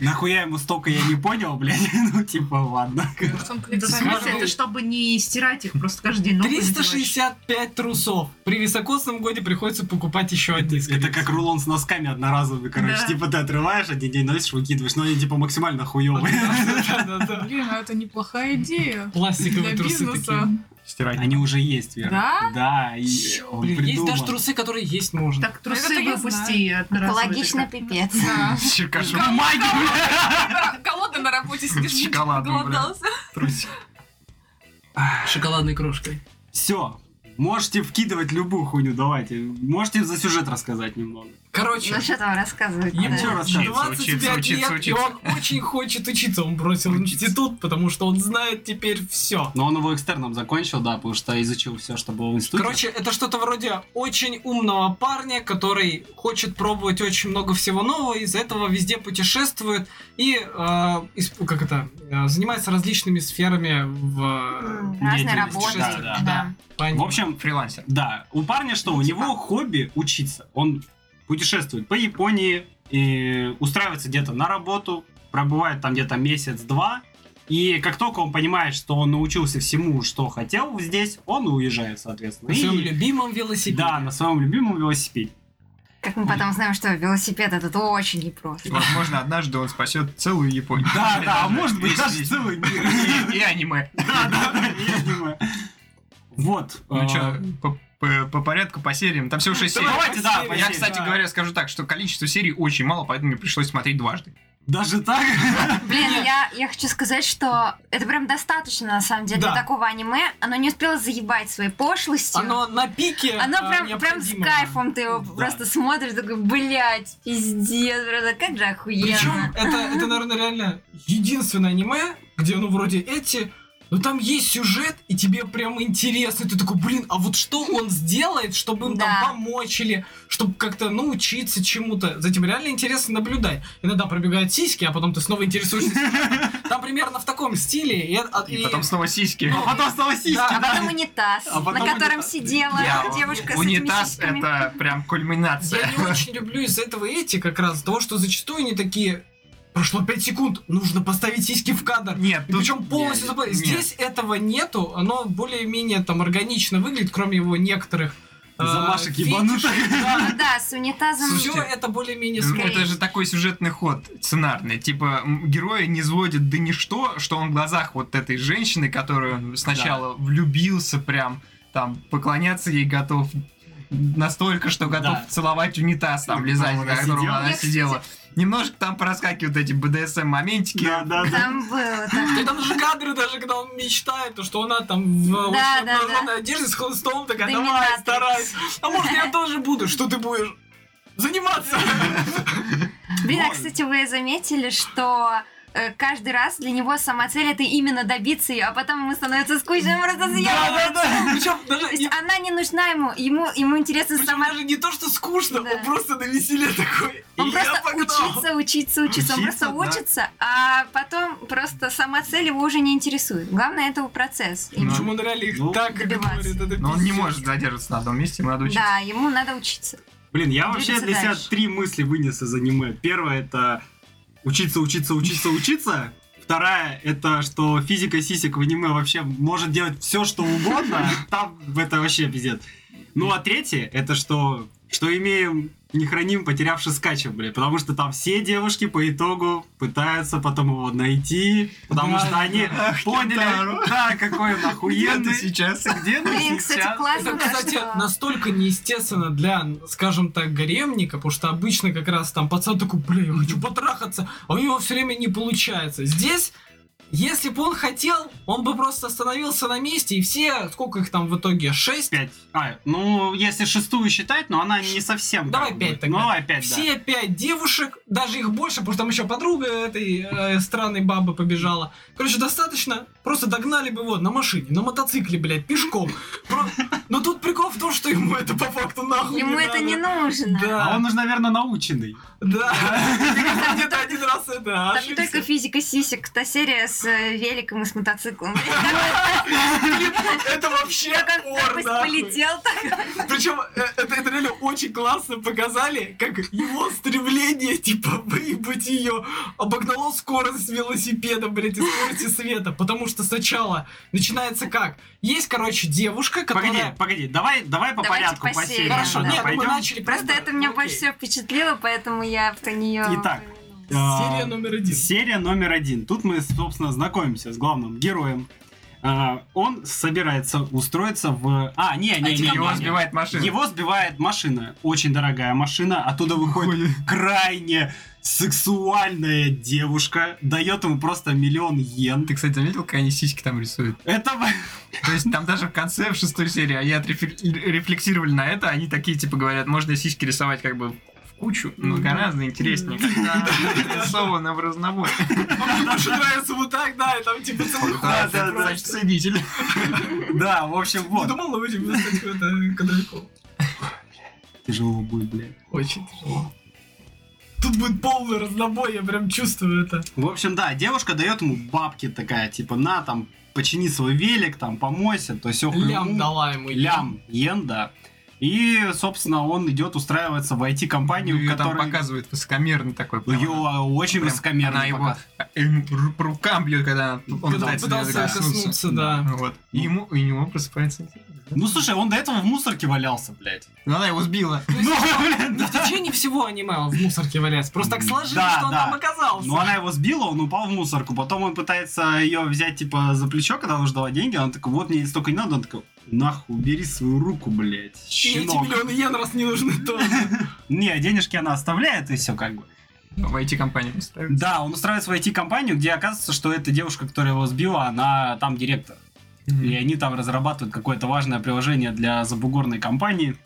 Нахуя ему столько, я не понял, блядь. Ну, типа, ладно. Это, в смысле, Каждый- это чтобы не стирать их просто каждый день. новые надеваешь. 365 трусов. При високосном годе приходится покупать еще один. Это как рулон с носками одноразовый, короче. Да. Типа, ты отрываешь, один день носишь, выкидываешь, но они, типа, максимально хуевые. Блин, а это неплохая идея. Пластиковые Для трусы бизнеса. такие. Стирать. Они уже есть, Вера. Да? Да, и он Блин, есть придумал. даже трусы, которые есть можно. Так, Ну, это трусы я выпусти одноразовые. Экологично ты пипец. Да. Черкашу. Бумаги, бля! Да, Голодный на работе С сидишь, шоколадом, бля. голодался. Трусик. Шоколадной крошкой. Все. Можете вкидывать любую хуйню, давайте. Можете за сюжет рассказать немного. Короче, Ну что там рассказывать? Ем да? чё, раз- Учиться, 25 учиться, лет, учиться, и он очень хочет учиться. Он бросил институт, потому что он знает теперь все. Но он его экстерном закончил, да, потому что изучил все, что было в институте. Короче, это что-то вроде очень умного парня, который хочет пробовать очень много всего нового, из-за этого везде путешествует и э, исп- как это э, занимается различными сферами в э, М, Разной деятельность, работой. да, да, да. в общем, Фрилансер. да, у парня что, у него хобби учиться. Он путешествует по Японии, и устраивается где-то на работу, пробывает там где-то месяц-два, и как только он понимает, что он научился всему, что хотел здесь, он и уезжает, соответственно. на своем И- любимом велосипеде. Да, на своем любимом велосипеде. Как мы потом знаем, что велосипед этот очень непрост. И, возможно, однажды он спасет целую Японию. Да, да, а Даже может быть, если даже есть- целый мир. И и аниме. Да, да, да, я понимаю. Вот. Ну э, что, по, по- по порядку, по сериям. Там всего 6 серий. Давайте, да, по Я, серии, кстати да. говоря, скажу так, что количество серий очень мало, поэтому мне пришлось смотреть дважды. Даже так? Блин, я, я хочу сказать, что это прям достаточно, на самом деле, Да. для такого аниме. Оно не успело заебать своей пошлостью. Оно на пике. Оно э, прям, прям с необходимого. кайфом ты его Да. просто смотришь, такой, блядь, пиздец, братан, как же Причем охуенно. это, это, наверное, реально единственное аниме, где, ну, вроде эти, но там есть сюжет, и тебе прям интересно. И ты такой, блин, а вот что он сделает, чтобы им Да. там помочь или чтобы как-то научиться чему-то. За этим реально интересно наблюдать. Иногда пробегают сиськи, а потом ты снова интересуешься. сюжетом. Там примерно в таком стиле. И, это- И и- потом снова сиськи. А потом снова сиськи. А Да. потом унитаз, А потом на котором унитаз. сидела Я- девушка с этими Унитаз — сиськами. это прям Я кульминация. не очень люблю из-за этого эти как раз, из-за того, что зачастую они такие... Прошло 5 секунд, нужно поставить сиськи в кадр. Нет, И тут- причем полностью Нет, забыл. нет. Здесь этого нету, оно более-менее там органично выглядит, кроме его некоторых э, Замашек фетишей. ебанутых. Э. Да. Ну Да, с унитазом. Все это более-менее Ну, скрыто. Скорее. Это же такой сюжетный ход сценарный. Типа, м, героя не сводит да ничто, что он в глазах вот этой женщины, которую он сначала влюбился прям, там, поклоняться ей готов настолько, что готов Да. целовать унитаз, там, Которого лизать, она на котором сидела. она Я, кстати, сидела. Немножко там проскакивают эти БДСМ-моментики. Да, да, да. Там было так. Да Там же кадры, даже когда он мечтает, то, что она там в э, Да, очень да, обнаженной одежде с хлыстом такая, давай, Доминатрикс. старайся. А может, я тоже буду? Что ты будешь? Заниматься! Блин, а, Ой. кстати, вы заметили, что э, каждый раз для него сама цель это именно добиться ее, а потом ему становится скучно, он просто съебывается. Причем То даже есть и- она не нужна ему, ему, ему интересно причем сама. даже не то, что скучно, Да. он просто на веселе такой. Он «Я просто погнал». учится, учится, учится, он Учиться, просто да. учится, а потом просто сама цель его уже не интересует. Главное это процесс. Ну, Почему он реально их Ну, так добиваться. говорит? это Но он не пиздец. может задерживаться на одном месте, ему надо учиться. Да, ему надо учиться. Блин, я вообще Двигаться для себя дальше. три мысли вынес из аниме. Первое это учиться, учиться, учиться, учиться. Вторая это что физика сисек в аниме вообще может делать все, что угодно. Там это вообще пиздец. Ну а третье это что что имеем не храним, потерявши скачем, блин. Потому что там все девушки по итогу пытаются потом его найти, потому Да, что они поняли, Кентаро. да, какой он Где ты охуенный. сейчас? Где ты Блин, кстати, сейчас? классно, Это, кстати, что- Ну, настолько неестественно для, скажем так, гаремника, потому что обычно как раз там пацан такой, бля, я хочу потрахаться, а у него все время не получается. Здесь, если бы он хотел, он бы просто остановился на месте, и все, сколько их там в итоге, шесть? Пять. А, ну, если шестую считать, но она не совсем. Давай как пять бы. тогда. Ну, давай пять, да. Все пять девушек, даже их больше, потому что там еще подруга этой э, странной бабы побежала. Короче, достаточно, просто догнали бы его на машине, на мотоцикле, блядь, пешком. Про- Но тут прикол в том, что ему это по факту нахуй Ему это надо. не нужно. Да. А он уже, наверное, наученный. Да, где-то один раз это а? Там не только ошибся. физика сисек, та серия с э, великом и с мотоциклом. Это вообще Как он ор, нахуй нахуй. полетел так. Причем э, это, это реально очень классно показали, как его стремление, типа, выебать ее, обогнало скорость велосипеда, блядь, и скорости света. Потому что сначала начинается как? Есть, короче, девушка, Погоди, ну которая... погоди, давай, давай по Давайте порядку по по серии, серии. Хорошо, да, нет, мы пойдем. начали... Просто это меня Окей. больше всего впечатлило, поэтому я про нее. Итак, Серия А, номер один. Серия номер один. Тут мы, собственно, знакомимся с главным героем. А, Он собирается устроиться в... А, не, не, не, не, Его не. сбивает машина. Его сбивает машина. Очень дорогая машина. Оттуда выходит крайне сексуальная девушка. Дает ему просто миллион йен. Ты, кстати, заметил, как они сиськи там рисуют? Это... То есть там даже в конце, в шестой серии, они отрефле- рефлексировали на это, они такие, типа, говорят, можно сиськи рисовать как бы в кучу, но гораздо интереснее, когда нарисовано в разнобой. Больше нравится вот так, да, и там типа целый Да, да, да. Значит, ценитель. Да, в общем, Не вот. думал, но вы типа стать какой-то кадровиком. Тяжело будет, блядь. Очень тяжело. Тут будет полный разнобой, я прям чувствую это. В общем, да, девушка дает ему бабки такая, типа, на, там, почини свой велик, там, помойся, то все Лям дала ему. Лям, йен, да. И, собственно, он идет устраиваться в IT-компанию, Ее Ну, там которая... показывает высокомерный такой. прям. Ее очень Прям высокомерно Она его показывает. им ру- по рукам бьет, когда он Когда пытается, пытался её Ну, коснуться, да. Вот. И ему, и у него просыпается интерес. Ну, слушай, он до этого в мусорке валялся, блядь. Ну, Она его сбила. Ну, блядь, Не в течение всего аниме он в мусорке валяется. Просто так сложилось, Да, что он да. там оказался. Ну, она его сбила, он упал в мусорку. Потом он пытается ее взять, типа, за плечо, когда она ждала деньги. Она такая, вот, мне столько не надо. Он такой, нахуй, убери свою руку, блядь, И эти щенок. миллионы йен раз не нужны тоже. Не, денежки она оставляет, и все, как бы. В IT-компании поставили. Да, он устраивается в IT-компанию, где оказывается, что эта девушка, которая его сбила, она там директор. И они там разрабатывают какое-то важное приложение для забугорной компании.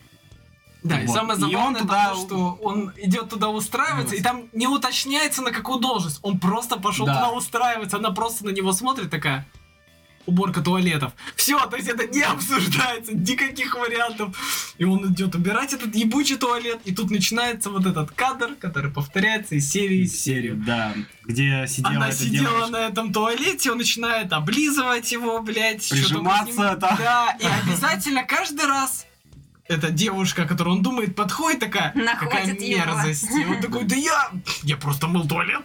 Да, и Вот. самое И он забавное туда- это то, что он идет туда устраиваться, и там не уточняется на какую должность. Он просто пошел Да. туда устраиваться, она просто на него смотрит такая. Уборка туалетов. Все, то есть это не обсуждается, никаких вариантов. И он идет убирать этот ебучий туалет, и тут начинается вот этот кадр, который повторяется из серии в серию. Да, где сидела Она эта сидела девушка. на этом туалете, он начинает облизывать его, блядь. что-то Прижиматься с ним- там. Да, и обязательно каждый раз эта девушка, которую он думает, подходит такая, какая Находит его. мерзость. И он такой, да я, я просто мыл туалет.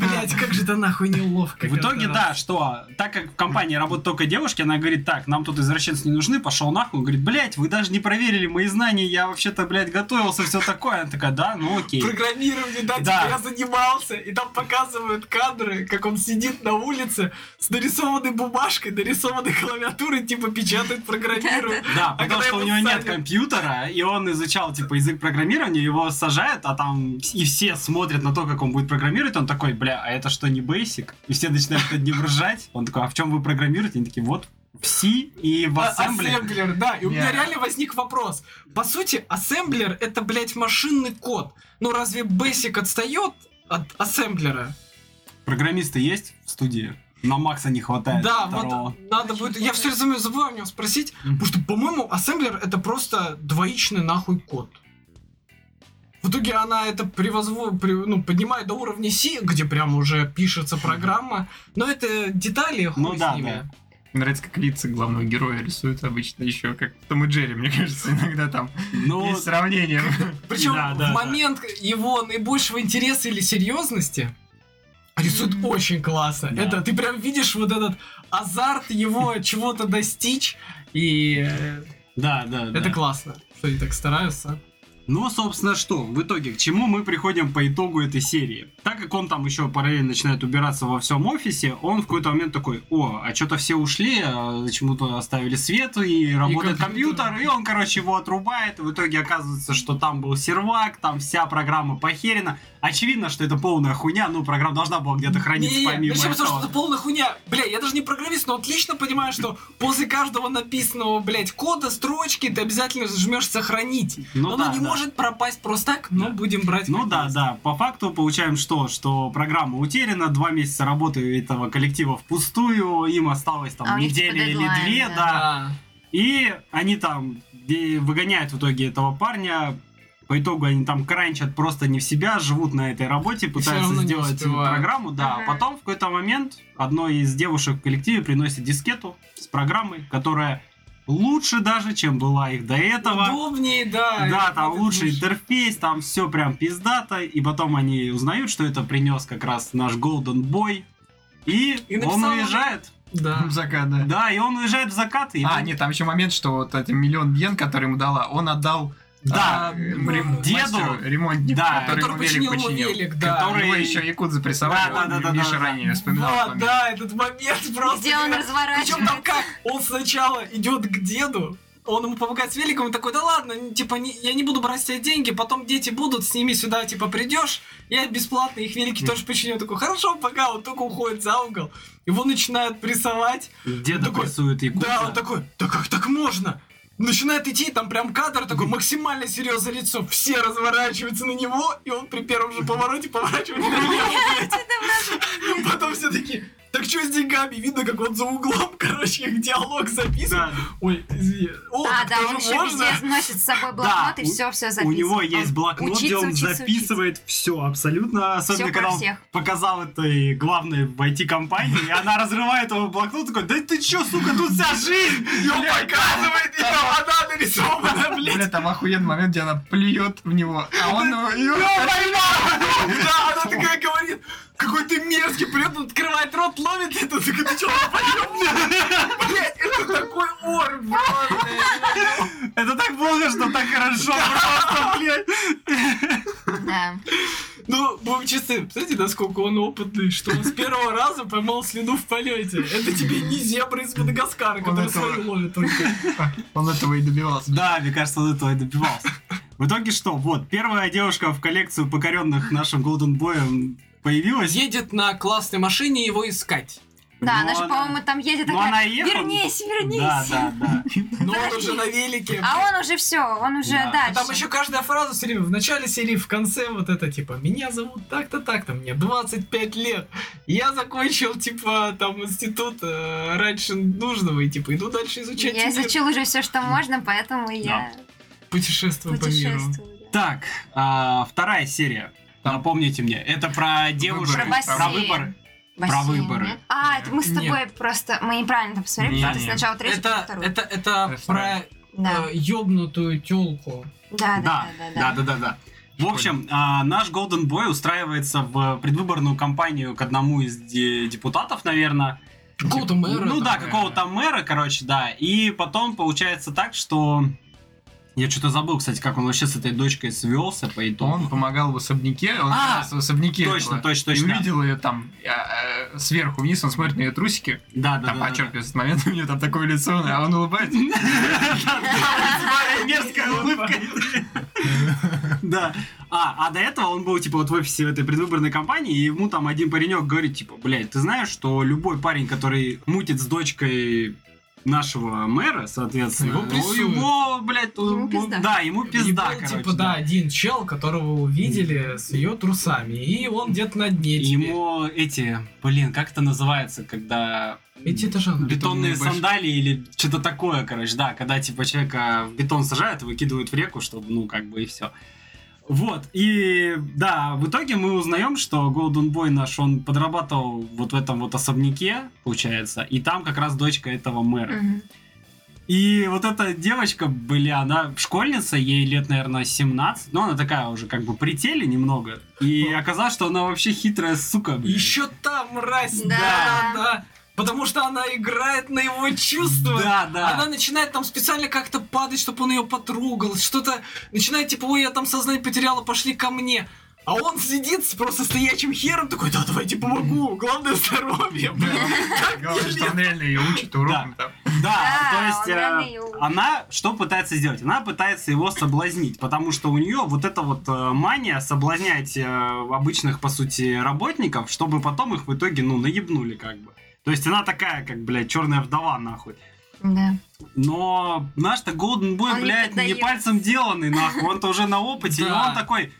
Блядь, как же это нахуй неловко. В итоге, да, что, так как в компании работают только девушки, она говорит, так, нам тут извращенцы не нужны, пошел нахуй. Он говорит, блядь, вы даже не проверили мои знания, я вообще-то, блядь, готовился, все такое. Она такая, да, ну окей. Программирование, да, типа, Да. я занимался, и там показывают кадры, как он сидит на улице с нарисованной бумажкой, нарисованной клавиатурой, типа печатает, программирует. Да, А потому когда что у его него нет садят? компьютера, и он изучал, типа, язык программирования, его сажают, а там с- и все смотрят на то, как он будет программировать, он такой, бля, а это что, не Basic? И все начинают над ним ржать. Он такой, а в чем вы программируете? Они такие, вот в C и в А- ассемблере. Ассемблер, да. И у меня Да. реально возник вопрос. По сути, ассемблер это, блядь, машинный код. Ну разве Basic отстает от ассемблера? Программисты есть в студии? На Макса не хватает Да, второго. вот надо будет. Я все время забываю у него спросить, потому что, по-моему, ассемблер это просто двоичный нахуй код. В итоге она это превозво... при- ну, поднимает до уровня C, где прям уже пишется программа. Но это детали, хуй Ну с да, ними. да. Мне Нравится, как лица главного героя рисуют обычно еще, как в Том и Джерри, мне кажется, иногда там Ну, есть сравнение. Причем Да, в да, да. момент его наибольшего интереса или серьезности рисует очень классно. Да. Это ты прям видишь вот этот азарт его чего-то достичь, и э, да, да, да. это классно, что они так а? стараются. Ну, собственно, что? В итоге, к чему мы приходим по итогу этой серии? Так как он там еще параллельно начинает убираться во всем офисе, он в какой-то момент такой, о, а что-то все ушли, а почему-то оставили свет, и работает компьютер. компьютер. и он, короче, его отрубает, и в итоге оказывается, что там был сервак, там вся программа похерена. Очевидно, что это полная хуйня, ну, программа должна была где-то храниться Не, помимо причем то, этого. что это полная хуйня. Бля, я даже не программист, но отлично понимаю, что после каждого написанного, блядь, кода, строчки, ты обязательно жмешь сохранить. Ну Оно да, не да. может пропасть просто так, но Да. будем брать. Ну как да, есть. да. По факту получаем что? Что программа утеряна, два месяца работы этого коллектива впустую, им осталось там А у них неделя типа или дедлайн, две, да. да. Да. И они там де- выгоняют в итоге этого парня. По итогу они там кранчат просто не в себя, живут на этой работе, пытаются равно не сделать успевают. программу, да. А Ага. потом в какой-то момент одной из девушек в коллективе приносит дискету с программой, которая лучше даже, чем была их до этого. Удобнее, Да, да. И там вот это лучший лучше. интерфейс, там все прям пиздато, и потом они узнают, что это принес как раз наш Golden Boy, и, И написал он он. уезжает. Да. Рюкзака, да. Да, и он уезжает в закат. И А, нет, там еще момент, что вот этим миллион йен, который ему дала, он отдал Да, а, рем- деду. мастеру, ремонтнику, Да. который, Который ему велик починил ему починил. велик, да. Который... Его Который- еще якудзы прессовали, Ну Да, да, да, да, Миша да, да. ранее вспоминал. Вот, этот момент. да, этот момент просто. Где он когда- Причем там разворачивается. как? Он сначала идет к деду, он ему помогает с великом и такой, да ладно, н- типа, не- я не буду брать с тебя деньги, потом дети будут, с ними сюда, типа, придешь, я бесплатно их велики тоже починю. Я Такой, хорошо, пока, он только уходит за угол. Его начинают прессовать. деда такой, прессует и Да, он такой, да как так можно? начинает идти, там прям кадр такой максимально серьезное лицо. Все разворачиваются на него, и он при первом же повороте поворачивает на меня. Потом все таки так что с деньгами? Видно, как он за углом, короче, их диалог записан. Ой, извини. О, Да, так да, он тоже еще можно? везде носит с собой блокнот Да, и все, все У записывает. него есть блокнот, где учиться, он учиться, записывает все абсолютно. Особенно, Всё про когда он всех. показал этой главной в IT-компании, и она разрывает его блокнот, такой, да ты чё, сука, тут вся жизнь! И он показывает, и там она нарисована, блядь. Бля, там охуенный момент, где она плюет в него, а он его... её- Да, она такая говорит, какой ты мерзкий, прет, он открывает рот, ловит это, так ты чё, поёб, блядь, это такой ор, блядь. Это так плохо, что так хорошо просто, блядь. Да. Ну, будем честны, представляете, насколько он опытный, что он с первого раза поймал слюну в полете. Это тебе не зебра из Мадагаскара, который этого- свою ловит только. Он этого и добивался. Да, мне кажется, он этого и добивался. В итоге что? Вот, первая девушка в коллекцию покоренных нашим Golden Boy появилась. Едет на классной машине его искать. Да, Но она же, она- по-моему, там едет но такая, Ну, она ехала- вернись, вернись. Да, да, да. Но он уже на велике. А он уже все, он уже Да. дальше. А Там еще каждая фраза все время в начале серии, в конце вот это типа меня зовут так-то так-то, мне 25 лет, я закончил типа там институт э, раньше нужного и типа иду дальше изучать Я мир». изучил уже все, что можно, поэтому я ну, путешествую по миру. путешествую. да. Так, а, вторая серия. Напомните мне, это про девушку, Про бассейн. про выбор. Про Бассейн, выборы. нет? А, это мы с Нет. тобой просто, мы неправильно там посмотрели, Не, потому что не. ты сначала третью, потом Это, вторую. это, это Это про э, Да. ёбнутую тёлку. Да, да, э, Да, да, да. да, да, да, да. В общем, а, наш Golden Boy устраивается в предвыборную кампанию к одному из де- депутатов, наверное. Типа Какого-то мэра. Ну там, да, э, какого-то мэра, короче, да. И потом получается так, что... Я что-то забыл, кстати, как он вообще с этой дочкой свелся по итогу. Он помогал в особняке, он А, оказался в особняке. точно, этого. точно, типа. И точно. увидел ее там э, э, сверху вниз, он смотрит на ее трусики, Да, да, там да. да. подчеркивается этот момент, у нее там такое лицо, а он улыбается. Мерзкая улыбка. Да. А, а до этого он был, типа, вот в офисе этой предвыборной кампании, и ему там один паренек говорит, типа, блядь, ты знаешь, что любой парень, который мутит с дочкой нашего мэра, соответственно, Его ну, прессуют. его, блядь, Ему он- пизда. да, ему пизда, И был, короче. типа, да, один чел, которого увидели с ее трусами, и он где-то на дне И теперь. Ему эти, блин, как это называется, когда Эти этажа на бетонные бетонные башни. сандалии или что-то такое, короче, да, когда типа человека в бетон сажают и выкидывают в реку, чтобы, ну, как бы и все. Вот, и да, в итоге мы узнаем, что Golden Boy наш, он подрабатывал вот в этом вот особняке, получается, и там как раз дочка этого мэра. Мгм. И вот эта девочка, бля, она школьница, ей лет, наверное, 17, но она такая уже как бы при теле немного, и оказалось, что она вообще хитрая сука, блин. Еще та мразь, Да. да. да, Потому что она играет на его чувства. Да, да. Она начинает там специально как-то падать, чтобы он ее потрогал. Что-то начинает типа, ой, я там сознание потеряла, пошли ко мне. А он сидит с просто стоячим хером такой, да, давайте помогу, главное здоровье, блин. Говорит, что он реально ее учит урокам там. Да, Да, то есть он э, реально её учит. она что пытается сделать? Она пытается его соблазнить, потому что у нее вот эта вот э, мания соблазнять э, обычных, по сути, работников, чтобы потом их в итоге, ну, наебнули как бы. То есть она такая, как, блядь, черная вдова, нахуй. Да. Но наш-то Golden Boy, Он не блядь, не, поддаётся. пальцем деланный, нахуй. Он-то уже на опыте, и Да. он такой...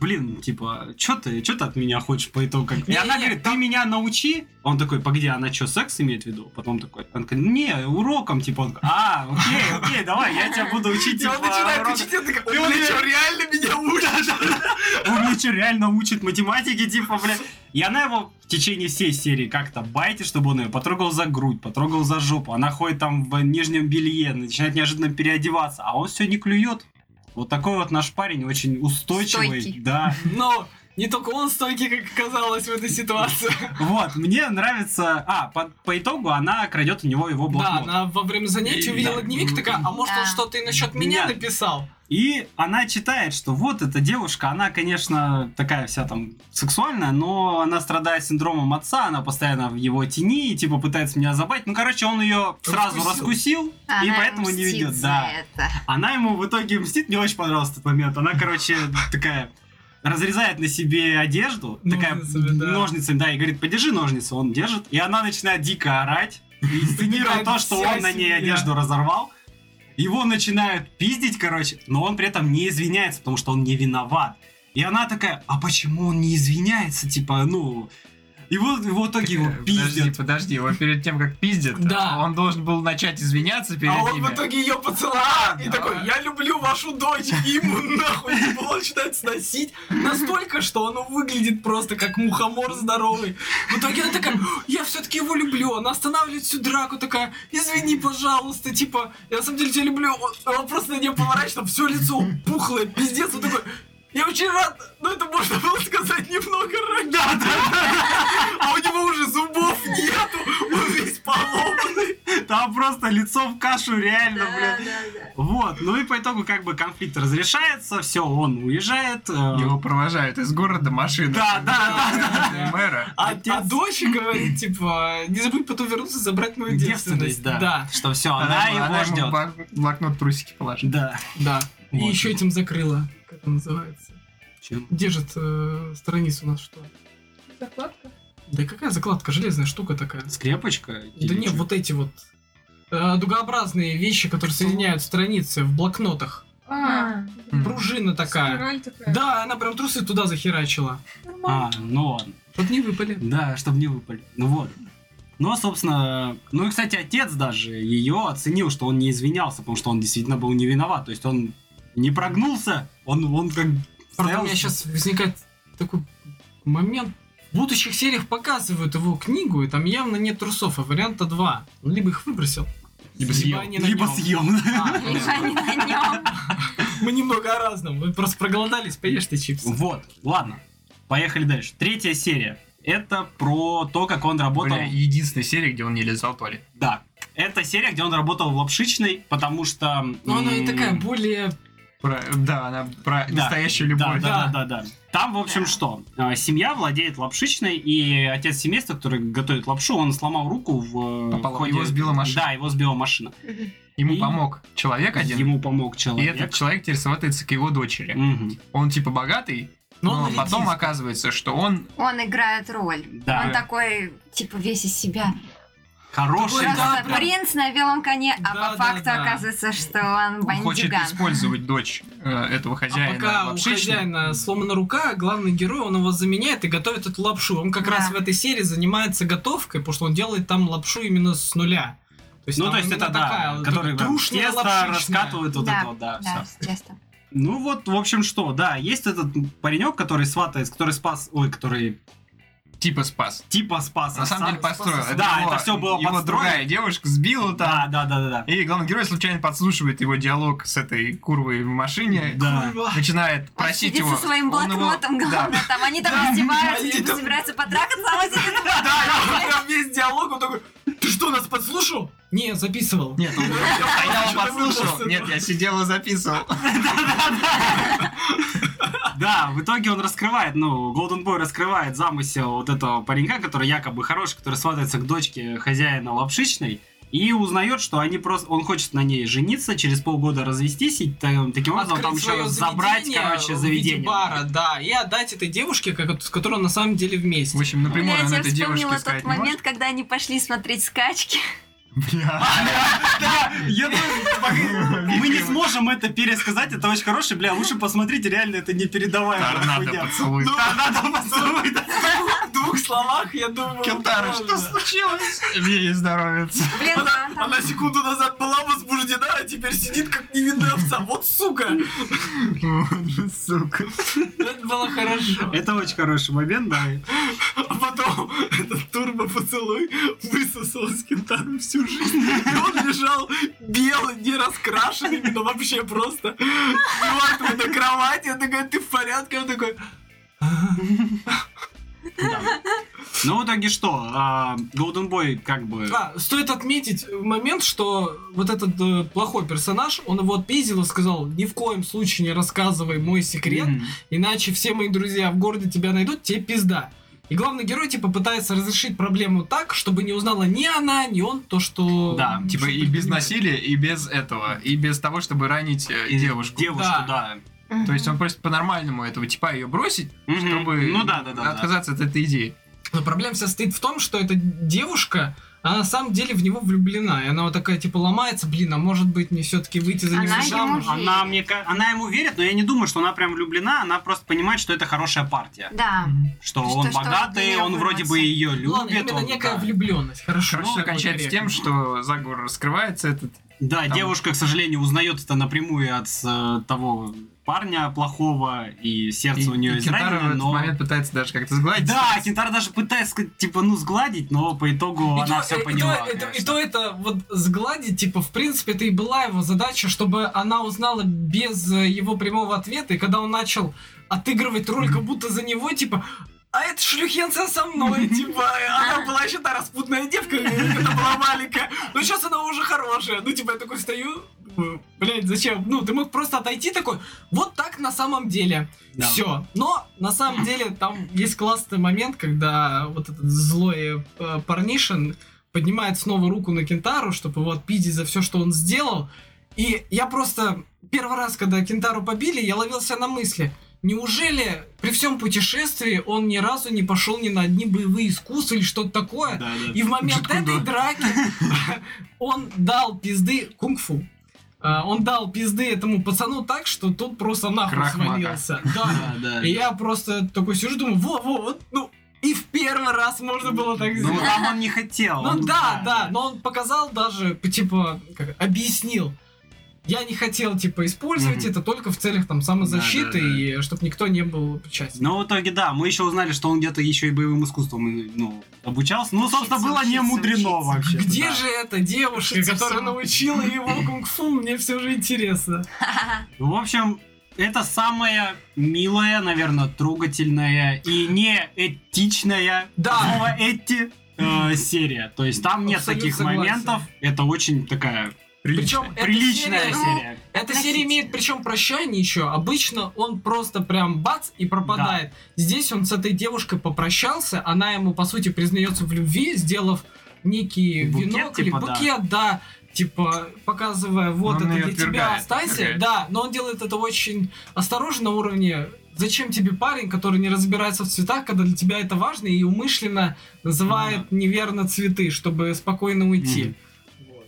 Блин, типа, что ты, чё ты от меня хочешь по итогу? Как... И Не, она не, говорит, ты меня научи. Он такой, погоди, она что, секс имеет в виду? Потом такой, он такой, не, уроком, типа, он такой, а, окей, окей, давай, я тебя буду учить, И типа, он начинает урокам». кричать, я такая, И он «О, блин, чё, реально меня учат? Он меня чё, реально учит математике, типа, бля. И она его в течение всей серии как-то байтит, чтобы он ее потрогал за грудь, потрогал за жопу. Она ходит там в нижнем белье, начинает неожиданно переодеваться, а он все не клюет. Вот такой вот наш парень, очень устойчивый, Стойкий. да. Но не только он стойкий, как оказалось в этой ситуации. Вот, мне нравится... А, по, по итогу она крадет у него его Да, блокнот. она во время занятий И- увидела да. дневник, такая, а может он Да. что-то и насчет Меня. меня написал? И она читает, что вот эта девушка, она, конечно, такая вся там сексуальная, но она страдает синдромом отца, она постоянно в его тени, и, типа пытается меня забать. Ну, короче, он ее сразу раскусил, и Она поэтому не мстит ведет. за Да. это. Она ему в итоге мстит, мне очень понравился этот момент. Она, короче, такая разрезает на себе одежду, такая Ножницами, да. ножницами, да, и говорит, подержи ножницы, он держит, и она начинает дико орать, и сценирует Поднимает то, что вся он на ней семья. одежду разорвал. Его начинают пиздить, короче, но он при этом не извиняется, потому что он не виноват. И она такая, а почему он не извиняется? Типа, ну... И вот в итоге его Э, Подожди, пиздят. подожди, его перед тем, как пиздят, Да. он должен был начать извиняться перед А он ними. в итоге ее поцеловал и такой, я люблю вашу дочь, и ему нахуй он начинает сносить настолько, что оно выглядит просто как мухомор здоровый. В итоге она такая, я все-таки его люблю, она останавливает всю драку, такая, извини, пожалуйста, типа, я на самом деле тебя люблю, он, он просто на нее поворачивается, все лицо пухлое, пиздец, он такой, я очень рад, но это можно было сказать немного раньше. А у него уже зубов нету, он весь поломанный. Там просто лицо в кашу, реально, Да, блядь. да, Вот, ну и по итогу как бы конфликт разрешается, все, он уезжает. э, А, Его провожают из города машина. Да, да, да, да. Мэра. А, Отец. а дочь говорит, типа, не забудь потом вернуться и забрать мою девственность. Девственность, да. Что все, А она, ему- его она ему ждет. в бак- блокнот трусики положила. Да. Да. И Вот. еще этим закрыла, как это называется. Чем? Держит э, страницу у нас что? Закладка. Да какая закладка? Железная штука такая. Скрепочка? Или Да не, чё? вот эти вот э, дугообразные вещи, которые соединяют страницы в блокнотах. А, Пружина такая. спираль такая. Да, она прям трусы туда захерачила. А, ну ладно. Вот не выпали. Да, чтобы не выпали. Ну вот. Ну, собственно, ну и, кстати, отец даже ее оценил, что он не извинялся, потому что он действительно был не виноват. То есть он не прогнулся, он, он как... Правда, стоял- у меня сейчас возникает такой момент. В будущих сериях показывают его книгу, и там явно нет трусов, а варианта два. Он либо их выбросил, Либо съел. они на Либо нём. съел. А, ну, Они на нем. Мы немного о разном. Вы просто проголодались, поешь ты чипсы. Вот, ладно. Поехали дальше. Третья серия. Это про то, как он работал... Бля, единственная серия, где он не лизал туалет. Да. Это серия, где он работал в лапшичной, потому что... Но Ну, она и м, такая более... Про- да, она про Да. настоящую Да, любовь. да, да, да. Там, в общем, что? э, Семья владеет лапшичной, и отец семейства, который готовит лапшу, он сломал руку в... э, Пополам. ходе- Его сбила машина. Да, его сбила машина. Ему И- помог человек один. Ему помог И человек. этот человек теперь сватается к его дочери. Мгм. Он типа богатый, Но но, он потом редист. оказывается, что он Он играет роль. Да. Он такой, типа, весь из себя. Хороший. Такой, Просто да, прям- принц на белом коне, а Да, по да, факту да. оказывается, что он хочет бандиган. использовать дочь э, этого хозяина. А пока у лапшичной. хозяина сломана рука, главный герой, он его заменяет и готовит эту лапшу. Он как Да. раз в этой серии занимается готовкой, потому что он делает там лапшу именно с нуля. То Ну, там то есть именно это, да, вот который такая прям трушная тесто лапшичная. раскатывает вот Да, это вот, да, всё. Да, с тестом. Ну вот, в общем, что, да, есть этот паренек, который сватает, который спас, ой, который Типа спас. типа спас На самом отца. деле построил. Да, его- это все было Его подстроено. другая девушка сбила там. Да, да, да, да, да. И главный герой случайно подслушивает его диалог с этой курвой в машине. Да. Начинает Он просить сидит его. со своим он его- блокнотом, да. главное, там они там издеваются, типа, собираются потрахаться, а он сидит Да, да, он прям весь диалог, он такой, ты что, нас подслушал? Не, записывал. Нет, он говорит, «А я его Что-то подслушал. выбросил. Нет, я сидел и записывал. Да, в итоге он раскрывает, ну, Golden Boy раскрывает замысел вот этого паренька, который якобы хороший, который сватается к дочке хозяина лапшичной, и узнает, что они просто, он хочет на ней жениться, через полгода развестись и та- таким образом ну, там еще своё забрать, заведение в короче, виде заведение. бара, да, и отдать этой девушке, как- с которой он на самом деле В вместе. общем, напрямую Блядь, он я этой девушке вспомнила тот сказать не может. момент, когда они пошли смотреть скачки. Бля. Да, я тоже- Мы не сможем это пересказать, это очень хороший, бля, лучше посмотрите, реально это не Торнадо передаваемая поцелуй. Торнадо поцелуй, да. Ну, В двух словах, я думаю... Кентара, что случилось? Мне не здоровится. Блин, Она, да, она секунду назад была возбуждена, а теперь сидит как невинная овца. Вот сука! Сука. Это было хорошо. Это очень хороший момент, да. А потом этот турбо-поцелуй высосал с Кентару всю жизнь. И он лежал белый, не раскрашенный, но вообще просто мертвый на кровати. Я такая, ты в порядке? Он такой, Ну, в итоге что? а, Golden Boy как бы... А, стоит отметить момент, что вот этот э, плохой персонаж, он его отпиздил и сказал, ни в коем случае не рассказывай мой секрет, Мгм. Иначе все мои друзья в городе тебя найдут, тебе пизда. И главный герой, типа, пытается разрешить проблему так, чтобы не узнала ни она, ни он то, что... Да, Типа что и без предпринимает. насилия, и без этого, и без того, чтобы ранить э, И девушку. Девушку, да. То есть он просит по-нормальному этого типа ее бросить, Мгм. чтобы Ну да, да, да, да. отказаться от этой идеи. Но проблема вся состоит в том, что эта девушка, Она на самом деле в него влюблена. И она вот такая, типа, ломается, блин, а может быть мне все-таки выйти за него Она замуж? ему Она, мне, ка- она ему верит, но я не думаю, что она прям влюблена, она просто понимает, что это хорошая партия. Да. Что Что- он что богатый, для он неё вроде бы вырваться. ее Ладно, любит. именно он- некая да. влюбленность. Хорошо. Короче, все будет кончается корректно. тем, что заговор раскрывается этот. Да, Там- девушка, к сожалению, узнает это напрямую от э, того парня плохого, и сердце у нее Кентаро в изранено, этот но... момент пытается даже как-то сгладить. Да, Кентара даже пытается, сказать, типа, ну, сгладить, но по итогу она то- э, все и то- поняла. и то- и, конечно. то это вот сгладить, типа, в принципе, это и была его задача, чтобы она узнала без э, его прямого ответа, и когда он начал отыгрывать роль, как будто за него, типа, а это шлюхенция со мной, типа, она была еще та распутная девка, когда была маленькая, но сейчас она уже хорошая. Ну, типа, я такой стою, думаю, блядь, зачем? Ну, ты мог просто отойти такой, вот так на самом деле. Да. Все. Но на самом деле там есть классный момент, когда вот этот злой э, парнишин поднимает снова руку на Кентару, чтобы его отпиздить за все, что он сделал. И я просто первый раз, когда Кентару побили, я ловился на мысли. Неужели при всем путешествии он ни разу не пошел ни на одни боевые искусства или что-то такое? Да, да. И в момент Джиткундо. этой драки он дал пизды кунг-фу. А, Он дал пизды этому пацану так, что тот просто нахуй Крах мага. свалился. Да. Да, да. И я просто такой сижу, думаю, во-во, вот, ну, и в первый раз можно было так Ну, сделать. там он не хотел. Ну он- да, да, но он показал даже, п- типа, как, объяснил. Я не хотел, типа, использовать Мгм. это только в целях, там, Да, да, самозащиты, да. и чтобы никто не был причастен. Но в итоге, да, мы еще узнали, что он где-то еще и боевым искусством ну, обучался. Ну, собственно, Учиться, было не учиться, мудрено учиться. вообще. Где же эта девушка, Учиться которая всему. научила его кунг-фу? Мне все же интересно. В общем, это самое милое, наверное, трогательное и неэтичная Да. слово «эти» э, серия. То есть там нет Абсолютно таких согласен. моментов. Это очень такая Причем эта приличная серия, ну, серия. Эта Относительно. серия имеет причем прощание еще. Обычно он просто прям бац и пропадает. Здесь он с этой девушкой попрощался, она ему, по сути, признается в любви, сделав некий Букет, венок или типа, да. Ну, букет, да. типа, показывая, вот Он это её для тебя, отвергает, останься. отвергает. Да, но он делает это очень осторожно на уровне Зачем тебе парень, который не разбирается в цветах, когда для тебя это важно, и умышленно называет Ну неверно цветы, чтобы спокойно уйти. Мгм.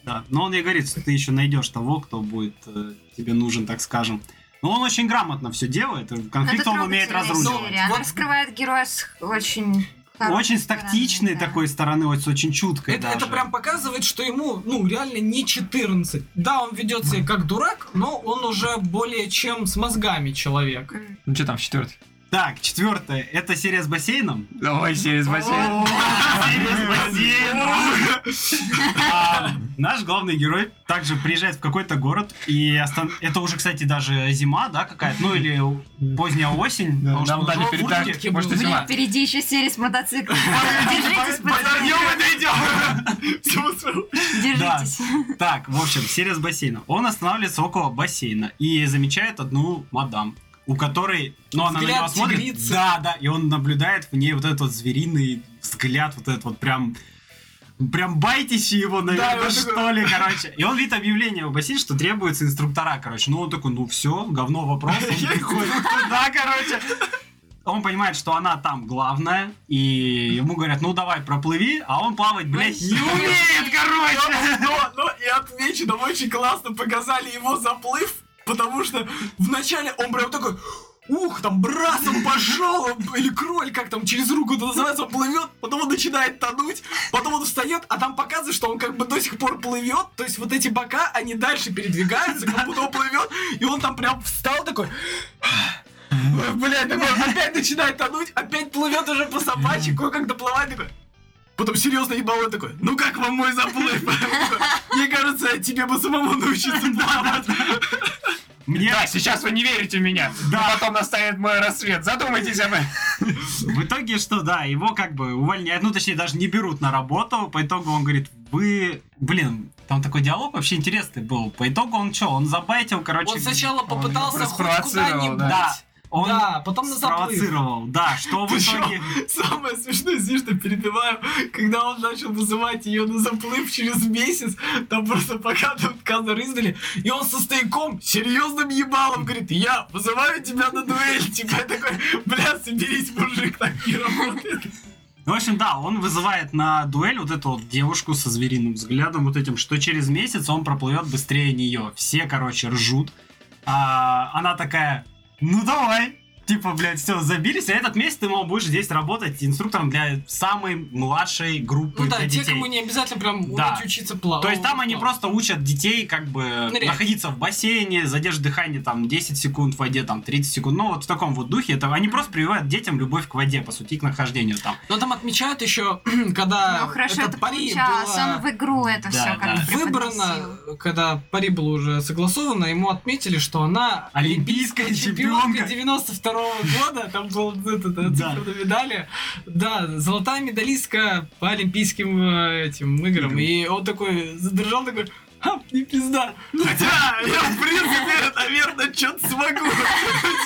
Да. Но он и говорит, что ты еще найдешь того, кто будет э, тебе нужен, так скажем. Но он очень грамотно все делает. Конфликт Это он Ну, умеет трогательная разруливать. серия. Она Вот. раскрывает героя с очень... хорошей Очень с стороны, тактичной да. такой стороны, вот с очень чуткой Это, даже. это прям показывает, что ему, ну, реально не 14. Да, он ведет себя как дурак, но он уже более чем с мозгами человек. М. Ну что там в четвертый? Так, четвертое. Это серия с бассейном. Давай серия с бассейном. А, Наш главный герой также приезжает в какой-то город, и остан- это уже, кстати, даже зима, да, какая-то, ну или поздняя осень. Да, потому что Нам он дали в передачу. куртке. Может, был. и зима. Впереди еще серия с мотоциклом. Держитесь, пацаны, держитесь. Так, в общем, серия с бассейном. Он останавливается около бассейна и замечает одну мадам, у которой, ну она на Взгляд него смотрит, тигрицы. да, да, и он наблюдает в ней вот этот вот звериный взгляд, вот этот вот прям, прям байтесь его, наверное, вот что такой. ли, короче. И он видит объявление в бассейне, что требуется инструктора, короче. Ну он такой, ну все, говно вопрос, он приходит туда, короче. Он понимает, что она там главная, и ему говорят, ну давай проплыви, а он плавать, блядь, не умеет, короче. Но, но и отмечу, нам очень классно показали его заплыв, потому что вначале он прям такой... Ух, там брасом пошел, или кроль, как там, через руку это называется, он плывет, потом он начинает тонуть, потом он встает, а там показывает, что он как бы до сих пор плывет, то есть вот эти бока, они дальше передвигаются, как будто он плывет, и он там прям встал такой, Ой, Блядь, такой опять начинает тонуть, опять плывет уже по собачьи, кое-как доплывает, такой. Потом серьезно ебало такой, ну как вам мой заплыв? Мне кажется, тебе бы самому научиться плавать. Мне Да, сейчас вы не верите в меня. Да. потом настанет мой рассвет. Задумайтесь об этом. В итоге что, да, его как бы увольняют, ну точнее даже не берут на работу, по итогу он говорит, вы, блин, там такой диалог вообще интересный был, по итогу он что, он забайтил, короче, Он сначала он попытался его хоть распровоцировал, куда-нибудь. да. Да. он Да, потом на заплыв. спровоцировал, да, что в Причём- итоге... Самое смешное, здесь, что перебиваю, когда он начал вызывать ее на заплыв через месяц, там просто Ну показывают кадр издали, и он со стояком, серьезным ебалом, говорит, я вызываю тебя на дуэль, типа я такой, бля, соберись, мужик, так не работает. Ну, в общем, да, он вызывает на дуэль вот эту вот девушку со звериным взглядом, вот этим, что через месяц он проплывет быстрее нее. Все, короче, ржут. А, она такая, ну давай, типа, блядь, все, забились, а этот месяц ты, мол, будешь здесь работать инструктором для самой младшей группы Ну да, для те, детей. кому не Ну, обязательно прям Да. уметь учиться плавать. То есть там они Плавать. просто учат детей как бы Нырять. находиться в бассейне, задержать дыхание там 10 секунд в воде, там 30 секунд. Ну вот в таком вот духе. Это они просто прививают детям любовь к воде, по сути, и к нахождению там. Но там отмечают еще, когда Ну хорошо, этот это пари получалось. было Он в игру Да, это все да. как бы преподносил. выбрано, когда пари было уже согласовано, ему отметили, что она Олимпийская чемпионка. 92 года, там был этот, Да. да, цифра на медали, да, золотая медалистка по олимпийским э, этим играм, и он такой задержал, такой, ха, не пизда. Хотя, я, в принципе, наверное, что-то смогу.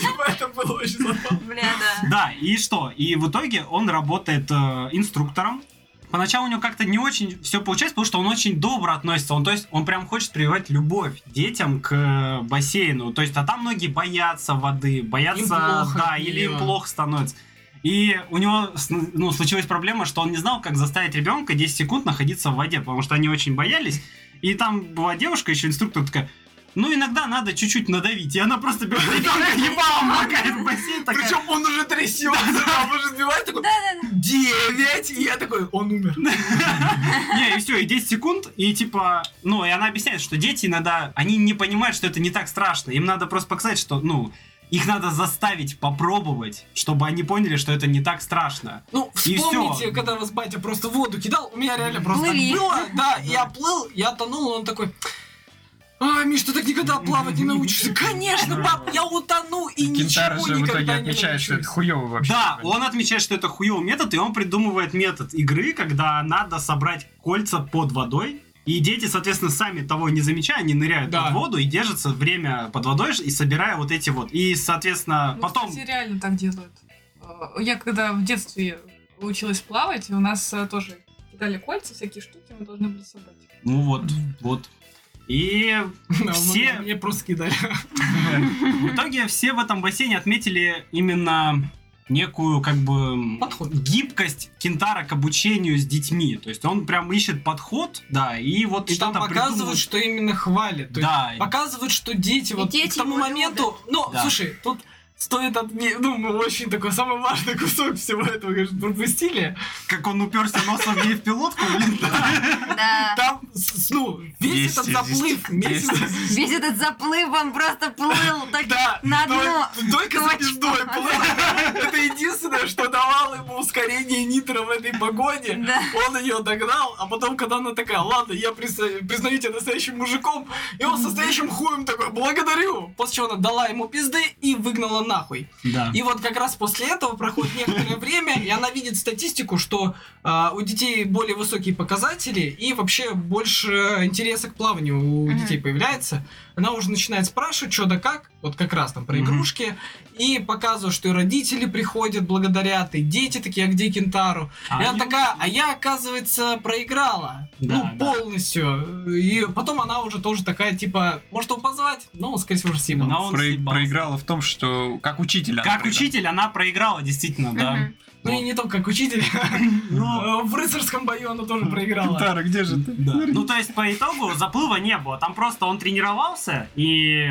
Типа, это было очень забавно. Бля, да. Да, и что? И в итоге он работает э, инструктором. Поначалу у него как-то не очень все получается, потому что он очень добро относится. Он, то есть, он прям хочет прививать любовь детям к э, бассейну. То есть, а там многие боятся воды, боятся, Им плохо да, от или неё. им плохо становится. И у него с- ну, случилась проблема, что он не знал, как заставить ребенка 10 секунд находиться в воде, потому что они очень боялись. И там была девушка, еще инструктор такая, ну иногда надо чуть-чуть надавить. И она просто берет ребенка, ебалом макает в бассейн. такая, Причем он уже трясется, он уже сбивает, такой, девять, и я такой, он умер. Не, и все, и 10 секунд, и типа, ну, и она объясняет, что дети иногда, они не понимают, что это не так страшно. Им надо просто показать, что, ну, их надо заставить попробовать, чтобы они поняли, что это не так страшно. Ну, И вспомните, всё. когда вас батя просто в воду кидал, у меня реально просто так Плыли. было, да, я плыл, я тонул, он такой, а, Миш, ты так никогда плавать не научишься. Конечно, пап, я утону и Кентара ничего же в итоге никогда не отмечает, что это научусь. хуёво вообще. Да, он отмечает, что это хуёвый метод, и он придумывает метод игры, когда надо собрать кольца под водой, и дети, соответственно, сами того не замечая, они ныряют Да. под воду и держатся время под водой и собирая вот эти вот. И, соответственно, Ну, потом... Кстати, реально так делают. Э, Я когда в детстве училась плавать, у нас э, тоже кидали кольца, всякие штуки, мы должны были собрать. Ну вот, вот. И Да, Все- Мне просто кидали. В итоге все в этом бассейне отметили именно некую, как бы, м, Подход. гибкость Кентара к обучению с детьми. То есть он прям ищет подход, да, и вот И там что-то показывают, что именно хвалят. То есть Да, Показывают, что дети вот дети к тому его моменту... Ну, Да. слушай, тут стоит отметить... Ну, мы очень такой самый важный кусок всего этого, конечно, пропустили. как он уперся носом ей в пилотку, блин. Да. Там, с- с- ну, весь Есть этот здесь- заплыв, весь есть этот Весь этот заплыв, он просто плыл так Да, на дно. Толь- только за точно. пиздой плыл. Это единственное, что давало ему ускорение нитро в этой погоне. Да. Он ее догнал, а потом, когда она такая, ладно, я призна- признаю тебя настоящим мужиком, и он с настоящим хуем такой, благодарю. После чего она дала ему пизды и выгнала нахуй. Да. И вот как раз после этого проходит некоторое время, и она видит статистику, что а, у детей более высокие показатели и вообще больше интереса к плаванию у Мгм. детей появляется. Она уже начинает спрашивать, что да как, вот как раз там про Мгм. игрушки, и показывает, что и родители приходят, благодарят, и дети такие, а где Кентару? А и она они- такая, а я, оказывается, проиграла. Да, ну, да. полностью. И потом она уже тоже такая, типа, может его позвать? Ну, скорее всего, уже Симон. Но он Про- съебался. проиграла в том, что как учитель. она Как проиграла. учитель она проиграла, действительно, да. Мгм. Ну и не только как учитель, Но- э, в рыцарском бою она тоже проиграла. Кентара, где же ты? Да. Ну, то есть, по итогу заплыва не было. Там просто он тренировался, и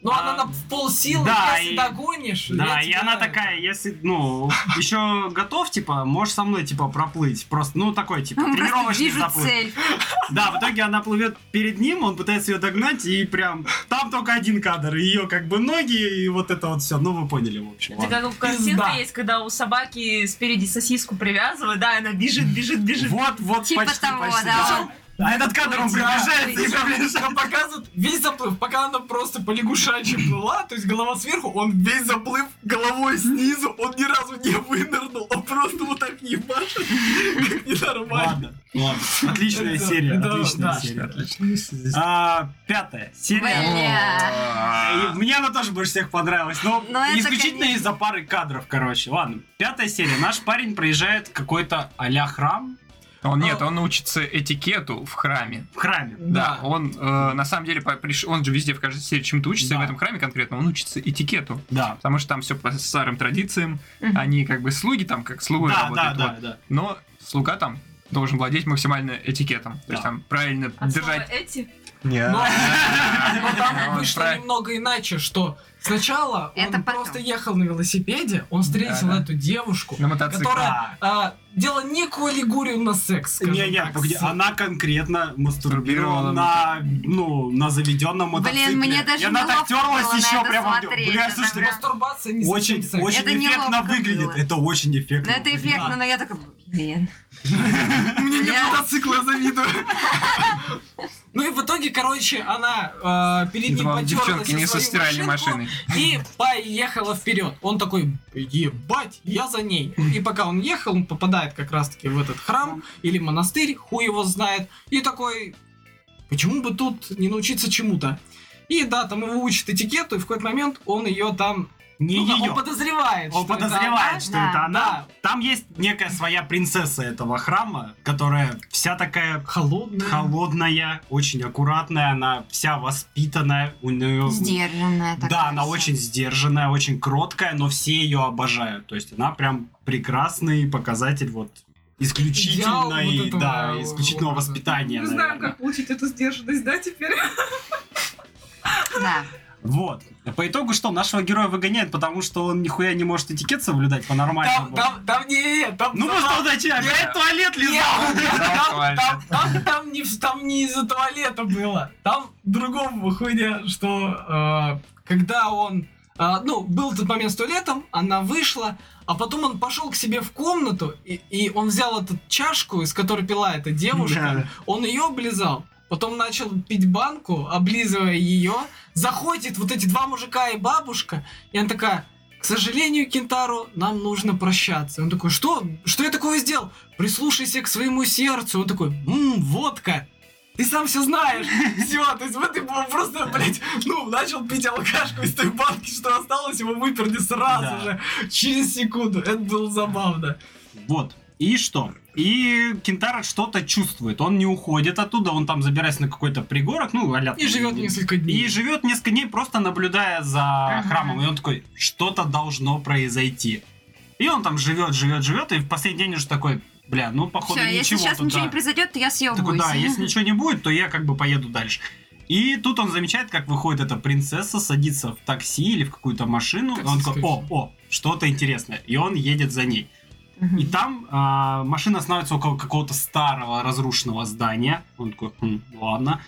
Но она А, на- в полсилы, да, если и- догонишь. Да, я и тебя- она такая, если, ну, еще готов, типа, можешь со мной, типа, проплыть. Просто, ну, такой, типа, Он просто тренировочный вижу заплыв. цель. Да, в итоге она плывет перед ним, он пытается ее догнать, и прям там только один кадр. Ее как бы ноги, и вот это вот все. Ну, вы поняли, в общем. Это ладно. как картинка Пизда. есть, когда у собаки спереди сосиску привязывают, да, и она бежит, бежит, бежит. Вот, вот, Типа почти, того, почти. да. А этот кадр, он приближается и приближается. Там показывают весь заплыв, пока она просто по лягушачьи плыла, то есть голова сверху, он Весь заплыв головой снизу, он ни разу не вынырнул, он просто вот так ебашит, как ненормально. Ладно, ладно. Отличная Это- серия, да, отличная да. серия. Отлично. А, Пятая серия. Бля. И мне она тоже больше всех понравилась. Но, Ну, это, исключительно конечно. из-за пары кадров, короче. Ладно. Пятая серия. Наш парень проезжает какой-то а-ля храм. Он нет, он научится этикету в храме. В храме. Да, он э, на самом деле по- приш- он же везде в каждой серии чем-то учится, и Да. в этом храме конкретно он учится этикету, Да. потому что там все по старым традициям, Мгм. они как бы слуги там как слуги Да, да, работают, да, вот. да. но слуга там должен владеть максимально этикетом, то есть Да. там правильно А От слова держать. эти? Нет. Но- Но Да, там он вышло прав- немного иначе, что сначала он Это потом. просто ехал на велосипеде, он встретил Да-да. эту девушку, На мотоцикле. которая а, делала некую аллегорию на секс, скажем Не, не, так, погоди, с- она конкретно мастурбировала Мастурбировала на, ну, на заведенном мотоцикле. Блин, мне даже И она так неловко терлась было на еще это прямо. смотреть, Бля, это слушайте, прям- Мастурбация не очень, совсем секс. очень Это эффектно неловко выглядит. было. Это очень Но эффектно. это выглядит. эффектно, но я такая, блин. Мне нет Я- мотоцикла, я завидую. Ну и в итоге, короче, она э, перед Это ним вам потерлась девчонки со не со свою стиральной машинку машиной. и поехала вперед. Он такой, ебать, я за ней. И пока он ехал, он попадает как раз-таки в этот храм или монастырь, хуй его знает. И такой, почему бы тут не научиться чему-то? И да, там его учат этикету, и в какой-то момент он ее там... Не ну, да, ее. Он подозревает, Он что это подозревает, она. что Да. это она. Да. Там есть некая своя принцесса этого храма, которая вся такая Холодная. холодная, очень аккуратная, она вся воспитанная, у нее... Сдержанная такая. Да, она вся. очень сдержанная, очень кроткая, но все ее обожают. То есть она прям прекрасный показатель вот Идеал вот исключительной, этого да, исключительного образа. воспитания, Не знаем, наверное. как получить эту сдержанность, да, теперь? Да. Вот. По итогу что, нашего героя выгоняют, потому что он нихуя не может этикет соблюдать Там, по-нормальному. там, там, не, не, не, там... Ну там- может он зачем? Опять туалет Нет, лизал! там, там- там- там не, в- там не из-за туалета было. Там другого хуйня, что э, когда он... э, ну, был тот момент с туалетом, она вышла, а потом он пошел к себе в комнату, и, и он взял эту чашку, из которой пила эта девушка, он ее облизал, потом начал пить банку, облизывая ее, заходит вот эти два мужика и бабушка, и она такая, к сожалению, Кентару, нам нужно прощаться. Он такой, что? Что я такое сделал? Прислушайся к своему сердцу. Он такой, ммм, водка. Ты сам все знаешь. Все, то есть вот ты его просто, блядь, ну, начал пить алкашку из той банки, что осталось, его выперли сразу Да. же, через секунду. Это было забавно. Вот. И что? И Кентара что-то чувствует. Он не уходит оттуда, он там забирается на какой-то пригорок, ну, а И живет несколько дней. И живет несколько дней, просто наблюдая за храмом. И он такой, что-то должно произойти. И он там живет, живет, живет, и в последний день уже такой, бля, ну, походу, Все, если ничего сейчас тут, ничего да». не произойдет, то я Такой, съебываюсь. да, если ничего не будет, то я как бы поеду дальше. И тут он замечает, как выходит эта принцесса, садится в такси или в какую-то машину. Такси, он такой, скорее о, о, что-то интересное. И он едет за ней. И там а, машина останавливается около какого-то старого разрушенного здания. Он такой, «Хм, ладно.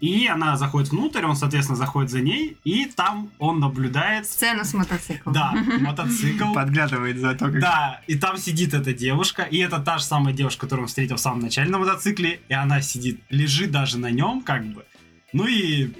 И она заходит внутрь, он, соответственно, заходит за ней, и там он наблюдает... Сцена с мотоциклом. Да, мотоцикл. Подглядывает за то, как... Да, и там сидит эта девушка, и это та же самая девушка, которую он встретил в самом начале на мотоцикле, и она сидит, лежит даже на нем, как бы. Ну и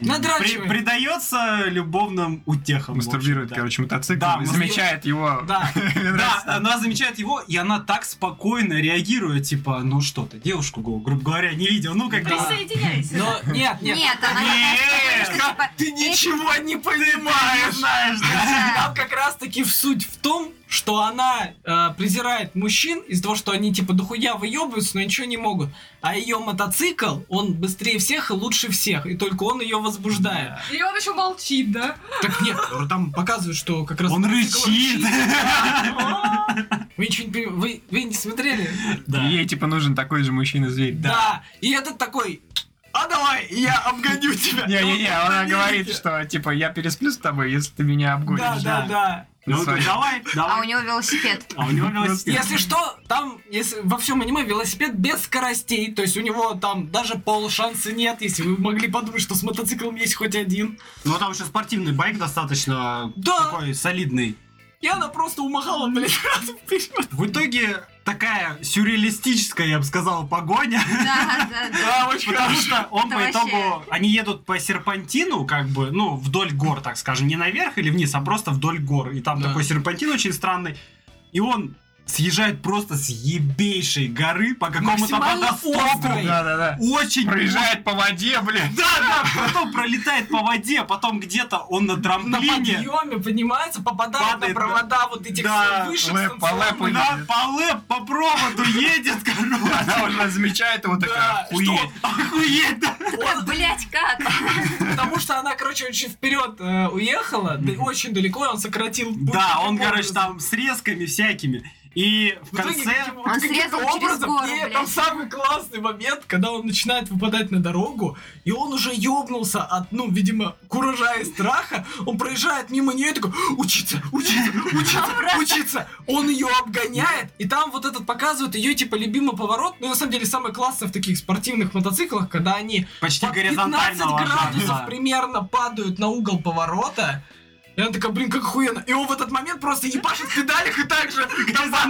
Надрачивает. при- предается любовным утехам. в общем, Мастурбирует, да. короче, мотоцикл. Да, и мастур- замечает его. Да. ну, Мне Да, нравится. она замечает его, и она так спокойно реагирует, типа, ну что ты, девушку, гру- грубо говоря, не видел, ну как бы... Присоединяйся. Но нет, нет. Нет, она такая, что, типа, Ты ничего не понимаешь! да. Там как раз таки в суть в том, что она э, презирает мужчин из-за того, что они типа дохуя выебываются, но ничего не могут. А ее мотоцикл, он быстрее всех и лучше всех, и только он ее возбуждает. И он еще молчит, да? Так нет, там показывают, что как раз... Он мотоцикл рычит. Вы ничего не понимаете, вы, вы не смотрели? Да. И ей, типа, нужен такой же мужчина-зверь. Да. И этот такой, а давай, я обгоню тебя. Не-не-не, Ну, она Вы говорит, видите? что, типа, я пересплю с тобой, если ты меня обгонишь. Да, да, да. Ну, он такой, давай, А у давай. него велосипед. А у него велосипед. Если что, там, если во всем аниме велосипед без скоростей, то есть у него там даже пол шанса нет, если вы могли подумать, что с мотоциклом есть хоть один. Ну, там еще спортивный байк достаточно Да. такой солидный. И она просто умахала, блядь, раз вперед. В итоге такая сюрреалистическая, я бы сказал, погоня. Да, да, да. Да, очень Потому что он Это по вообще- итогу, они едут по серпантину, как бы, ну, вдоль гор, так скажем, не наверх или вниз, а просто вдоль гор. И там Да. такой серпантин очень странный. И он съезжает просто с ебейшей горы по какому-то Максимально острый. водостоку. Да-да-да. Очень Проезжает по воде, блин. Да, да, потом пролетает по воде, а потом где-то он на На трамплине. подъеме поднимается, попадает на Падает, провода вот этих Да, вышек. лэп, по станционных. лэпу На, по лэп, по проводу едет, короче. Она уже замечает его Да, такая, что? охуеть. Охуеть, да. Он- Блять, Ну, как? Потому что она, короче, очень вперед э, уехала, да и очень далеко, и он сократил путь. Да, он, таким короче, образом. там с резками всякими. И в В итоге конце... каким- Он каким-то срезал через гору, и блядь. там самый классный момент, когда он начинает выпадать на дорогу, и он уже ёбнулся от, ну, видимо, куража и страха, он проезжает мимо нее и такой, учиться, учиться, учиться, учиться. Он ее обгоняет, и там вот этот показывает ее, типа, любимый поворот, ну, на самом деле, самое классное в таких спортивных мотоциклах, когда они Почти по 15 горизонтально градусов ложатся. примерно падают на угол поворота, и она такая, блин, как охуенно. И он в этот момент просто ебашит в педалях и так же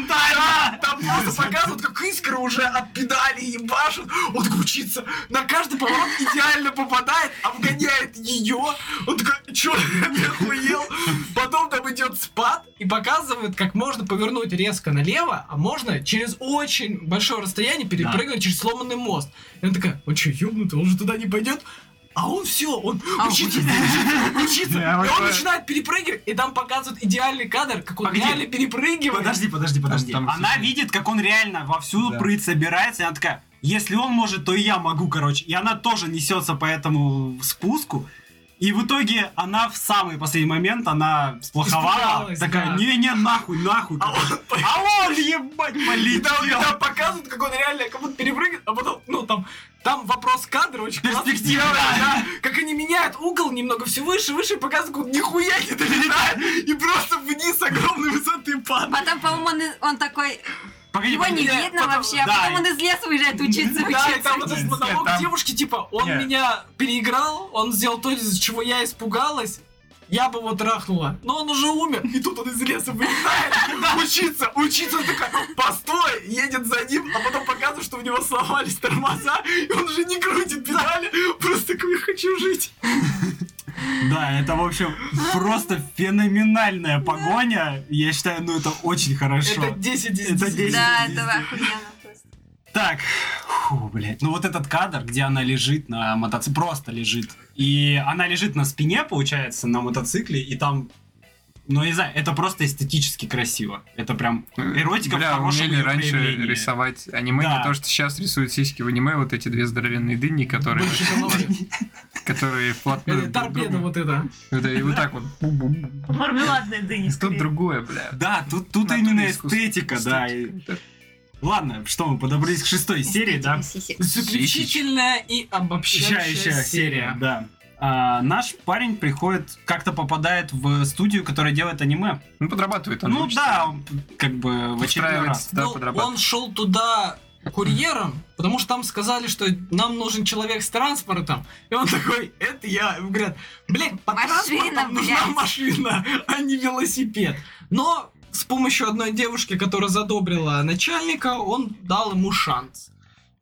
горизонтально. Там просто показывают, как искры уже от педали ебашит. Он такой учится. На каждый поворот идеально попадает, обгоняет ее. Он такой, чё, я охуел? Потом там идет спад и показывает, как можно повернуть резко налево, а можно через очень большое расстояние перепрыгнуть через сломанный мост. И она такая, он чё, ёбнутый, он же туда не пойдет? А он все, он учится, учится, учится. Да, И вот он это. начинает перепрыгивать, и там показывают идеальный кадр, как он Погоди. реально перепрыгивает. Подожди, типа, подожди, подожди. Там- там она всё- видит, как он реально вовсю Да. прыть собирается, и она такая, если он может, то и я могу, короче. И она тоже несется по этому спуску. И в итоге она в самый последний момент, она сплоховала, Испугалась, такая, да. не-не, нахуй, нахуй. А короче». он А он, ебать, И полетел. там, и там показывают, как он реально как будто перепрыгивает, а потом, ну там, там вопрос кадра очень классно Перспектива, сделан, да. Как они меняют угол немного все выше, выше, и показывают, как он нихуя не долетает, и просто вниз с огромной высоты падает. Потом, по-моему, он, из- он такой, Погоди, его не погоди. видно потом- вообще, а да, потом он из леса уезжает учиться, Да, и учиться. там вот этот Нет, монолог там- девушки, типа, он Нет. меня переиграл, он сделал то, из-за чего я испугалась, я бы его трахнула. Но он уже умер. И тут он из леса вылезает. Учиться, учиться. Он такой, постой, едет за ним, а потом показывает, что у него сломались тормоза, и он уже не крутит педали. Просто такой, я хочу жить. Да, это, в общем, просто феноменальная погоня. Я считаю, ну это очень хорошо. Это 10 Это 10. 10. Да, это охуенно просто. Так, фу, блядь. Ну вот этот кадр, где она лежит на мотоцикле, просто лежит. И она лежит на спине, получается, на мотоцикле, и там... Ну, я не знаю, это просто эстетически красиво. Это прям эротика в Бля, хорошем умели её раньше проявлении. рисовать аниме, Да. не то, что сейчас рисуют сиськи в аниме, вот эти две здоровенные дыни, которые, которые вплотную Э, друг к Торпеда другу. вот это. Это и вот так вот. бум-бум-бум. Мармеладная дыня. Тут скорее. другое, бля. Да, тут, тут Натуре именно искусство. эстетика, да. и- Эстетика. Ладно, что мы подобрались к шестой серии, да? Сисек. Заключительная и обобщающая Общающая серия, серия. да. А, наш парень приходит, как-то попадает в студию, которая делает аниме. Ну, подрабатывает он. Ну учится. да, он как бы в очередной раз. Устраивается туда Ну, подрабатывать. он шел туда курьером, потому что там сказали, что нам нужен человек с транспортом. И он такой, это я. И говорят, блядь, по Машина, транспортам нужна блядь». машина, а не велосипед. Но с помощью одной девушки, которая задобрила начальника, он дал ему шанс.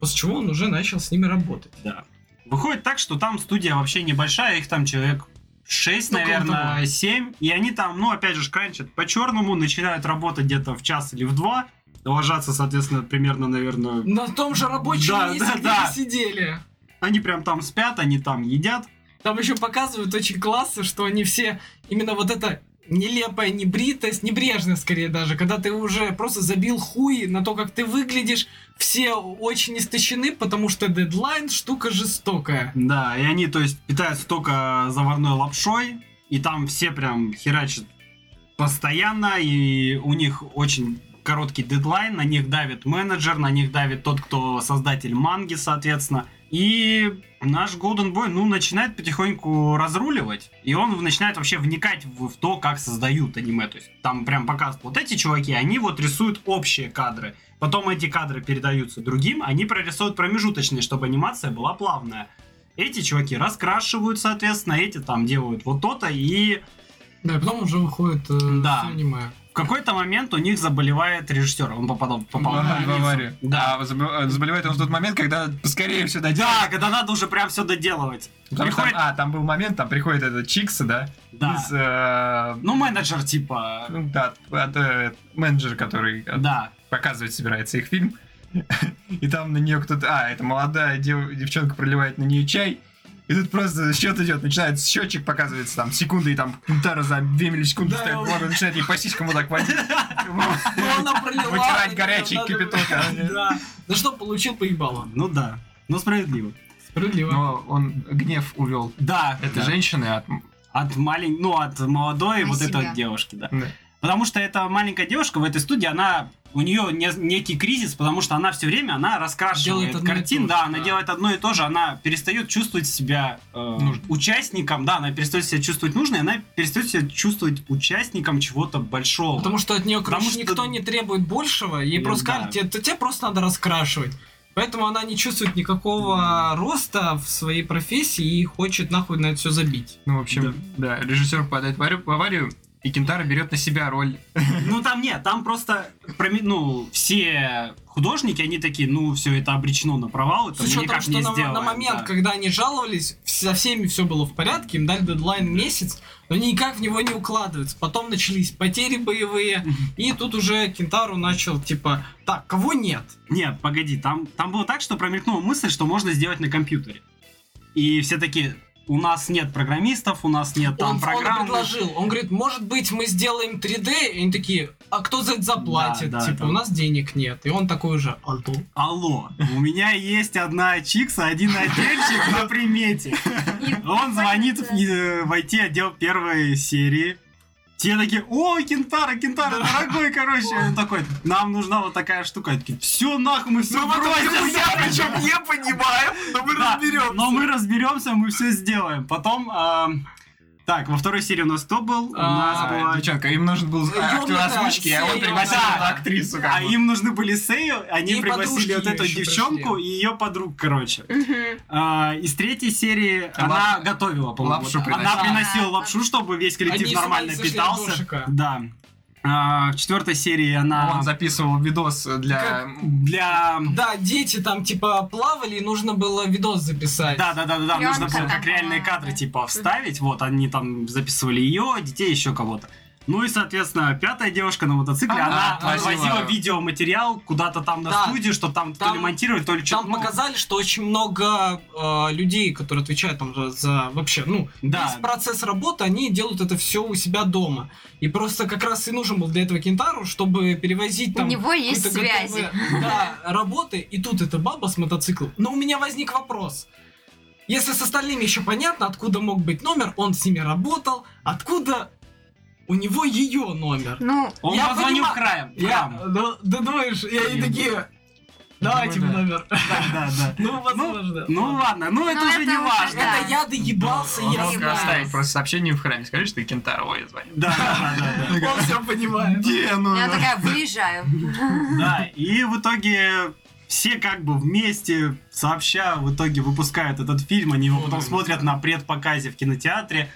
После чего он уже начал с ними работать. Да. Выходит так, что там студия вообще небольшая, их там человек 6, Ну, около наверное, того. 7. И они там, ну, опять же, кранчат по-черному, начинают работать где-то в час или в два. Ложатся, соответственно, примерно, наверное... На том же рабочем Да, месте, да, где да. мы сидели. Они прям там спят, они там едят. Там еще показывают очень классно, что они все именно вот это нелепая небритость, небрежность скорее даже, когда ты уже просто забил хуй на то, как ты выглядишь, все очень истощены, потому что дедлайн штука жестокая. Да, и они, то есть, питаются только заварной лапшой. И там все прям херачат постоянно. И у них очень короткий дедлайн. На них давит менеджер, на них давит тот, кто создатель манги, соответственно. И наш Golden Boy, ну, начинает потихоньку разруливать. И он начинает вообще вникать в, в то, как создают аниме. То есть там прям показывают вот эти чуваки, они вот рисуют общие кадры. Потом эти кадры передаются другим, они прорисуют промежуточные, чтобы анимация была плавная. Эти чуваки раскрашивают, соответственно, эти там делают вот то-то, и Да, и потом уже выходит Да. да. аниме. В какой-то момент у них заболевает режиссер. Он попадал, попал в в больницу. аварию. Да. А забо- э, заболевает он в тот момент, когда поскорее все дойдет. Да, когда надо уже прям все доделывать. приходит- а, там был момент, там приходит этот Чикса, да? Да. Из, э, Ну, менеджер типа. ну, да, от, э, менеджера, который э, Да. показывать собирается их фильм. И там на нее кто-то... А, это молодая дев- девчонка проливает на нее чай. И тут просто счет идет, начинает счетчик показывается, там, секунды, и там Кунтара за 2 миллисекунды Да, ставит он- воду, начинает ей по сиськам вот так водить. Ну, она пролила. Вытирать это горячий надо- кипяток, а? Да. За что получил по ебалу. Ну да. Ну, справедливо. Справедливо. Но он гнев увел. Да. Это да. женщины от... От малень... Ну, от молодой На вот этой себя. вот девушки, да. Да. Потому что эта маленькая девушка в этой студии, она у нее не- некий кризис, потому что она все время, она раскрашивает Делает одно и картин, то же, да, она да. делает одно и то же, она перестает чувствовать себя э, Нужной. участником, да, она перестает себя чувствовать нужной, она перестает себя чувствовать участником чего-то большого. Потому что от нее, короче, Потому что- никто не требует большего, ей Ну просто да. кажется, «Тебе- тебе просто надо раскрашивать. Поэтому она не чувствует никакого роста в своей профессии и хочет нахуй на это все забить. Ну, в общем, да, режиссер попадает в аварию- в аварию, и Кентара берет на себя роль. Ну там нет, там просто проме- ну, все художники, они такие, ну все это обречено на провал, это С мы учетом, никак что не на, сделаем. на момент, да. когда они жаловались, вс- со всеми все было в порядке, им дали дедлайн месяц, но они никак в него не укладываются. Потом начались потери боевые, и тут уже Кентару начал типа, так, кого нет? Нет, погоди, там, там было так, что промелькнула мысль, что можно сделать на компьютере. И все такие, у нас нет программистов, у нас нет там он, программ. он предложил, он говорит, может быть, мы сделаем 3D, и они такие, а кто за это заплатит? Да, да, типа, да. у нас денег нет. И он такой уже, Антон. Алло, у меня есть одна чикса, один отдельчик на примете. Он звонит в, э, в IT-отдел первой серии. Те такие, о, Кентара, Кентара, дорогой, короче. Он такой, нам нужна вот такая штука. Они такие, все нахуй, мы Ну, все причем не понимаю, но мы Да, разберем. Но мы разберемся, мы все сделаем. Потом, а, так, во второй серии у нас кто был? У нас А, была... девчонка, им нужен был актер Ёбаная, озвучки, а он Сея, пригласил да. туда актрису. как А бы. им нужны были Сею, они И пригласили подружки вот её эту ещё девчонку пришли. и ее подруг, короче. Мгм. А, из третьей серии А она лап- готовила, по-моему. лапшу вот. приносила. Она приносила Да. лапшу, чтобы весь коллектив Они нормально сами зашли от питался. дошика. Да. А, в четвертой серии она А Он записывал видос для... для... Да, дети там типа плавали, и нужно было видос записать. Да, да, да, да, да, нужно Пленка было там как реальные была, кадры да. типа вставить. Вот они там записывали ее, детей, еще кого-то. Ну и, соответственно, пятая девушка на мотоцикле, А, она да, возила- возила видеоматериал куда-то там на Да. студию, что там, то Там- ли монтировать, то ли Ну, что-то. Там показали, что очень много А, э, людей, которые отвечают там за, за вообще, ну, Да. весь процесс работы, они делают это все у себя дома. И просто как раз и нужен был для этого Кентару, чтобы перевозить У там него есть какой-то связи. готовые, да, работы, и тут эта баба с мотоциклом. Но у меня возник вопрос. Если с остальными еще понятно, откуда мог быть номер, он с ними работал, откуда у него ее номер? Ну, Он Я позвонил понимаю. краем. Я, прям. ну, ты думаешь, и они Я такие, давайте думаю, в номер. Да, да, да. Ну, возможно. Ну ладно, ну это уже это не уже важно. да. Это я доебался, Он я Ага, мог знаю. оставить просто сообщение в храме. Скажи, что ты Кентаро, ой, я звоню. Да, да, да, да. Он все понимает. Где я такая выезжаю. Да, и в итоге все как бы вместе, сообща, в итоге выпускают этот фильм, они его Ну, потом да, смотрят на предпоказе в кинотеатре.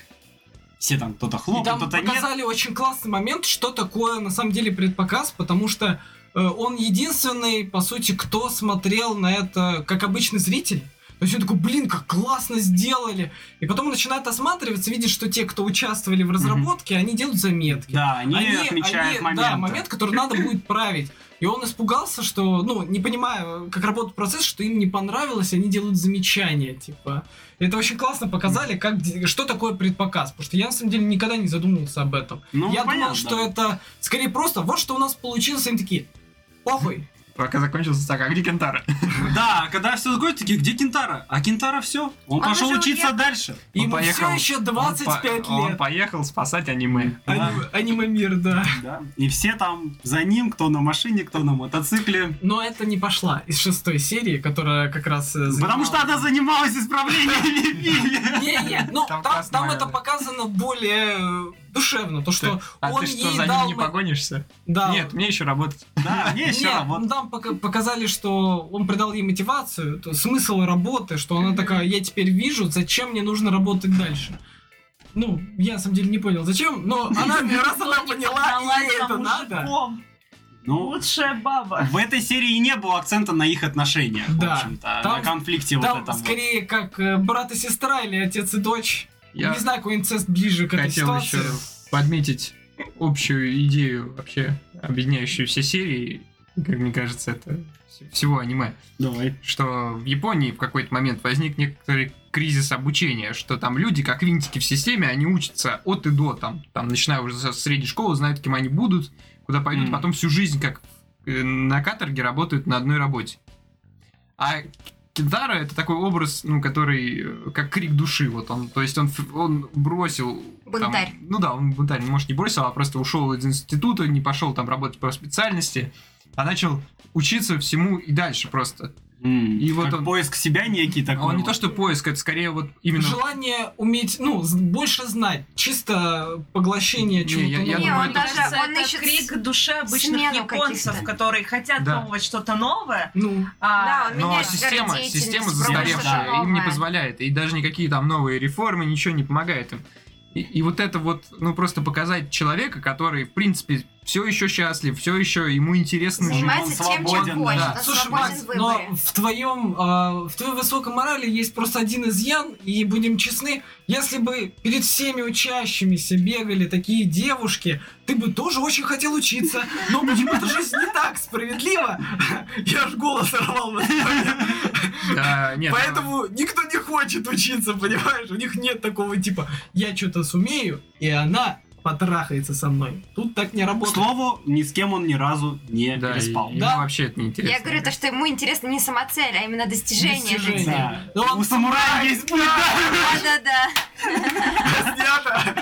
Все там кто-то И хлопает, там кто-то нет. показали очень классный момент, что такое на самом деле предпоказ, потому что э, он единственный, по сути, кто смотрел на это как обычный зритель. То есть он такой, блин, как классно сделали. И потом он начинает осматриваться, видит, что те, кто участвовали в разработке, они делают заметки. Да, они, отмечают они- момент. Да, момент, который надо будет править. И он испугался, что, ну, не понимая, как работает процесс, что им не понравилось, и они делают замечания, типа. Это очень классно показали, как, де- что такое предпоказ, потому что я, на самом деле, никогда не задумывался об этом. Ну, я понятно, думал, что да. это скорее просто, вот что у нас получилось, и они такие, похуй. Пока закончился так, а где Кентаро? Да, а когда все такое, такие, где Кентара? А Кентара все. Он, Он А пошел уже учиться уехал. дальше. Он Ему поехал- все еще Он 25 по- лет. Он поехал спасать аниме. Ани- Аниме-мир, да. Да. И все там за ним, кто на машине, кто на мотоцикле. Но это не пошла из шестой серии, которая как раз... э, Потому что занимала- она занималась исправлениями в фильме. Не, не, ну Там там, классная, там это да. показано более э, душевно, то что А он ты что, ей за ним дал не ма- погонишься? да, Нет, мне еще работать. Да, мне еще Нет, работа. ну, там пока- показали, что он придал ей мотивацию, то- смысл работы, что она такая, я теперь вижу, зачем мне нужно работать дальше. Ну, я на самом деле не понял, зачем, но она, раз она поняла, Продалась ей за это надо. мужиком. Ну, Лучшая баба. в этой серии не было акцента на их отношениях, в Да. общем-то, а Там- на конфликте вот Там этом. вот. скорее как э, брат и сестра или отец и дочь. Я Не знаю, какой инцест ближе к этой хотел ситуации. еще подметить общую идею, вообще объединяющую все серии, как мне кажется, это вс- всего аниме. Давай. что в Японии в какой-то момент возник некоторый кризис обучения, что там люди, как винтики в системе, они учатся от и до, там, там начиная уже со средней школы, знают, кем они будут, куда пойдут, Мгм. потом всю жизнь, как э, на каторге, работают на одной работе. А Кидара это такой образ, ну, который э, как крик души, вот он, то есть он, ф- он бросил... там- Бунтарь. ну да, он бунтарь, ну, может, не бросил, а просто ушел из института, не пошел там работать по специальности, а начал учиться всему и дальше просто. М, И вот как он- поиск себя некий такой. А Он не вот. то что поиск, это скорее вот именно... Желание уметь, ну, з- больше знать, чисто поглощение Не, чего-то я- я нового. Не, думаю, он это- даже Кажется, он это ищет крик с- души обычных смену японцев, каких-то. которые хотят Да. пробовать что-то новое. Ну, Да, а, он Но меняет система, сферы система деятельности, пробует что-то застаревшая, им не новое. позволяет. И даже никакие там новые реформы, ничего не помогает им. И, и вот это вот, ну просто показать человека, который, в принципе, все еще счастлив, все еще ему интересно жить. Занимается он тем, свободен, чем хочет. да. Он Слушай, свободен Макс, в но выборе. в твоем, а, в твоей высокой морали есть просто один изъян, и будем честны, если бы перед всеми учащимися бегали такие девушки, ты бы тоже очень хотел учиться, но почему-то жизнь не так справедлива. Я аж голос рвал на сегодня. Да, нет, Поэтому никто не хочет учиться, понимаешь? У них нет такого типа «я что-то сумею, и она потрахается со мной». Тут так не К работает. слову, ни с кем он ни разу не да, и- переспал. ему Да. вообще это не интересно. Я говорю, то, что ему интересно не сама цель, а именно достижение. Достижение. жизни. Да. Ну, Да он У самурая есть путь, да? Да-да-да. Снято.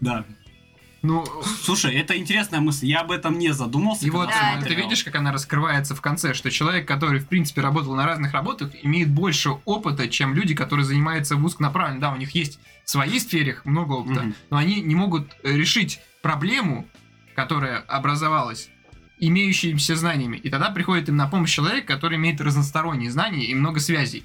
Да. Ну, Слушай, это интересная мысль. Я об этом не задумался. и вот когда Да, э, ты смотрел. видишь, как она раскрывается в конце, что человек, который, в принципе, работал на разных работах, имеет больше опыта, чем люди, которые занимаются в узконаправленно. Да, у них есть в своей сфере много опыта, Мгм. но они не могут э, решить проблему, которая образовалась имеющимися знаниями. И тогда приходит им на помощь человек, который имеет разносторонние знания и много связей.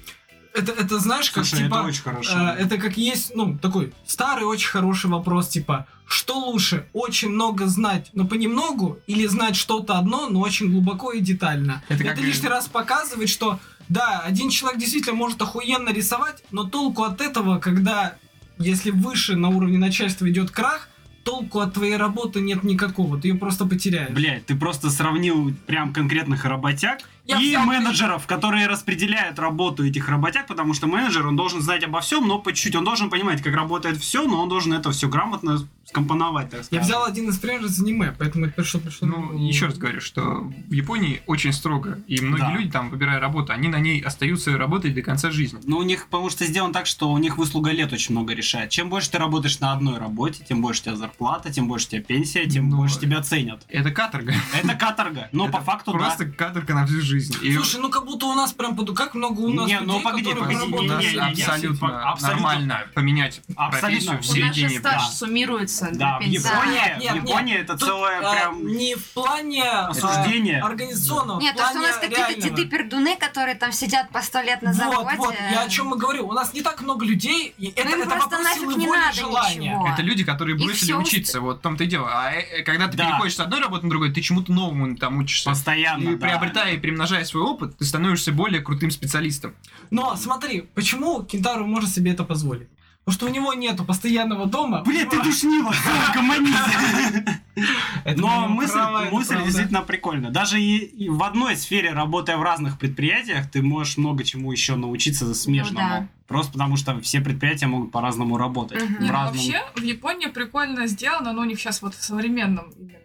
Это, это знаешь, как Слушай, ну, типа... это э, очень хорошо. А, это как есть, ну, такой старый очень хороший вопрос, типа, что лучше, очень много знать, но понемногу, или знать что-то одно, но очень глубоко и детально. Это Это, как и- лишний раз показывает, что, да, один человек действительно может охуенно рисовать, но толку от этого, когда, если выше на уровне начальства идет крах, толку от твоей работы нет никакого, ты ее просто потеряешь. Блять, ты просто сравнил прям конкретных работяг Я и взял- менеджеров, которые распределяют работу этих работяг, потому что менеджер, он должен знать обо всем, но по чуть-чуть. Он должен понимать, как работает все, но он должен это все грамотно скомпоновать, так Я сказать. взял один из примеров из аниме, поэтому это пришло, пришло. Ну, еще раз говорю, что в Японии очень строго, и многие Да. люди там, выбирая работу, они на ней остаются работать до конца жизни. Ну, у них, потому что сделано так, что у них выслуга лет очень много решает. Чем больше ты работаешь на одной работе, тем больше у тебя зарплата, тем больше у тебя пенсия, тем Ну, больше тебя ценят. Это каторга. Это каторга. Но Это по факту, Ну да. Просто каторга на всю жизнь. И Слушай, ну как будто у нас прям поду... как много у нас Не, людей, ну погоди, которые погоди, у работают. нас не, не, не, не, абсолютно, абсолютно- нормально поменять Абсолютно. профессию в У нас середине. стаж Да. суммируется Да, для в пенсии. Японии, Да. А, Нет, в нет, Японии это Тут, целое а, прям не в плане а, осуждение. организационного, Нет, в то, плане что у нас какие-то реального. деды-пердуны, которые там сидят по сто лет на Вот, заводе. Ну, вот, я о чем и говорю. У нас не так много людей, и это, им это просто вопрос нафиг силы не воли и надо желания. ничего. Это люди, которые И бросили всё уст- учиться, вот в том-то и дело. А э, э, когда ты Да. переходишь с одной работы на другой, ты чему-то новому там учишься. постоянно. И да. приобретая и примножая свой опыт, ты становишься более крутым специалистом. Но смотри, почему Кентару может себе это позволить? Потому что у него нету постоянного дома. Блин, ты Понимаешь? душнила, гомонись. Это Но прямо мысль, права, это мысль правда. действительно прикольная. Даже и, и в одной сфере, работая в разных предприятиях, ты можешь много чему еще научиться смежному. Ну да. Просто потому что все предприятия могут по-разному работать. Мгм. в Не, Не, ну разном- вообще в Японии прикольно сделано, но у них сейчас вот в современном именно,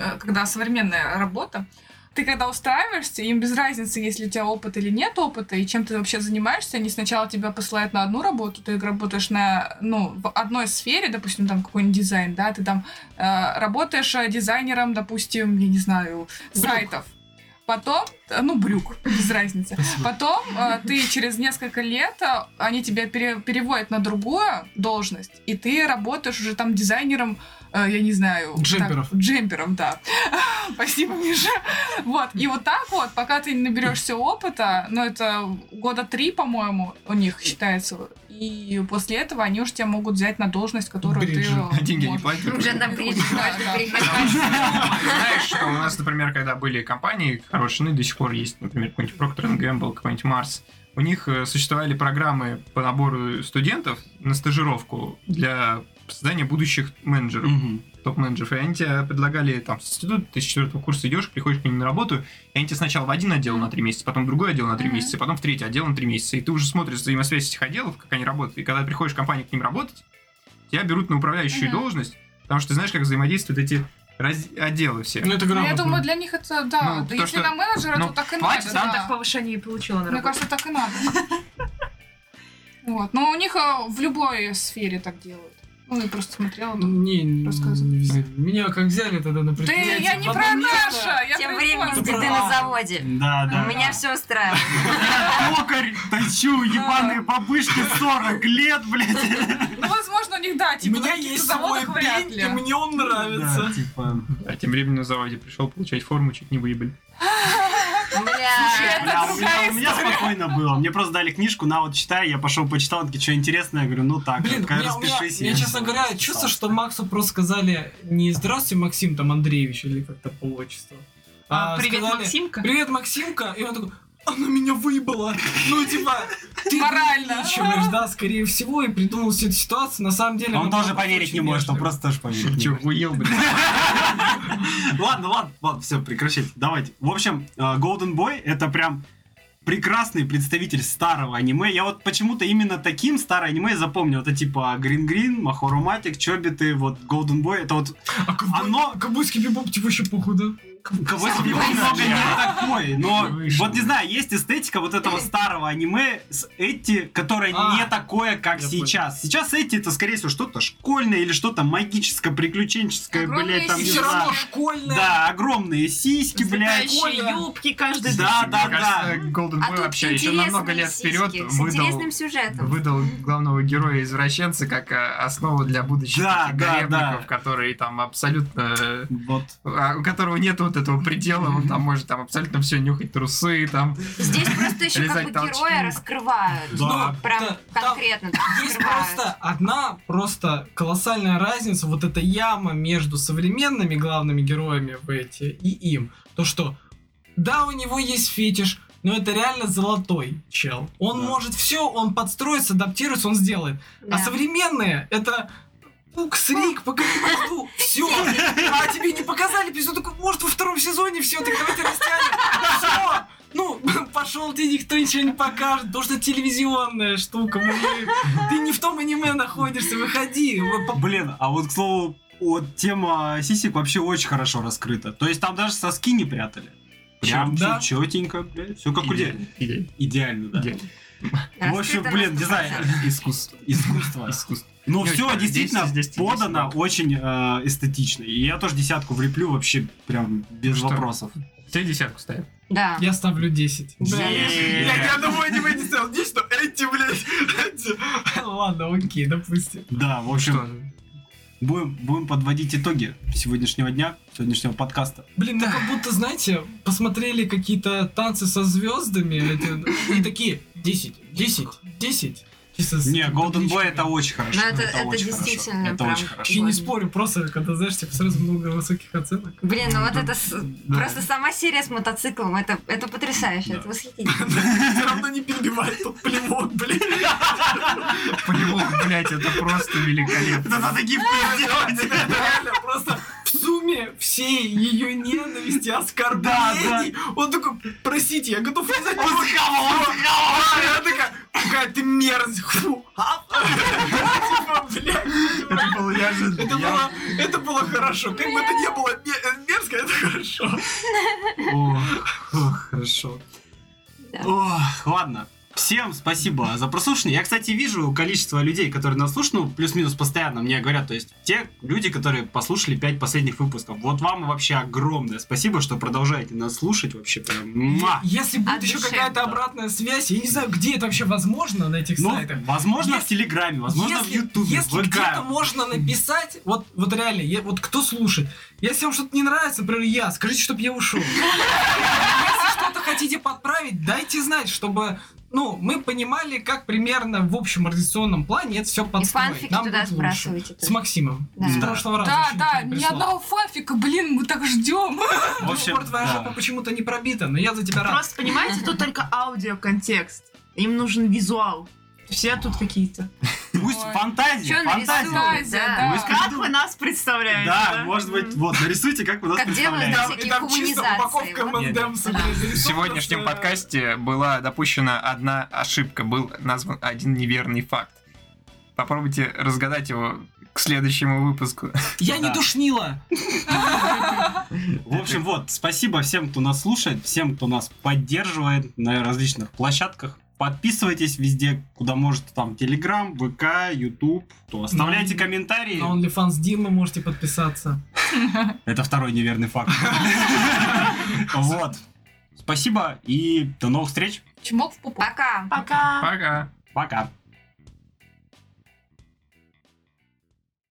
э, когда современная работа, ты когда устраиваешься, им без разницы, если у тебя опыт или нет опыта, и чем ты вообще занимаешься, они сначала тебя посылают на одну работу, ты работаешь на, ну, в одной сфере, допустим, там какой-нибудь дизайн, да, ты там э, работаешь э, дизайнером, допустим, я не знаю, сайтов. Потом э, ну, брюк, без разницы. Потом э, ты через несколько лет, э, они тебя пере- переводят на другую должность, и ты работаешь уже там дизайнером, э, я не знаю... так, Джемперов. джемпером, да. Спасибо, Миша. Вот, и вот так вот, пока ты не наберешься опыта, ну, это года три, по-моему, у них считается, и после этого они уже тебя могут взять на должность, которую Бриджи. ты... э, Деньги не можешь. платят. Уже на бриджи Да, да. можно переходить. Знаешь, что у нас, например, когда были компании хорошие, ну и до сих пор есть, например, какой-нибудь Procter Gamble, какой-нибудь Mars, у них э, существовали программы по набору студентов на стажировку для создания будущих менеджеров, Мгм. топ-менеджеров. И они тебе предлагали там с института, ты с четвертого курса идешь, приходишь к ним на работу, и они тебе сначала в один отдел на три месяца, потом в другой отдел на три Мгм. месяца, потом в третий отдел на три месяца. И ты уже смотришь взаимосвязь этих отделов, как они работают. И когда приходишь в компанию к ним работать, тебя берут на управляющую Мгм. должность, потому что ты знаешь, как взаимодействуют эти раз- отделы все. Ну, это Ну, я грамотно. думаю, для них это, да, Ну, да потому если что, на менеджера, ну, то так и платят, надо, да, да. Так повышение и получила на Мне работе. кажется, так и надо. Вот, но у них э, в любой сфере так делают. Ну, я просто смотрела. думаю. Не, не Рассказывай. везет. Меня как взяли тогда на Ты, предприятие. я не в одно про место. Наша, я Тем про временем Ивана. ты на заводе. Да, да. Меня все устраивает. Токарь, тащу, ебаные бабушки 40 лет, блядь. Ну, возможно, у них, да, У типа, на меня каких-то есть свой заводах вряд пень, ли. и мне он Да, нравится. типа... А тем временем на заводе пришел получать форму, чуть не выебали. Бля. Бля, у меня, у меня спокойно было. Мне просто дали книжку, на вот читай, я пошел почитал, он такие, что интересное, я говорю, ну так, Блин, такая, у меня- у меня- распишись. я, честно говоря, чувствую, что Максу просто сказали не «Здравствуй, Максим там Андреевич» или как-то по отчеству. А, Привет, сказали, Максимка. «Привет, Максимка!» И он такой «Она меня выебала!» Ну, типа, ты Морально. преувеличиваешь, да, скорее всего, и придумал всю эту ситуацию. На самом деле... Он она тоже была поверить очень не может, он вежлива. просто тоже поверить не Че, может. уел, блин? Ладно, ладно, ладно, все, прекращайте. Давайте. В общем, э, Golden Boy это прям прекрасный представитель старого аниме. Я вот почему-то именно таким старое аниме и запомнил. Это типа Green Green, Махороматик, Чобиты, вот Golden Boy. Это вот А ковбой- Оно- Ковбойский бибоп, типа, вообще похуй, кого себе много не такой. Но Выше. вот не знаю, есть эстетика вот этого старого аниме с эти, которое А, не такое, как я сейчас. Сейчас эти это скорее всего что-то школьное или что-то магическое, приключенческое, Огромные блядь, там И не все знаю. равно школьная. Да, огромные сиськи, блядь. Взлетающие юбки каждый Да, день. да, Мне кажется, Golden А Boy тут вообще еще на много интересные лет сиськи вперед С выдал, интересным сюжетом. выдал главного героя извращенца как а, основу для будущих Да, таких да, гаремников, да. которые там абсолютно Вот. а, у которого нет вот этого предела, он там может там абсолютно все нюхать трусы, там Здесь просто еще как бы Лизать толчки. героя раскрывают. Да. Ну, Прям Да, там конкретно так Есть раскрывают. просто одна просто колоссальная разница, вот эта яма между современными главными героями в эти и им. То, что да, у него есть фетиш, но это реально золотой чел. Он Да. может все, он подстроится, адаптируется, он сделает. Да. А современные это пук, слик, покажу, все. А тебе не показали эпизод, такой, может, во втором сезоне все, так давайте растянем. Все. Ну, пошел ты, никто ничего не покажет, потому что телевизионная штука, блин. Ты не в том аниме находишься, выходи. Вы по- Блин, а вот к слову, вот тема сисек вообще очень хорошо раскрыта. То есть там даже соски не прятали. Прям Да. все четенько, блядь, все как у дяди. идеально, Идеально, да. идеально. В общем, Раскрыто блин, на не 100%. знаю, Искусство. искусство. Искусство. Ну Девочки, все здесь, действительно здесь, здесь, подано здесь, да. очень э, эстетично. И я тоже десятку влеплю вообще прям без Что? вопросов. Все десятку ставят. Да. Я ставлю 10. Е-е-е. одного аниме Э, не ставил, 10, но эти, блядь, эти. Ну, Ладно, окей, допустим. Да, в общем, Что? будем, будем подводить итоги сегодняшнего дня, сегодняшнего подкаста. Блин, ну как будто, знаете, посмотрели какие-то танцы со звездами, эти, и такие 10, 10, 10. Чисто с- Не, Golden Boy табличками. это очень хорошо. Ну, это- это очень хорошо. действительно Это прям очень хорошо. Я не спорю, просто когда, знаешь, типа сразу много высоких оценок. Блин, ну вот это с- Да. просто сама серия с мотоциклом, это, это потрясающе, это восхитительно. Все равно не перебивает тут плевок, блин. Полевок, блядь, это просто великолепно. надо Это реально просто в сумме всей ее ненависти, оскорблений. Он такой, простите, я готов взять. Он Она такая, какая ты мерзь. Фу, а? Типа, блядь. Это было я же... Это было, это было хорошо. Как бы это не было ме- мерзко, это хорошо. Ох, ох, хорошо. Да. Ох, ладно. Всем спасибо за прослушивание. Я, кстати, вижу количество людей, которые нас слушают, ну, плюс-минус постоянно мне говорят, то есть те люди, которые послушали пять последних выпусков. Вот вам вообще огромное спасибо, что продолжаете нас слушать вообще. Прям, муа. Если От будет еще души. какая-то обратная связь, я не знаю, где это вообще возможно на этих Ну, сайтах. возможно, в Если- Телеграме, возможно, в если, Ютубе, если в где-то ВК. можно написать, вот, вот реально, я- вот кто слушает, если вам что-то не нравится, например, я, скажите, чтобы я ушел. Если что-то хотите подправить, дайте знать, чтобы ну, мы понимали, как примерно в общем организационном плане это все И подстроить. фанфики Нам туда будет лучше. сбрасывайте. С Максимом. Да. С прошлого раза. Да, вообще да, никто не ни прислал. одного фафика, блин, мы так ждем. В общем, Дур, твоя да. жопа почему-то не пробита, но я за тебя рад. Просто, понимаете, тут только аудиоконтекст. Им нужен визуал. Все тут какие-то. Пусть Ой. фантазия, Чё фантазия. нарисовать? да. Вы скажете, Как вы нас представляете? Да, может М. быть, вот, нарисуйте, как вы нас Как делают представляете. да, Там- и всякие там чисто коммунизации. упаковка Вот. M&M's Да. нарисована, В сегодняшнем что- подкасте была допущена одна ошибка, был назван один неверный факт. Попробуйте разгадать его к следующему выпуску. Я не Да. душнила. В общем, вот, спасибо всем, кто нас слушает, всем, кто нас поддерживает на различных площадках. Подписывайтесь везде, куда можете, там, Телеграм, ВК, Ютуб. То оставляйте Ну, комментарии. На OnlyFans Димы можете подписаться. Это второй неверный факт. Вот. Спасибо и до новых встреч. Чмок в пупок. Пока. Пока. Пока. Пока.